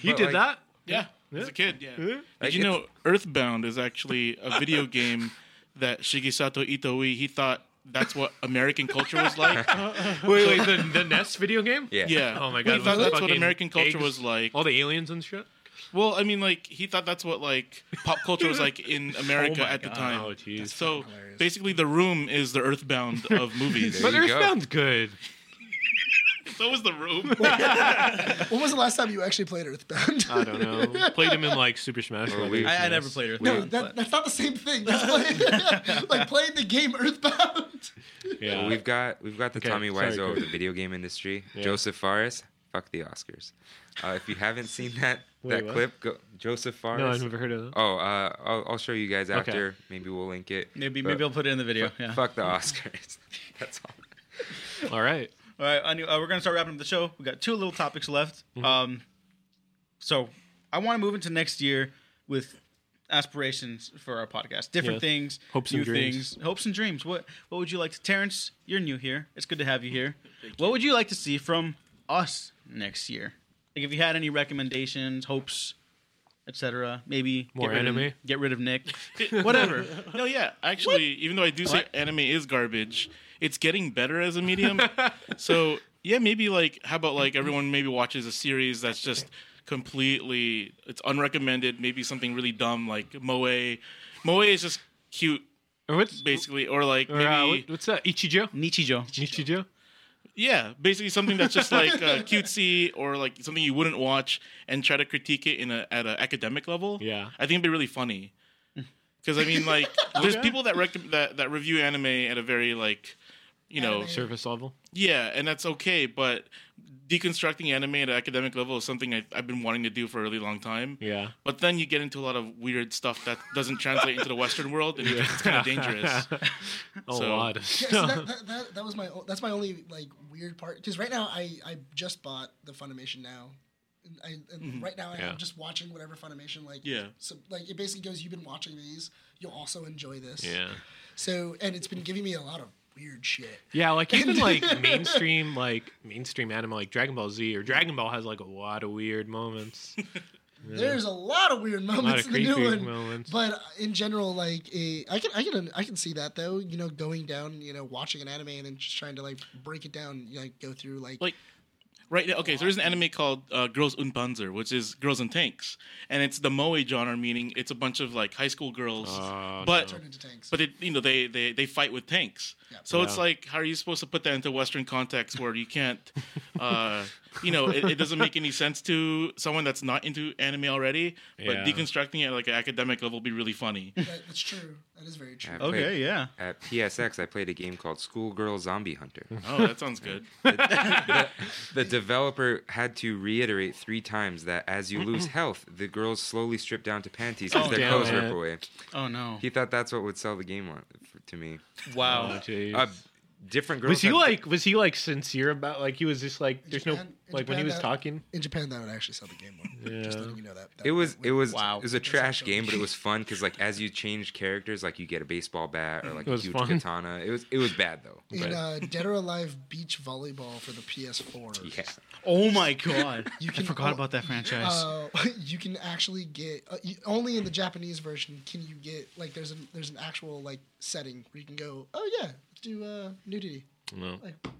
[SPEAKER 11] you
[SPEAKER 4] But,
[SPEAKER 11] did
[SPEAKER 4] like-
[SPEAKER 11] that.
[SPEAKER 9] Yeah, as a kid. Yeah. Did
[SPEAKER 4] Like,
[SPEAKER 9] you
[SPEAKER 4] it's-
[SPEAKER 9] know Earthbound is actually a video game that Shigesato Itoi he thought that's what American culture was like.
[SPEAKER 11] Wait, wait, the, the Nest video game?
[SPEAKER 4] Yeah.
[SPEAKER 9] Yeah.
[SPEAKER 11] Oh my god,
[SPEAKER 9] He thought
[SPEAKER 11] those
[SPEAKER 9] that's what
[SPEAKER 11] fucking
[SPEAKER 9] American culture
[SPEAKER 11] eggs,
[SPEAKER 9] was like.
[SPEAKER 11] All the aliens and shit.
[SPEAKER 9] Well, I mean, like he thought that's what like pop culture was like in America
[SPEAKER 11] Oh my
[SPEAKER 9] at the
[SPEAKER 11] God.
[SPEAKER 9] time.
[SPEAKER 11] Oh, jeez.
[SPEAKER 9] So basically, The Room is the Earthbound of movies.
[SPEAKER 11] But
[SPEAKER 4] There you go.
[SPEAKER 11] Earthbound's good.
[SPEAKER 9] so was The Room.
[SPEAKER 3] When was the last time you actually played Earthbound?
[SPEAKER 11] I don't know. Played him in like Super Smash
[SPEAKER 4] Or
[SPEAKER 11] Bros.
[SPEAKER 4] we-
[SPEAKER 1] I, I never played Earth.
[SPEAKER 3] no, that, that's not the same thing. That's playing, like playing the game Earthbound.
[SPEAKER 11] Yeah.
[SPEAKER 4] we've got we've got the
[SPEAKER 11] Okay,
[SPEAKER 4] Tommy
[SPEAKER 11] sorry,
[SPEAKER 4] Wiseau of
[SPEAKER 11] Chris.
[SPEAKER 4] the video game industry,
[SPEAKER 11] Yeah.
[SPEAKER 4] Joseph Fares. Fuck the Oscars. Uh, if you haven't seen that
[SPEAKER 11] Wait,
[SPEAKER 4] that
[SPEAKER 11] what?
[SPEAKER 4] clip, go, Joseph Fares.
[SPEAKER 11] no, I've never heard of that.
[SPEAKER 4] Oh, uh, I'll, I'll show you guys
[SPEAKER 11] Okay.
[SPEAKER 4] after. Maybe we'll link it.
[SPEAKER 1] maybe
[SPEAKER 4] But
[SPEAKER 1] maybe I'll put it in the video.
[SPEAKER 4] fuck,
[SPEAKER 1] Yeah.
[SPEAKER 4] fuck the Oscars. That's all.
[SPEAKER 11] All right.
[SPEAKER 1] All right, I knew, uh, we're gonna start wrapping up the show. We got two little topics left. Um, so I want to move into next year with aspirations for our podcast, different
[SPEAKER 11] Yes.
[SPEAKER 1] things,
[SPEAKER 11] Hopes
[SPEAKER 1] new
[SPEAKER 11] and dreams.
[SPEAKER 1] things, hopes and dreams. What what would you like to, Terrence? You're new here. It's good to have you here. what would you like to see from us next year? Like, if you had any recommendations, hopes, etc. Maybe
[SPEAKER 11] More
[SPEAKER 1] get rid Of,
[SPEAKER 11] anime?
[SPEAKER 1] get rid of Nick. Whatever.
[SPEAKER 9] No, yeah. Actually, even though I do say anime is garbage, it's getting better as a medium. so yeah, maybe like how about like everyone maybe watches a series that's just completely it's unrecommended. Maybe something really dumb like moe. Moe is just cute,
[SPEAKER 11] Or what's
[SPEAKER 9] basically, or like
[SPEAKER 11] or, uh,
[SPEAKER 9] maybe
[SPEAKER 11] what- what's that? Ichijo.
[SPEAKER 1] Nichijou.
[SPEAKER 11] Ichijo.
[SPEAKER 9] yeah, basically something that's just like uh, cutesy or like something you wouldn't watch and try to critique it in a at an academic level.
[SPEAKER 11] Yeah.
[SPEAKER 9] I think it'd be really funny.
[SPEAKER 11] Mm.
[SPEAKER 9] Because I mean, like, there's people that, rec- that that review anime at a very like, you know,
[SPEAKER 11] Surface level.
[SPEAKER 9] yeah, and that's okay. But deconstructing anime at an academic level is something I, I've been wanting to do for a really long time.
[SPEAKER 11] Yeah.
[SPEAKER 9] But then you get into a lot of weird stuff that doesn't translate into the Western world, and it's kind of dangerous.
[SPEAKER 11] A
[SPEAKER 9] So-
[SPEAKER 11] lot of
[SPEAKER 3] Yeah, so
[SPEAKER 11] stuff.
[SPEAKER 3] that, that, that, that was my o- that's my only like weird part because right now I I just bought the Funimation now. And I, and Right now,
[SPEAKER 11] Yeah.
[SPEAKER 3] I'm just watching whatever Funimation like.
[SPEAKER 9] Yeah.
[SPEAKER 3] So like it basically goes. You've been watching these. You'll also enjoy this.
[SPEAKER 11] yeah.
[SPEAKER 3] So and it's been giving me a lot of weird shit.
[SPEAKER 11] Yeah, like even like mainstream, like mainstream anime, like Dragon Ball Z or Dragon Ball has like a lot of weird moments.
[SPEAKER 3] There's a lot of weird moments
[SPEAKER 11] of
[SPEAKER 3] in the new
[SPEAKER 11] creepy
[SPEAKER 3] one.
[SPEAKER 11] moments.
[SPEAKER 3] But in general, like eh, I can I can I can see that though. You know, going down, you know, watching an anime and then just trying to like break it down, like go through like.
[SPEAKER 9] Like- Right. now- Okay. So there's an anime called uh, Girls Unpanzer, which is girls in tanks, and it's the moe genre, meaning it's a bunch of like high school girls,
[SPEAKER 11] Oh,
[SPEAKER 9] but
[SPEAKER 3] Turn into tanks.
[SPEAKER 9] but it you know they they they fight with tanks. So it's like how are you supposed to put that into Western context where you can't, uh, you know, it, it doesn't make any sense to someone that's not into anime already. But
[SPEAKER 11] Yeah.
[SPEAKER 9] deconstructing it at like an academic level would be really funny.
[SPEAKER 3] That, that's true. That is very true.
[SPEAKER 4] I played-
[SPEAKER 1] Okay, yeah.
[SPEAKER 4] At PSX, I played a game called Schoolgirl Zombie Hunter.
[SPEAKER 9] Oh, that sounds good.
[SPEAKER 4] the developer had to reiterate three times that as you lose health, the girls slowly strip down to panties as
[SPEAKER 1] Oh,
[SPEAKER 4] their
[SPEAKER 1] damn
[SPEAKER 4] clothes
[SPEAKER 11] it.
[SPEAKER 4] rip away.
[SPEAKER 1] Oh no.
[SPEAKER 4] He thought that's what would sell the game on, for, to me.
[SPEAKER 1] Wow.
[SPEAKER 11] jeez.
[SPEAKER 4] Uh, different girls.
[SPEAKER 11] was he
[SPEAKER 4] have-
[SPEAKER 11] like was he like sincere about like he was just like there's no
[SPEAKER 3] Japan- in
[SPEAKER 11] like when he
[SPEAKER 3] Japan,
[SPEAKER 11] was
[SPEAKER 3] that-
[SPEAKER 11] talking
[SPEAKER 3] In Japan, that would actually sell the game more. Just
[SPEAKER 11] Yeah.
[SPEAKER 3] letting you know that. that
[SPEAKER 4] It was it was
[SPEAKER 1] Wow.
[SPEAKER 4] it was a trash game, but it was fun because like as you change characters, like you get a baseball bat or like a
[SPEAKER 11] was
[SPEAKER 4] huge
[SPEAKER 11] fun.
[SPEAKER 4] katana. It was it was bad though.
[SPEAKER 3] in uh, Dead or Alive Beach Volleyball for the PS4.
[SPEAKER 4] Yeah,
[SPEAKER 1] Oh my god. You oh.
[SPEAKER 3] can-
[SPEAKER 1] I forgot about that franchise.
[SPEAKER 3] Uh, you can actually get uh, you, only in the Japanese version can you get like there's an there's an actual like setting where you can go oh yeah let's do uh, nudity
[SPEAKER 11] No.
[SPEAKER 3] like and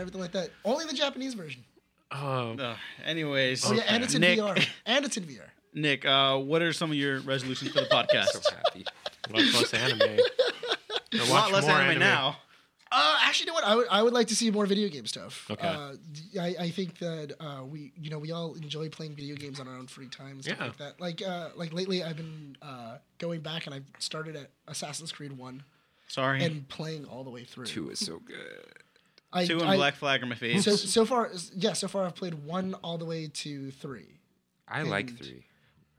[SPEAKER 3] everything like that only the Japanese version
[SPEAKER 11] oh
[SPEAKER 1] Ugh, anyways,
[SPEAKER 3] oh yeah and it's in
[SPEAKER 1] Nick,
[SPEAKER 3] VR and it's in VR
[SPEAKER 1] Nick, uh, what are some of your resolutions for the podcast? so happy.
[SPEAKER 2] Watch less anime.
[SPEAKER 1] A lot less anime, now.
[SPEAKER 8] Uh, actually, you know what? I would, I would like to see more video game stuff.
[SPEAKER 2] Okay.
[SPEAKER 8] Uh, d- I, I think that uh, we you know we all enjoy playing video games on our own free time and stuff
[SPEAKER 2] Yeah.
[SPEAKER 8] like that. Like uh, like lately, I've been uh, going back and I've started at Assassin's Creed One
[SPEAKER 1] Sorry.
[SPEAKER 8] and playing all the way through.
[SPEAKER 4] Two is so good.
[SPEAKER 8] I,
[SPEAKER 1] Two and
[SPEAKER 8] I-
[SPEAKER 1] Black Flag are my faves.
[SPEAKER 8] So so far, yeah. So far, I've played one all the way to three.
[SPEAKER 4] I like
[SPEAKER 8] And-
[SPEAKER 4] three.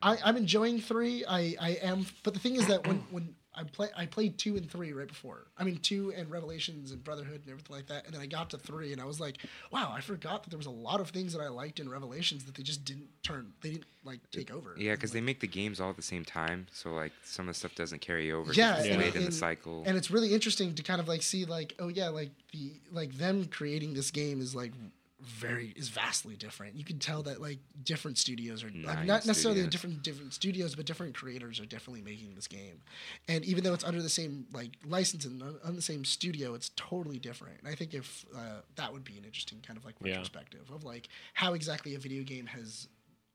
[SPEAKER 8] I, I'm enjoying three. I, I am, but the thing is that when, when I play, I played two and three right before. I mean, two and Revelations and Brotherhood and everything like that. And then I got to three, and I was like, wow, I forgot that there was a lot of things that I liked in Revelations that they just didn't turn, they didn't like take over.
[SPEAKER 4] Yeah, because they make the games all at the same time, so like some of the stuff doesn't carry over. 'cause
[SPEAKER 8] Yeah,
[SPEAKER 4] it's
[SPEAKER 8] and-
[SPEAKER 4] late in the
[SPEAKER 8] and-
[SPEAKER 4] cycle.
[SPEAKER 8] And it's really interesting to kind of like see like, oh yeah, like the like them creating this game is like very is vastly different. You can tell that like different studios are like,
[SPEAKER 4] Nine
[SPEAKER 8] not necessarily
[SPEAKER 4] studios.
[SPEAKER 8] different different studios, but different creators are definitely making this game. And even though it's under the same like license and on- on the same studio, it's totally different. And I think if uh, that would be an interesting kind of like
[SPEAKER 2] Yeah.
[SPEAKER 8] retrospective of like how exactly a video game has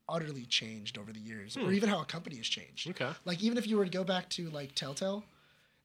[SPEAKER 8] utterly changed over the years, or even how a company has changed.
[SPEAKER 2] Okay.
[SPEAKER 8] Like even if you were to go back to like Telltale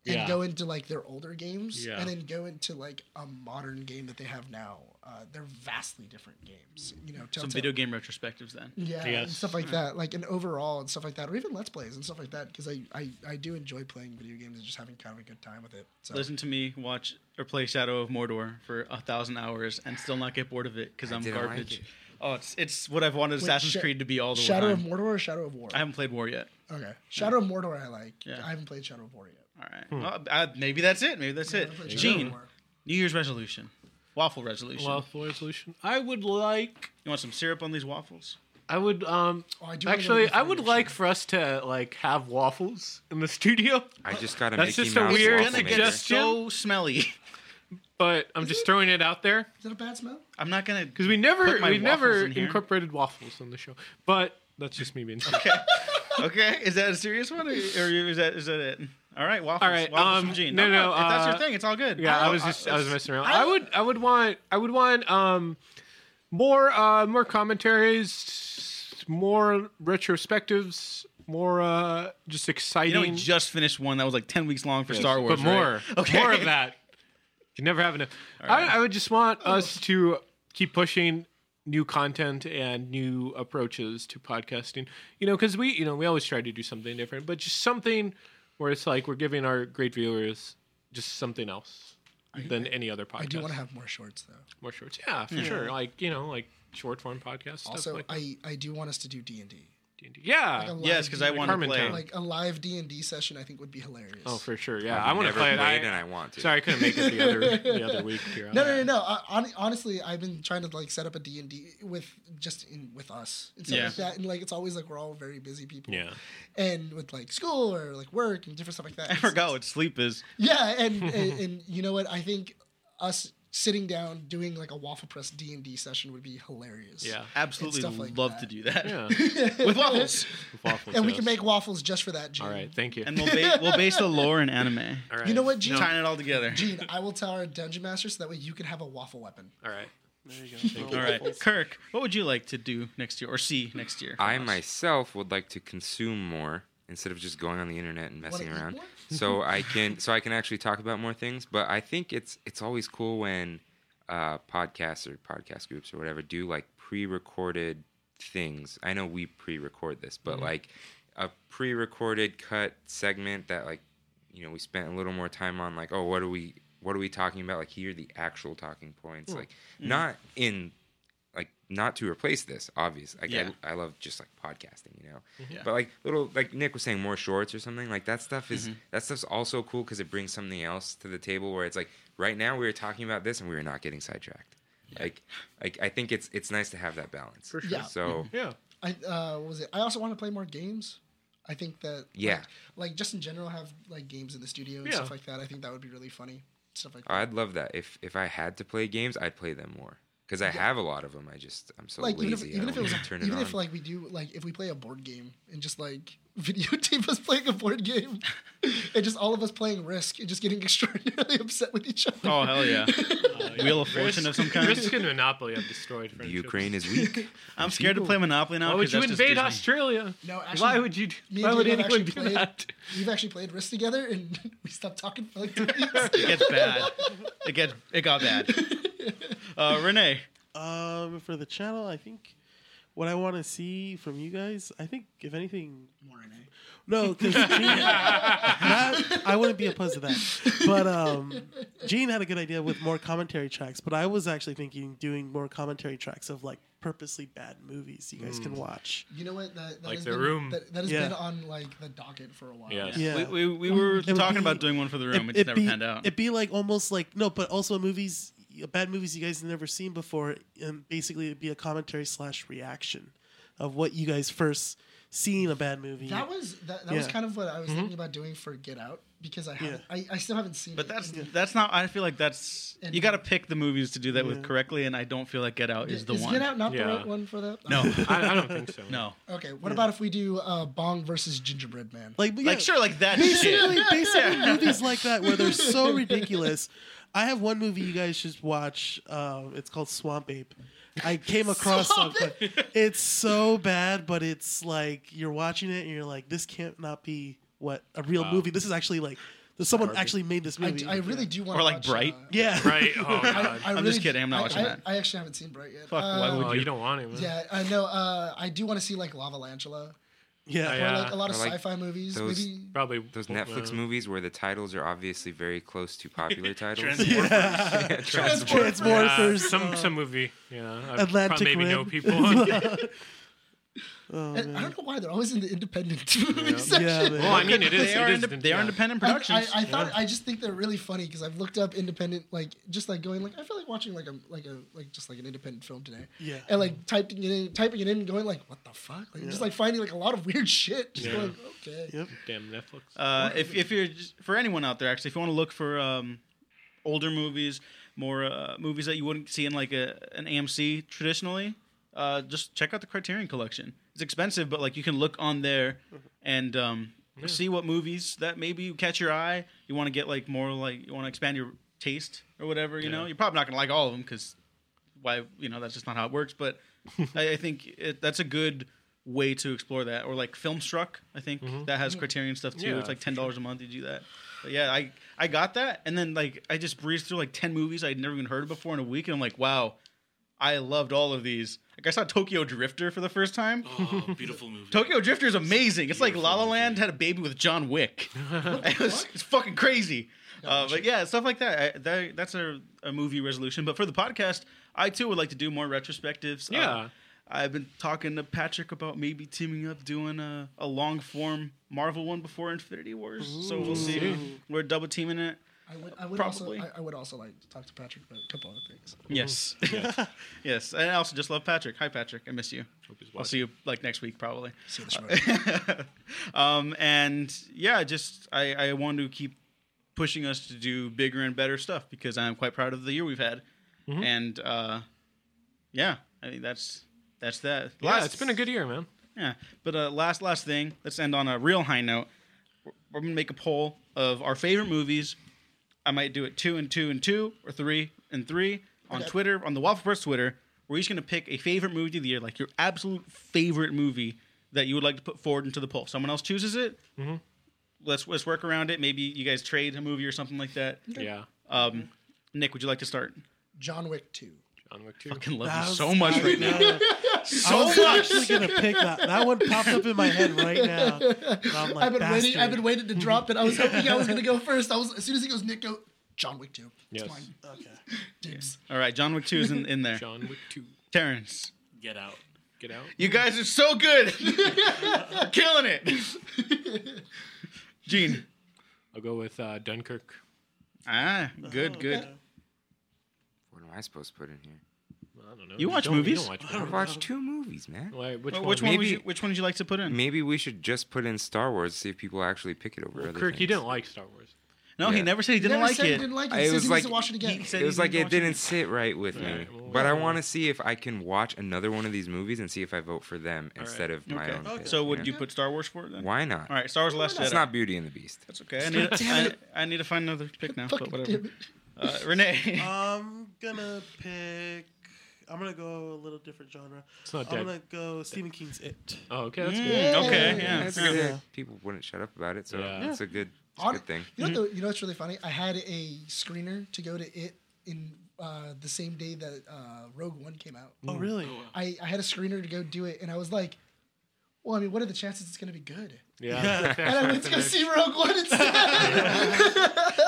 [SPEAKER 8] and
[SPEAKER 2] Yeah.
[SPEAKER 8] go into like their older games
[SPEAKER 2] Yeah.
[SPEAKER 8] and then go into like a modern game that they have now, uh, they're vastly different games. You know, Telltale.
[SPEAKER 1] some video game retrospectives then.
[SPEAKER 8] yeah, and
[SPEAKER 2] Yes.
[SPEAKER 8] stuff like that, like an overall and stuff like that, or even let's plays and stuff like that, because I, I I do enjoy playing video games and just having kind of a good time with it. So
[SPEAKER 1] Listen to me watch or play Shadow of Mordor for a thousand hours and still not get bored of it because
[SPEAKER 4] I
[SPEAKER 1] I'm
[SPEAKER 4] didn't like
[SPEAKER 1] garbage.
[SPEAKER 4] it.
[SPEAKER 1] oh, it's it's what I've wanted
[SPEAKER 8] Wait,
[SPEAKER 1] Assassin's
[SPEAKER 8] Sha-
[SPEAKER 1] Creed to be all the
[SPEAKER 8] Shadow
[SPEAKER 1] time.
[SPEAKER 8] of Mordor or Shadow of War?
[SPEAKER 1] I haven't played War yet.
[SPEAKER 8] okay, Shadow of Mordor I like.
[SPEAKER 1] Yeah.
[SPEAKER 8] I haven't played Shadow of War yet.
[SPEAKER 1] All right.
[SPEAKER 4] Hmm.
[SPEAKER 1] Well, I- maybe that's it. Maybe that's
[SPEAKER 8] Yeah, I
[SPEAKER 1] it.
[SPEAKER 8] haven't played Shadow of
[SPEAKER 1] Gene,
[SPEAKER 8] War.
[SPEAKER 1] New Year's resolution, waffle resolution.
[SPEAKER 2] Waffle resolution. I would like.
[SPEAKER 1] you want some syrup on these waffles?
[SPEAKER 2] I would. Um.
[SPEAKER 8] Oh, I do wanna know
[SPEAKER 2] actually,
[SPEAKER 8] the
[SPEAKER 2] I would
[SPEAKER 8] information.
[SPEAKER 2] like for us to like have waffles in the studio,
[SPEAKER 4] I just got a
[SPEAKER 2] That's
[SPEAKER 4] Mickey
[SPEAKER 2] just a
[SPEAKER 4] Mouse
[SPEAKER 2] weird-
[SPEAKER 4] waffle
[SPEAKER 2] Gonna
[SPEAKER 1] Gonna
[SPEAKER 2] get
[SPEAKER 1] get
[SPEAKER 4] maker.
[SPEAKER 2] Just-
[SPEAKER 1] so smelly.
[SPEAKER 2] but I'm just throwing it out there
[SPEAKER 8] Is that a bad smell?
[SPEAKER 1] I'm not gonna
[SPEAKER 2] because we never
[SPEAKER 1] Put my
[SPEAKER 2] we
[SPEAKER 1] waffles
[SPEAKER 2] never
[SPEAKER 1] in here.
[SPEAKER 2] incorporated waffles on the show. But that's just me being. stupid.
[SPEAKER 1] Okay, is that a serious one, or, or is that is that it? All right, waffles.
[SPEAKER 2] All right,
[SPEAKER 1] waffles
[SPEAKER 2] um,
[SPEAKER 1] from Gene.
[SPEAKER 2] no, no,
[SPEAKER 1] if that's your
[SPEAKER 2] uh,
[SPEAKER 1] thing, it's all good.
[SPEAKER 2] Yeah, I, was just I, was messing around. I, would I would want I would want um more uh more commentaries, more retrospectives, more uh just
[SPEAKER 1] You
[SPEAKER 2] exciting.
[SPEAKER 1] know, we just finished one that was like ten weeks long for Star Wars.
[SPEAKER 2] but more,
[SPEAKER 1] right? Okay.
[SPEAKER 2] more of that. You never have enough.
[SPEAKER 1] right.
[SPEAKER 2] I, I would just want us to keep pushing new content and new approaches to podcasting. You know, because we, you know, we always try to do something different, but just something where it's like we're giving our great viewers just something else than any other podcast.
[SPEAKER 8] I do want to have more shorts though.
[SPEAKER 2] more shorts. Yeah, for sure. Like you know, like short form podcast stuff.
[SPEAKER 8] Also,
[SPEAKER 2] like
[SPEAKER 8] I I do want us to do D and D.
[SPEAKER 2] D&D. yeah.
[SPEAKER 8] Like a
[SPEAKER 1] Yes, because I
[SPEAKER 8] live-
[SPEAKER 1] want to
[SPEAKER 2] Carmen
[SPEAKER 1] play.
[SPEAKER 2] Town.
[SPEAKER 8] like a live D and D session. I think would be hilarious.
[SPEAKER 2] Oh, for sure. Yeah, I want to
[SPEAKER 4] Never
[SPEAKER 2] play it. I,
[SPEAKER 4] played and I want to.
[SPEAKER 2] sorry, I couldn't make it the other the other week. Here.
[SPEAKER 8] No, no, no, no. I, hon- honestly, I've been trying to like set up a D and D with just in with us and stuff
[SPEAKER 1] Yeah.
[SPEAKER 8] like that, and like it's always like we're all very busy people.
[SPEAKER 2] Yeah.
[SPEAKER 8] And with like school or like work and different stuff like that.
[SPEAKER 1] I forgot what sleep is.
[SPEAKER 8] Yeah, and, and and you know what? I think us sitting down doing like a waffle press D and D session would be hilarious.
[SPEAKER 2] Yeah.
[SPEAKER 1] Absolutely
[SPEAKER 8] stuff like
[SPEAKER 1] love
[SPEAKER 8] that.
[SPEAKER 1] to do that
[SPEAKER 2] Yeah.
[SPEAKER 1] with waffles,
[SPEAKER 2] Waffle
[SPEAKER 8] And we
[SPEAKER 2] toast.
[SPEAKER 8] can make waffles just for that, Gene.
[SPEAKER 2] All right, thank you.
[SPEAKER 1] and we'll ba- we'll base the lore in anime,
[SPEAKER 2] All right.
[SPEAKER 8] You know what, Gene?
[SPEAKER 1] tying it all together.
[SPEAKER 8] Gene, I will tell our dungeon master so that way you can have a waffle weapon.
[SPEAKER 2] All right.
[SPEAKER 5] There you go.
[SPEAKER 1] All right, Kirk, what would you like to do next year or see next year?
[SPEAKER 4] I myself would like to consume more instead of just going on the internet and messing
[SPEAKER 8] eat
[SPEAKER 4] around.
[SPEAKER 8] more?
[SPEAKER 4] So I can so I can actually talk about more things. But I think it's it's always cool when uh, podcasts or podcast groups or whatever do like pre-recorded things. I know we pre-record this, but
[SPEAKER 8] Mm-hmm.
[SPEAKER 4] like a pre-recorded cut segment that like you know we spent a little more time on like oh what are we what are we talking about like here are the actual talking points like
[SPEAKER 8] Mm-hmm.
[SPEAKER 4] not in like not to replace this obvious like
[SPEAKER 1] Yeah.
[SPEAKER 4] I, I love just like podcasting you know but like little like nick was saying more shorts or something like that stuff is
[SPEAKER 3] Mm-hmm.
[SPEAKER 4] that stuff's also cool because it brings something else to the table where it's like right now we were talking about this and we were not getting sidetracked like like i think it's it's nice to have that balance for
[SPEAKER 8] sure. Yeah.
[SPEAKER 4] so
[SPEAKER 3] Mm-hmm.
[SPEAKER 2] Yeah.
[SPEAKER 8] I uh, what was it? I also want to play more games. I think that
[SPEAKER 4] Yeah.
[SPEAKER 8] like, like just in general have like games in the studio and
[SPEAKER 2] Yeah.
[SPEAKER 8] stuff like that. I think that would be really funny. Stuff like that.
[SPEAKER 4] i'd love that if if i had to play games i'd play them more because I have a lot of them. I just I'm so
[SPEAKER 3] like even if,
[SPEAKER 4] lazy.
[SPEAKER 3] even if
[SPEAKER 4] I
[SPEAKER 3] it
[SPEAKER 4] don't
[SPEAKER 3] was
[SPEAKER 4] even turn it
[SPEAKER 3] even
[SPEAKER 4] on.
[SPEAKER 3] if like we do like if we play a board game and just like videotape us playing a board game and just all of us playing Risk and just getting extraordinarily upset with each other.
[SPEAKER 1] Oh hell yeah! Wheel of Fortune of some kind.
[SPEAKER 11] Risk and Monopoly have destroyed
[SPEAKER 4] the
[SPEAKER 11] friendships.
[SPEAKER 4] Ukraine is weak.
[SPEAKER 1] I'm scared to play Monopoly now.
[SPEAKER 11] Why would
[SPEAKER 1] 'cause
[SPEAKER 11] you
[SPEAKER 1] that's just
[SPEAKER 11] invade
[SPEAKER 1] Disney.
[SPEAKER 11] Australia?
[SPEAKER 3] No, actually,
[SPEAKER 11] Why would you? Do,
[SPEAKER 3] Me
[SPEAKER 11] why
[SPEAKER 3] and
[SPEAKER 11] would
[SPEAKER 3] Diego have
[SPEAKER 11] anyone do
[SPEAKER 3] actually played,
[SPEAKER 11] that?
[SPEAKER 3] We've actually played Risk together and we stopped talking for like two weeks.
[SPEAKER 1] It gets bad. It gets it got bad. Uh, Renee,
[SPEAKER 5] Um, for the channel, I think what I want to see from you guys, I think if anything, more No, because I wouldn't be opposed to that. But um, Gene had a good idea with more commentary tracks. But I was actually thinking doing more commentary tracks of like purposely bad movies you guys can watch.
[SPEAKER 3] You know what? That, that
[SPEAKER 11] Like
[SPEAKER 3] has
[SPEAKER 11] The
[SPEAKER 3] been,
[SPEAKER 11] Room.
[SPEAKER 3] That, that has
[SPEAKER 5] Yeah.
[SPEAKER 3] been on like the docket for a while.
[SPEAKER 11] Yeah.
[SPEAKER 5] Yeah.
[SPEAKER 1] we, we, we were
[SPEAKER 5] It would
[SPEAKER 1] talking
[SPEAKER 5] be-
[SPEAKER 1] about doing one for the room. It,
[SPEAKER 5] it'd
[SPEAKER 1] just never
[SPEAKER 5] be-
[SPEAKER 1] panned out.
[SPEAKER 5] It'd be like almost like no, but also movies, bad movies you guys have never seen before, and basically it'd be a commentary slash reaction of what you guys first seen a bad movie.
[SPEAKER 3] That was that, that was
[SPEAKER 5] Yeah.
[SPEAKER 3] kind of what I was
[SPEAKER 11] Mm-hmm.
[SPEAKER 3] thinking about doing for Get Out because I haven't, I, I still haven't seen
[SPEAKER 1] but
[SPEAKER 3] it.
[SPEAKER 1] that's that's not. I feel like that's
[SPEAKER 3] And-
[SPEAKER 1] you got to pick the movies to do that with correctly, and I don't feel like Get Out is the
[SPEAKER 3] is
[SPEAKER 1] one.
[SPEAKER 3] Get Out not
[SPEAKER 11] Yeah.
[SPEAKER 3] the right one for that?
[SPEAKER 1] No,
[SPEAKER 11] I, I don't think so.
[SPEAKER 1] no.
[SPEAKER 3] Okay, what about if we do uh, Bong versus Gingerbread Man?
[SPEAKER 5] like, yeah,
[SPEAKER 1] Like sure, like that
[SPEAKER 5] basically,
[SPEAKER 1] shit.
[SPEAKER 5] basically movies like that where they're so ridiculous. I have one movie you guys should watch. Um, it's called Swamp Ape. I came across
[SPEAKER 3] Swamp
[SPEAKER 5] something. It's so bad, but it's like you're watching it and you're like, this can't not be what a real movie. This is actually like there's someone actually made this
[SPEAKER 3] I,
[SPEAKER 5] movie.
[SPEAKER 3] I really do want
[SPEAKER 1] Or
[SPEAKER 3] to
[SPEAKER 1] like
[SPEAKER 3] watch,
[SPEAKER 1] Bright.
[SPEAKER 3] uh,
[SPEAKER 5] yeah.
[SPEAKER 11] Right? Oh god.
[SPEAKER 3] I
[SPEAKER 1] I'm
[SPEAKER 3] really
[SPEAKER 1] just kidding, I'm not
[SPEAKER 3] I-
[SPEAKER 1] watching
[SPEAKER 3] I-
[SPEAKER 1] that.
[SPEAKER 3] I actually haven't seen Bright yet.
[SPEAKER 1] Fuck, why
[SPEAKER 3] Uh,
[SPEAKER 1] would
[SPEAKER 11] oh,
[SPEAKER 1] you?
[SPEAKER 11] you don't want him.
[SPEAKER 3] Yeah, I know. Uh, I do want to see like Lava Lantula
[SPEAKER 5] Yeah.
[SPEAKER 11] Oh,
[SPEAKER 3] or
[SPEAKER 11] yeah.
[SPEAKER 3] like a lot of
[SPEAKER 4] Or, like,
[SPEAKER 3] sci-fi movies.
[SPEAKER 4] those-
[SPEAKER 3] Maybe
[SPEAKER 11] Probably
[SPEAKER 4] Those
[SPEAKER 11] won't,
[SPEAKER 4] Netflix
[SPEAKER 11] uh,
[SPEAKER 4] movies where the titles are obviously very close to popular titles.
[SPEAKER 9] Transformers.
[SPEAKER 3] Transformers.
[SPEAKER 11] Oh, Yeah,
[SPEAKER 5] Transmorphers.
[SPEAKER 11] some some movie. Yeah, I
[SPEAKER 5] uh, Atlantic
[SPEAKER 11] probably maybe
[SPEAKER 5] Rim.
[SPEAKER 11] know people. Yeah.
[SPEAKER 3] And I don't know why they're always in the independent movie
[SPEAKER 5] Yeah,
[SPEAKER 3] section.
[SPEAKER 5] man.
[SPEAKER 11] Well, I mean, it is.
[SPEAKER 1] They are,
[SPEAKER 11] it is
[SPEAKER 1] inde- they are
[SPEAKER 11] yeah.
[SPEAKER 1] independent
[SPEAKER 3] I,
[SPEAKER 1] productions.
[SPEAKER 3] I- I thought I just think they're really funny because I've looked up independent like just like going like I feel like watching like a like a like just like an independent film today.
[SPEAKER 5] Yeah.
[SPEAKER 3] And
[SPEAKER 1] Mm.
[SPEAKER 3] like typing it in typing it in and going like what the fuck? Like, Just like finding like a lot of weird shit. Just
[SPEAKER 11] Yeah.
[SPEAKER 3] going, okay.
[SPEAKER 5] Yep.
[SPEAKER 11] Damn Netflix.
[SPEAKER 1] Uh, if if you're just, for anyone out there, actually, if you want to look for um, older movies, more uh, movies that you wouldn't see in like a an AMC traditionally, uh, just check out the Criterion Collection. It's expensive, but like you can look on there and um, see what movies that maybe catch your eye. You want to get like more like you want to expand your taste or whatever. You know, you're probably not gonna like all of them because why you know that's just not how it works but I, I think it, that's a good way to explore that or like filmstruck i think that has criterion stuff too
[SPEAKER 11] Yeah,
[SPEAKER 1] it's like $10 a month you do that but yeah i i got that and then like i just breezed through like 10 movies i'd never even heard of before in a week and i'm like wow i loved all of these like i saw tokyo drifter for the first time
[SPEAKER 9] Oh, beautiful movie.
[SPEAKER 1] Tokyo Drifter is amazing. It's like La La Land had a baby with John Wick. it was, it's fucking crazy. Uh, but yeah, stuff like that. I, that that's a, a movie resolution. But for the podcast, I too would like to do more retrospectives. Uh,
[SPEAKER 11] Yeah.
[SPEAKER 1] I've been talking to Patrick about maybe teaming up doing a, a long form Marvel one before Infinity Wars. So we'll see. We're double teaming it.
[SPEAKER 3] I would, I would
[SPEAKER 1] Probably.
[SPEAKER 3] also I, I would also like to talk to Patrick about a couple other things.
[SPEAKER 1] Yes. yes. And I also just love Patrick. Hi, Patrick. I miss you. I'll see you like next week, probably.
[SPEAKER 3] See this right.
[SPEAKER 1] um, and yeah, just I, I want to keep pushing us to do bigger and better stuff because I'm quite proud of the year we've had.
[SPEAKER 11] Mm-hmm.
[SPEAKER 1] And uh, yeah, I mean that's that's that.
[SPEAKER 11] Yeah, it's been a good year, man.
[SPEAKER 1] yeah. But uh, last last thing, let's end on a real high note. We're, we're gonna make a poll of our favorite movies. I might do it two and two and two or three and three on Twitter on the Waffle Press Twitter. We're each gonna pick a favorite movie of the year, like your absolute favorite movie that you would like to put forward into the poll. Someone else chooses it. Let's let's work around it. Maybe you guys trade a movie or something like that.
[SPEAKER 11] Yeah.
[SPEAKER 1] Um, Nick, would you like to start?
[SPEAKER 3] John Wick two.
[SPEAKER 11] John Wick 2.
[SPEAKER 1] I can love
[SPEAKER 5] That
[SPEAKER 1] you
[SPEAKER 5] was-
[SPEAKER 1] so much right now.
[SPEAKER 5] I was actually gonna pick that. That one popped up in my head right now. And I'm like,
[SPEAKER 3] I've been waiting. I've been
[SPEAKER 5] "Bastard."
[SPEAKER 3] waiting to drop it. I was hoping I was gonna go first. I was as soon as he goes, Nick go. John Wick two. It's
[SPEAKER 11] Yes.
[SPEAKER 3] mine.
[SPEAKER 5] Okay.
[SPEAKER 3] Dibs.
[SPEAKER 1] All right, John Wick Two is in, in there.
[SPEAKER 11] John Wick 2.
[SPEAKER 1] Terrence.
[SPEAKER 9] Get out.
[SPEAKER 11] Get out.
[SPEAKER 1] You guys are so good. Killing it. Gene.
[SPEAKER 11] I'll go with uh, Dunkirk.
[SPEAKER 1] Ah, good, good.
[SPEAKER 4] What am I supposed to put in here?
[SPEAKER 11] I don't know.
[SPEAKER 1] You watch
[SPEAKER 11] don't-
[SPEAKER 1] movies?
[SPEAKER 11] don't watch movies.
[SPEAKER 4] I've watched two movies, man.
[SPEAKER 11] Why- which
[SPEAKER 1] Well,
[SPEAKER 11] one?
[SPEAKER 1] which one would
[SPEAKER 4] Maybe-
[SPEAKER 1] you, which one would you like to put in?
[SPEAKER 4] Maybe we should just put in Star Wars, see if people actually pick it over. other
[SPEAKER 11] Kirk, you
[SPEAKER 4] things.
[SPEAKER 11] didn't like Star Wars.
[SPEAKER 1] No, he never said he didn't
[SPEAKER 3] never
[SPEAKER 1] like
[SPEAKER 3] said
[SPEAKER 1] it.
[SPEAKER 3] he didn't like it. He says he needs to watch it again.
[SPEAKER 1] He said
[SPEAKER 4] it was
[SPEAKER 1] he
[SPEAKER 4] like
[SPEAKER 1] didn't
[SPEAKER 4] it
[SPEAKER 1] watch it.
[SPEAKER 4] didn't sit right with me. but I want to see if I can watch another one of these movies and see if I vote for them instead of my
[SPEAKER 1] Okay.
[SPEAKER 4] own. pick,
[SPEAKER 1] So would
[SPEAKER 4] yeah.
[SPEAKER 1] you put Star Wars for it then?
[SPEAKER 4] Why not?
[SPEAKER 1] All right, Star Wars Last Jedi.
[SPEAKER 4] It's not Beauty and the Beast.
[SPEAKER 1] That's okay. I need,
[SPEAKER 5] Damn
[SPEAKER 1] I,
[SPEAKER 5] it.
[SPEAKER 1] I need to find another pick now, but
[SPEAKER 5] Fucking
[SPEAKER 1] whatever.
[SPEAKER 5] damn it.
[SPEAKER 1] Uh, Renee.
[SPEAKER 5] I'm gonna pick. I'm gonna go a little different genre.
[SPEAKER 1] It's not dead.
[SPEAKER 5] I'm gonna go Stephen King's It.
[SPEAKER 11] Oh, okay,
[SPEAKER 1] that's good. Mm, okay, yeah,
[SPEAKER 4] That's
[SPEAKER 1] that's
[SPEAKER 4] good.
[SPEAKER 1] good.
[SPEAKER 4] People wouldn't shut up about it, so
[SPEAKER 3] Yeah.
[SPEAKER 4] it's a good, it's a
[SPEAKER 3] Hon-
[SPEAKER 4] good thing.
[SPEAKER 3] You
[SPEAKER 1] mm-hmm.
[SPEAKER 3] know, what the, you know what's really funny? I had a screener to go to it in uh, the same day that uh, Rogue One came out.
[SPEAKER 5] Oh, really?
[SPEAKER 3] I, I had a screener to go do it, and I was like, well, I mean, what are the chances it's going to be good?
[SPEAKER 11] Yeah.
[SPEAKER 3] and I went to go see Rogue One instead.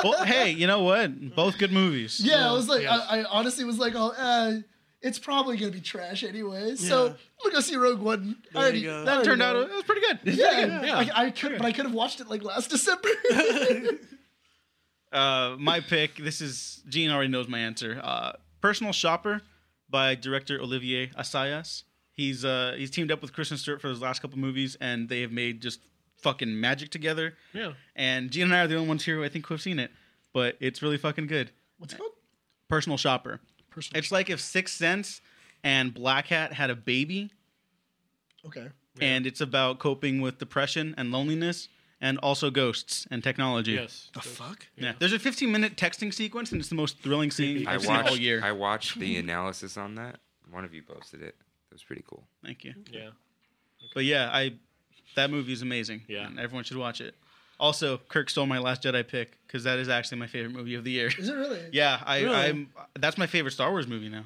[SPEAKER 1] well, hey, you know what? Both good movies.
[SPEAKER 3] yeah, I was like, I, I honestly was like, oh, uh, it's probably going to be trash anyway. So I'm going to go see Rogue One.
[SPEAKER 1] There you
[SPEAKER 3] I already,
[SPEAKER 1] go.
[SPEAKER 3] I
[SPEAKER 1] That
[SPEAKER 3] already
[SPEAKER 1] turned
[SPEAKER 3] know.
[SPEAKER 1] out- it was pretty good. It's
[SPEAKER 3] Yeah,
[SPEAKER 1] pretty good. Yeah.
[SPEAKER 3] I, I could, but I could have watched it like last December.
[SPEAKER 1] Uh, my pick. This is Gene already knows my answer. Uh, Personal Shopper by director Olivier Assayas. He's uh, he's teamed up with Kristen Stewart for his last couple movies, and they have made just fucking magic together.
[SPEAKER 11] Yeah.
[SPEAKER 1] And Gene and I are the only ones here, who I think, who have seen it, but it's really fucking good.
[SPEAKER 3] What's it called?
[SPEAKER 1] Personal Shopper.
[SPEAKER 3] Personal
[SPEAKER 1] it's like if Sixth Sense and Black Hat had a baby,
[SPEAKER 3] okay.
[SPEAKER 1] and it's about coping with depression and loneliness, and also ghosts and technology.
[SPEAKER 11] Yes.
[SPEAKER 3] The fuck?
[SPEAKER 1] Yeah. There's a 15 minute texting sequence, and it's the most thrilling scene
[SPEAKER 4] I
[SPEAKER 1] I've seen all
[SPEAKER 4] watched.
[SPEAKER 1] year.
[SPEAKER 4] I watched the analysis on that. One of you posted it. It was pretty cool.
[SPEAKER 1] Thank you.
[SPEAKER 11] Yeah.
[SPEAKER 1] But yeah, I that movie is amazing.
[SPEAKER 11] Yeah.
[SPEAKER 1] and everyone should watch it. Also, Kirk stole my Last Jedi pick because that is actually my favorite movie of the year.
[SPEAKER 3] Is it really?
[SPEAKER 1] Yeah, I,
[SPEAKER 3] Really?
[SPEAKER 1] I'm. That's my favorite Star Wars movie now.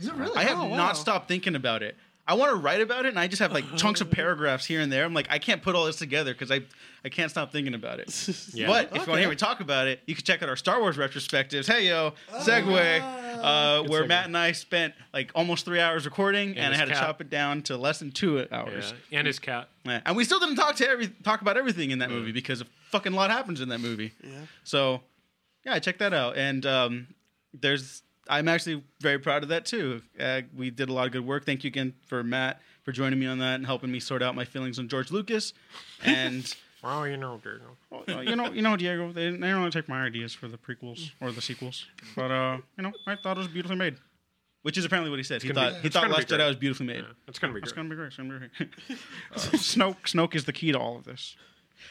[SPEAKER 3] Is it really?
[SPEAKER 1] I have
[SPEAKER 3] Oh, wow.
[SPEAKER 1] not stopped thinking about it. I want to write about it, and I just have like chunks of paragraphs here and there. I'm like, I can't put all this together because I, I can't stop thinking about it.
[SPEAKER 11] Yeah.
[SPEAKER 1] But if you want to
[SPEAKER 11] Okay.
[SPEAKER 1] hear me talk about it, you can check out our Star Wars retrospectives. Hey yo,
[SPEAKER 3] Oh,
[SPEAKER 1] segue, uh, where Matt and I spent like almost three hours recording, and, I
[SPEAKER 11] his
[SPEAKER 1] had to
[SPEAKER 11] cat.
[SPEAKER 1] chop it down to less than two hours.
[SPEAKER 11] And his cat.
[SPEAKER 1] Yeah. And we still didn't talk to every talk about everything in that
[SPEAKER 11] Mm.
[SPEAKER 1] movie because a fucking lot happens in that movie.
[SPEAKER 5] Yeah.
[SPEAKER 1] So, yeah, check that out. And um, there's, I'm actually very proud of that too. Uh, we did a lot of good work. Thank you again for Matt for joining me on that and helping me sort out my feelings on George Lucas. And
[SPEAKER 11] Oh, you know, Diego.
[SPEAKER 1] uh, you know, you know, Diego, they, they don't want to take my ideas for the prequels or the sequels, but uh, you know, I thought it was beautifully made. Which is apparently what he said. He
[SPEAKER 11] gonna be-
[SPEAKER 1] thought he
[SPEAKER 11] it's
[SPEAKER 1] thought
[SPEAKER 11] gonna be
[SPEAKER 1] Last Jedi
[SPEAKER 11] great.
[SPEAKER 1] was beautifully made.
[SPEAKER 11] It's gonna be
[SPEAKER 1] It's
[SPEAKER 11] great.
[SPEAKER 1] gonna be great. It's gonna be great. Uh, Snoke, Snoke is the key to all of this.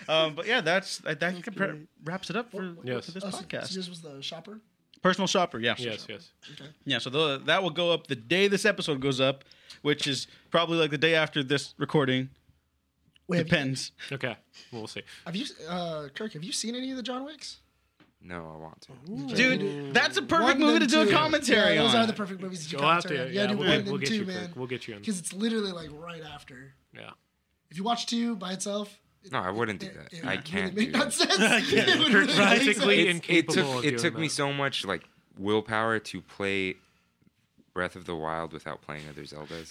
[SPEAKER 1] Um, but yeah, that's that, that compar- wraps it up for, for this
[SPEAKER 3] Oh, so-
[SPEAKER 1] podcast.
[SPEAKER 3] So yours was the shopper?
[SPEAKER 1] Personal shopper, yeah.
[SPEAKER 11] Yes, yes.
[SPEAKER 3] Okay.
[SPEAKER 1] Yeah, so tho- that will go up the day this episode goes up, which is probably like the day after this recording.
[SPEAKER 3] Wait, have you-
[SPEAKER 1] Depends.
[SPEAKER 11] Okay, we'll see.
[SPEAKER 3] Have you, uh, Kirk? Have you seen any of the John Wicks?
[SPEAKER 4] No, I want to.
[SPEAKER 1] Dude, that's a perfect
[SPEAKER 3] One
[SPEAKER 1] movie to
[SPEAKER 3] and
[SPEAKER 1] do a
[SPEAKER 3] two.
[SPEAKER 1] commentary
[SPEAKER 3] yeah, those
[SPEAKER 1] on.
[SPEAKER 3] are the perfect movies to do
[SPEAKER 11] Go out
[SPEAKER 3] commentary
[SPEAKER 11] there,
[SPEAKER 3] on.
[SPEAKER 11] yeah,
[SPEAKER 3] do
[SPEAKER 11] we'll
[SPEAKER 3] one
[SPEAKER 11] get-
[SPEAKER 3] and
[SPEAKER 11] we'll get
[SPEAKER 3] two,
[SPEAKER 11] you, Kirk.
[SPEAKER 3] man.
[SPEAKER 11] We'll get you on.
[SPEAKER 3] Because it's literally like right after.
[SPEAKER 11] Yeah.
[SPEAKER 3] If you watch two by itself,
[SPEAKER 4] No, I wouldn't do that. I can't
[SPEAKER 3] make
[SPEAKER 4] do
[SPEAKER 3] no
[SPEAKER 4] that.
[SPEAKER 3] sense. It would really make
[SPEAKER 11] physically
[SPEAKER 3] sense.
[SPEAKER 4] It's- it took,
[SPEAKER 11] incapable of
[SPEAKER 4] it took
[SPEAKER 11] doing
[SPEAKER 4] me
[SPEAKER 11] that.
[SPEAKER 4] so much like willpower to play Breath of the Wild without playing other Zeldas.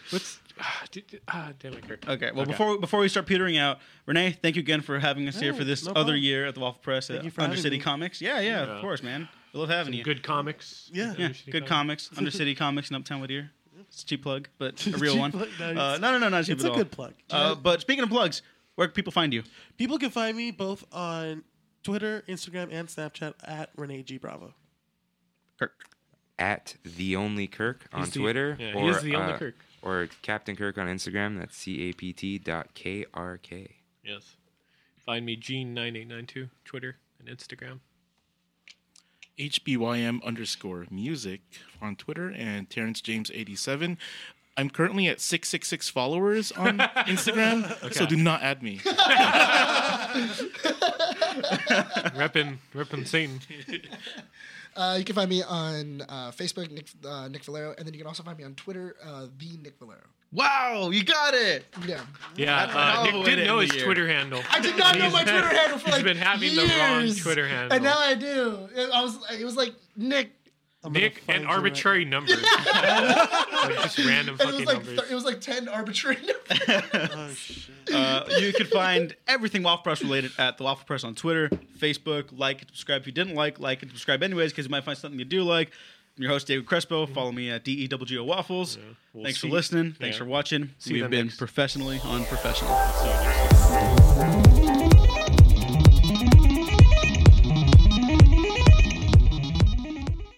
[SPEAKER 11] What's ah, d- d- ah, damn it, Kirk.
[SPEAKER 1] Okay. Well, before before we start petering out, Renee, thank you again for having us here
[SPEAKER 11] Hey,
[SPEAKER 1] for this
[SPEAKER 11] no
[SPEAKER 1] other
[SPEAKER 11] problem.
[SPEAKER 1] year at the Waffle Press at
[SPEAKER 11] you for having me.
[SPEAKER 1] Undercity Comics. Yeah, yeah,
[SPEAKER 11] Yeah.
[SPEAKER 1] of course, man. We love having
[SPEAKER 11] Some
[SPEAKER 1] you.
[SPEAKER 11] good comics.
[SPEAKER 1] Yeah,
[SPEAKER 11] Undercity
[SPEAKER 1] good comics. Undercity Comics in Uptown Whittier. It's a cheap plug, but a real
[SPEAKER 5] Cheap
[SPEAKER 1] one.
[SPEAKER 5] plug? No,
[SPEAKER 1] uh,
[SPEAKER 5] it's-
[SPEAKER 1] no, no, no, not cheap
[SPEAKER 5] it's
[SPEAKER 1] at
[SPEAKER 5] a
[SPEAKER 1] all.
[SPEAKER 5] good plug.
[SPEAKER 1] Uh, but speaking of plugs, where can people find you?
[SPEAKER 5] People can find me both on Twitter, Instagram, and Snapchat at Renee G Bravo.
[SPEAKER 4] At the only Kirk on
[SPEAKER 11] He's the-
[SPEAKER 4] Twitter,
[SPEAKER 11] yeah, he
[SPEAKER 4] or uh,
[SPEAKER 11] is the only Kirk.
[SPEAKER 4] or Captain Kirk on Instagram. That's c a p t dot k r k.
[SPEAKER 11] Yes. Find me Gene9892, Twitter and Instagram.
[SPEAKER 9] HBYM underscore music on Twitter and Terrence James 87. I'm currently at 666 followers on Instagram, so
[SPEAKER 11] Okay.
[SPEAKER 9] do not add me.
[SPEAKER 11] Reppin', reppin' Satan.
[SPEAKER 3] Uh, you can find me on uh, Facebook, Nick, uh, Nick Valero, and then you can also find me on Twitter, uh, the Nick Valero.
[SPEAKER 1] Wow, you got it.
[SPEAKER 3] Yeah.
[SPEAKER 11] Yeah,
[SPEAKER 3] That's a hell of
[SPEAKER 11] uh,
[SPEAKER 3] a
[SPEAKER 11] Nick
[SPEAKER 3] way to
[SPEAKER 11] didn't know
[SPEAKER 3] end
[SPEAKER 11] his
[SPEAKER 3] the year.
[SPEAKER 11] Twitter handle.
[SPEAKER 3] I did not know
[SPEAKER 11] He's
[SPEAKER 3] my
[SPEAKER 11] been-
[SPEAKER 3] Twitter handle for like
[SPEAKER 11] He's been having
[SPEAKER 3] years,
[SPEAKER 11] the wrong Twitter handle.
[SPEAKER 3] and now I do. It- I was, it was like Nick,
[SPEAKER 11] Nick and arbitrary numbers. like just random
[SPEAKER 3] and it
[SPEAKER 11] fucking
[SPEAKER 3] was like
[SPEAKER 11] numbers.
[SPEAKER 3] th- it was like ten arbitrary numbers.
[SPEAKER 1] Uh, you can find everything Waffle Press related at the Waffle Press on Twitter, Facebook. Like and subscribe if you didn't like. Like and subscribe anyways because you might find something you do like. I'm your host David Crespo. Follow me at E DEWGO Waffles.
[SPEAKER 11] We'll
[SPEAKER 1] Thanks
[SPEAKER 11] see-
[SPEAKER 1] for listening. Thanks
[SPEAKER 11] yeah.
[SPEAKER 1] for watching.
[SPEAKER 11] See you
[SPEAKER 1] We've
[SPEAKER 11] then
[SPEAKER 1] been
[SPEAKER 11] next-
[SPEAKER 1] professionally unprofessional.
[SPEAKER 11] So-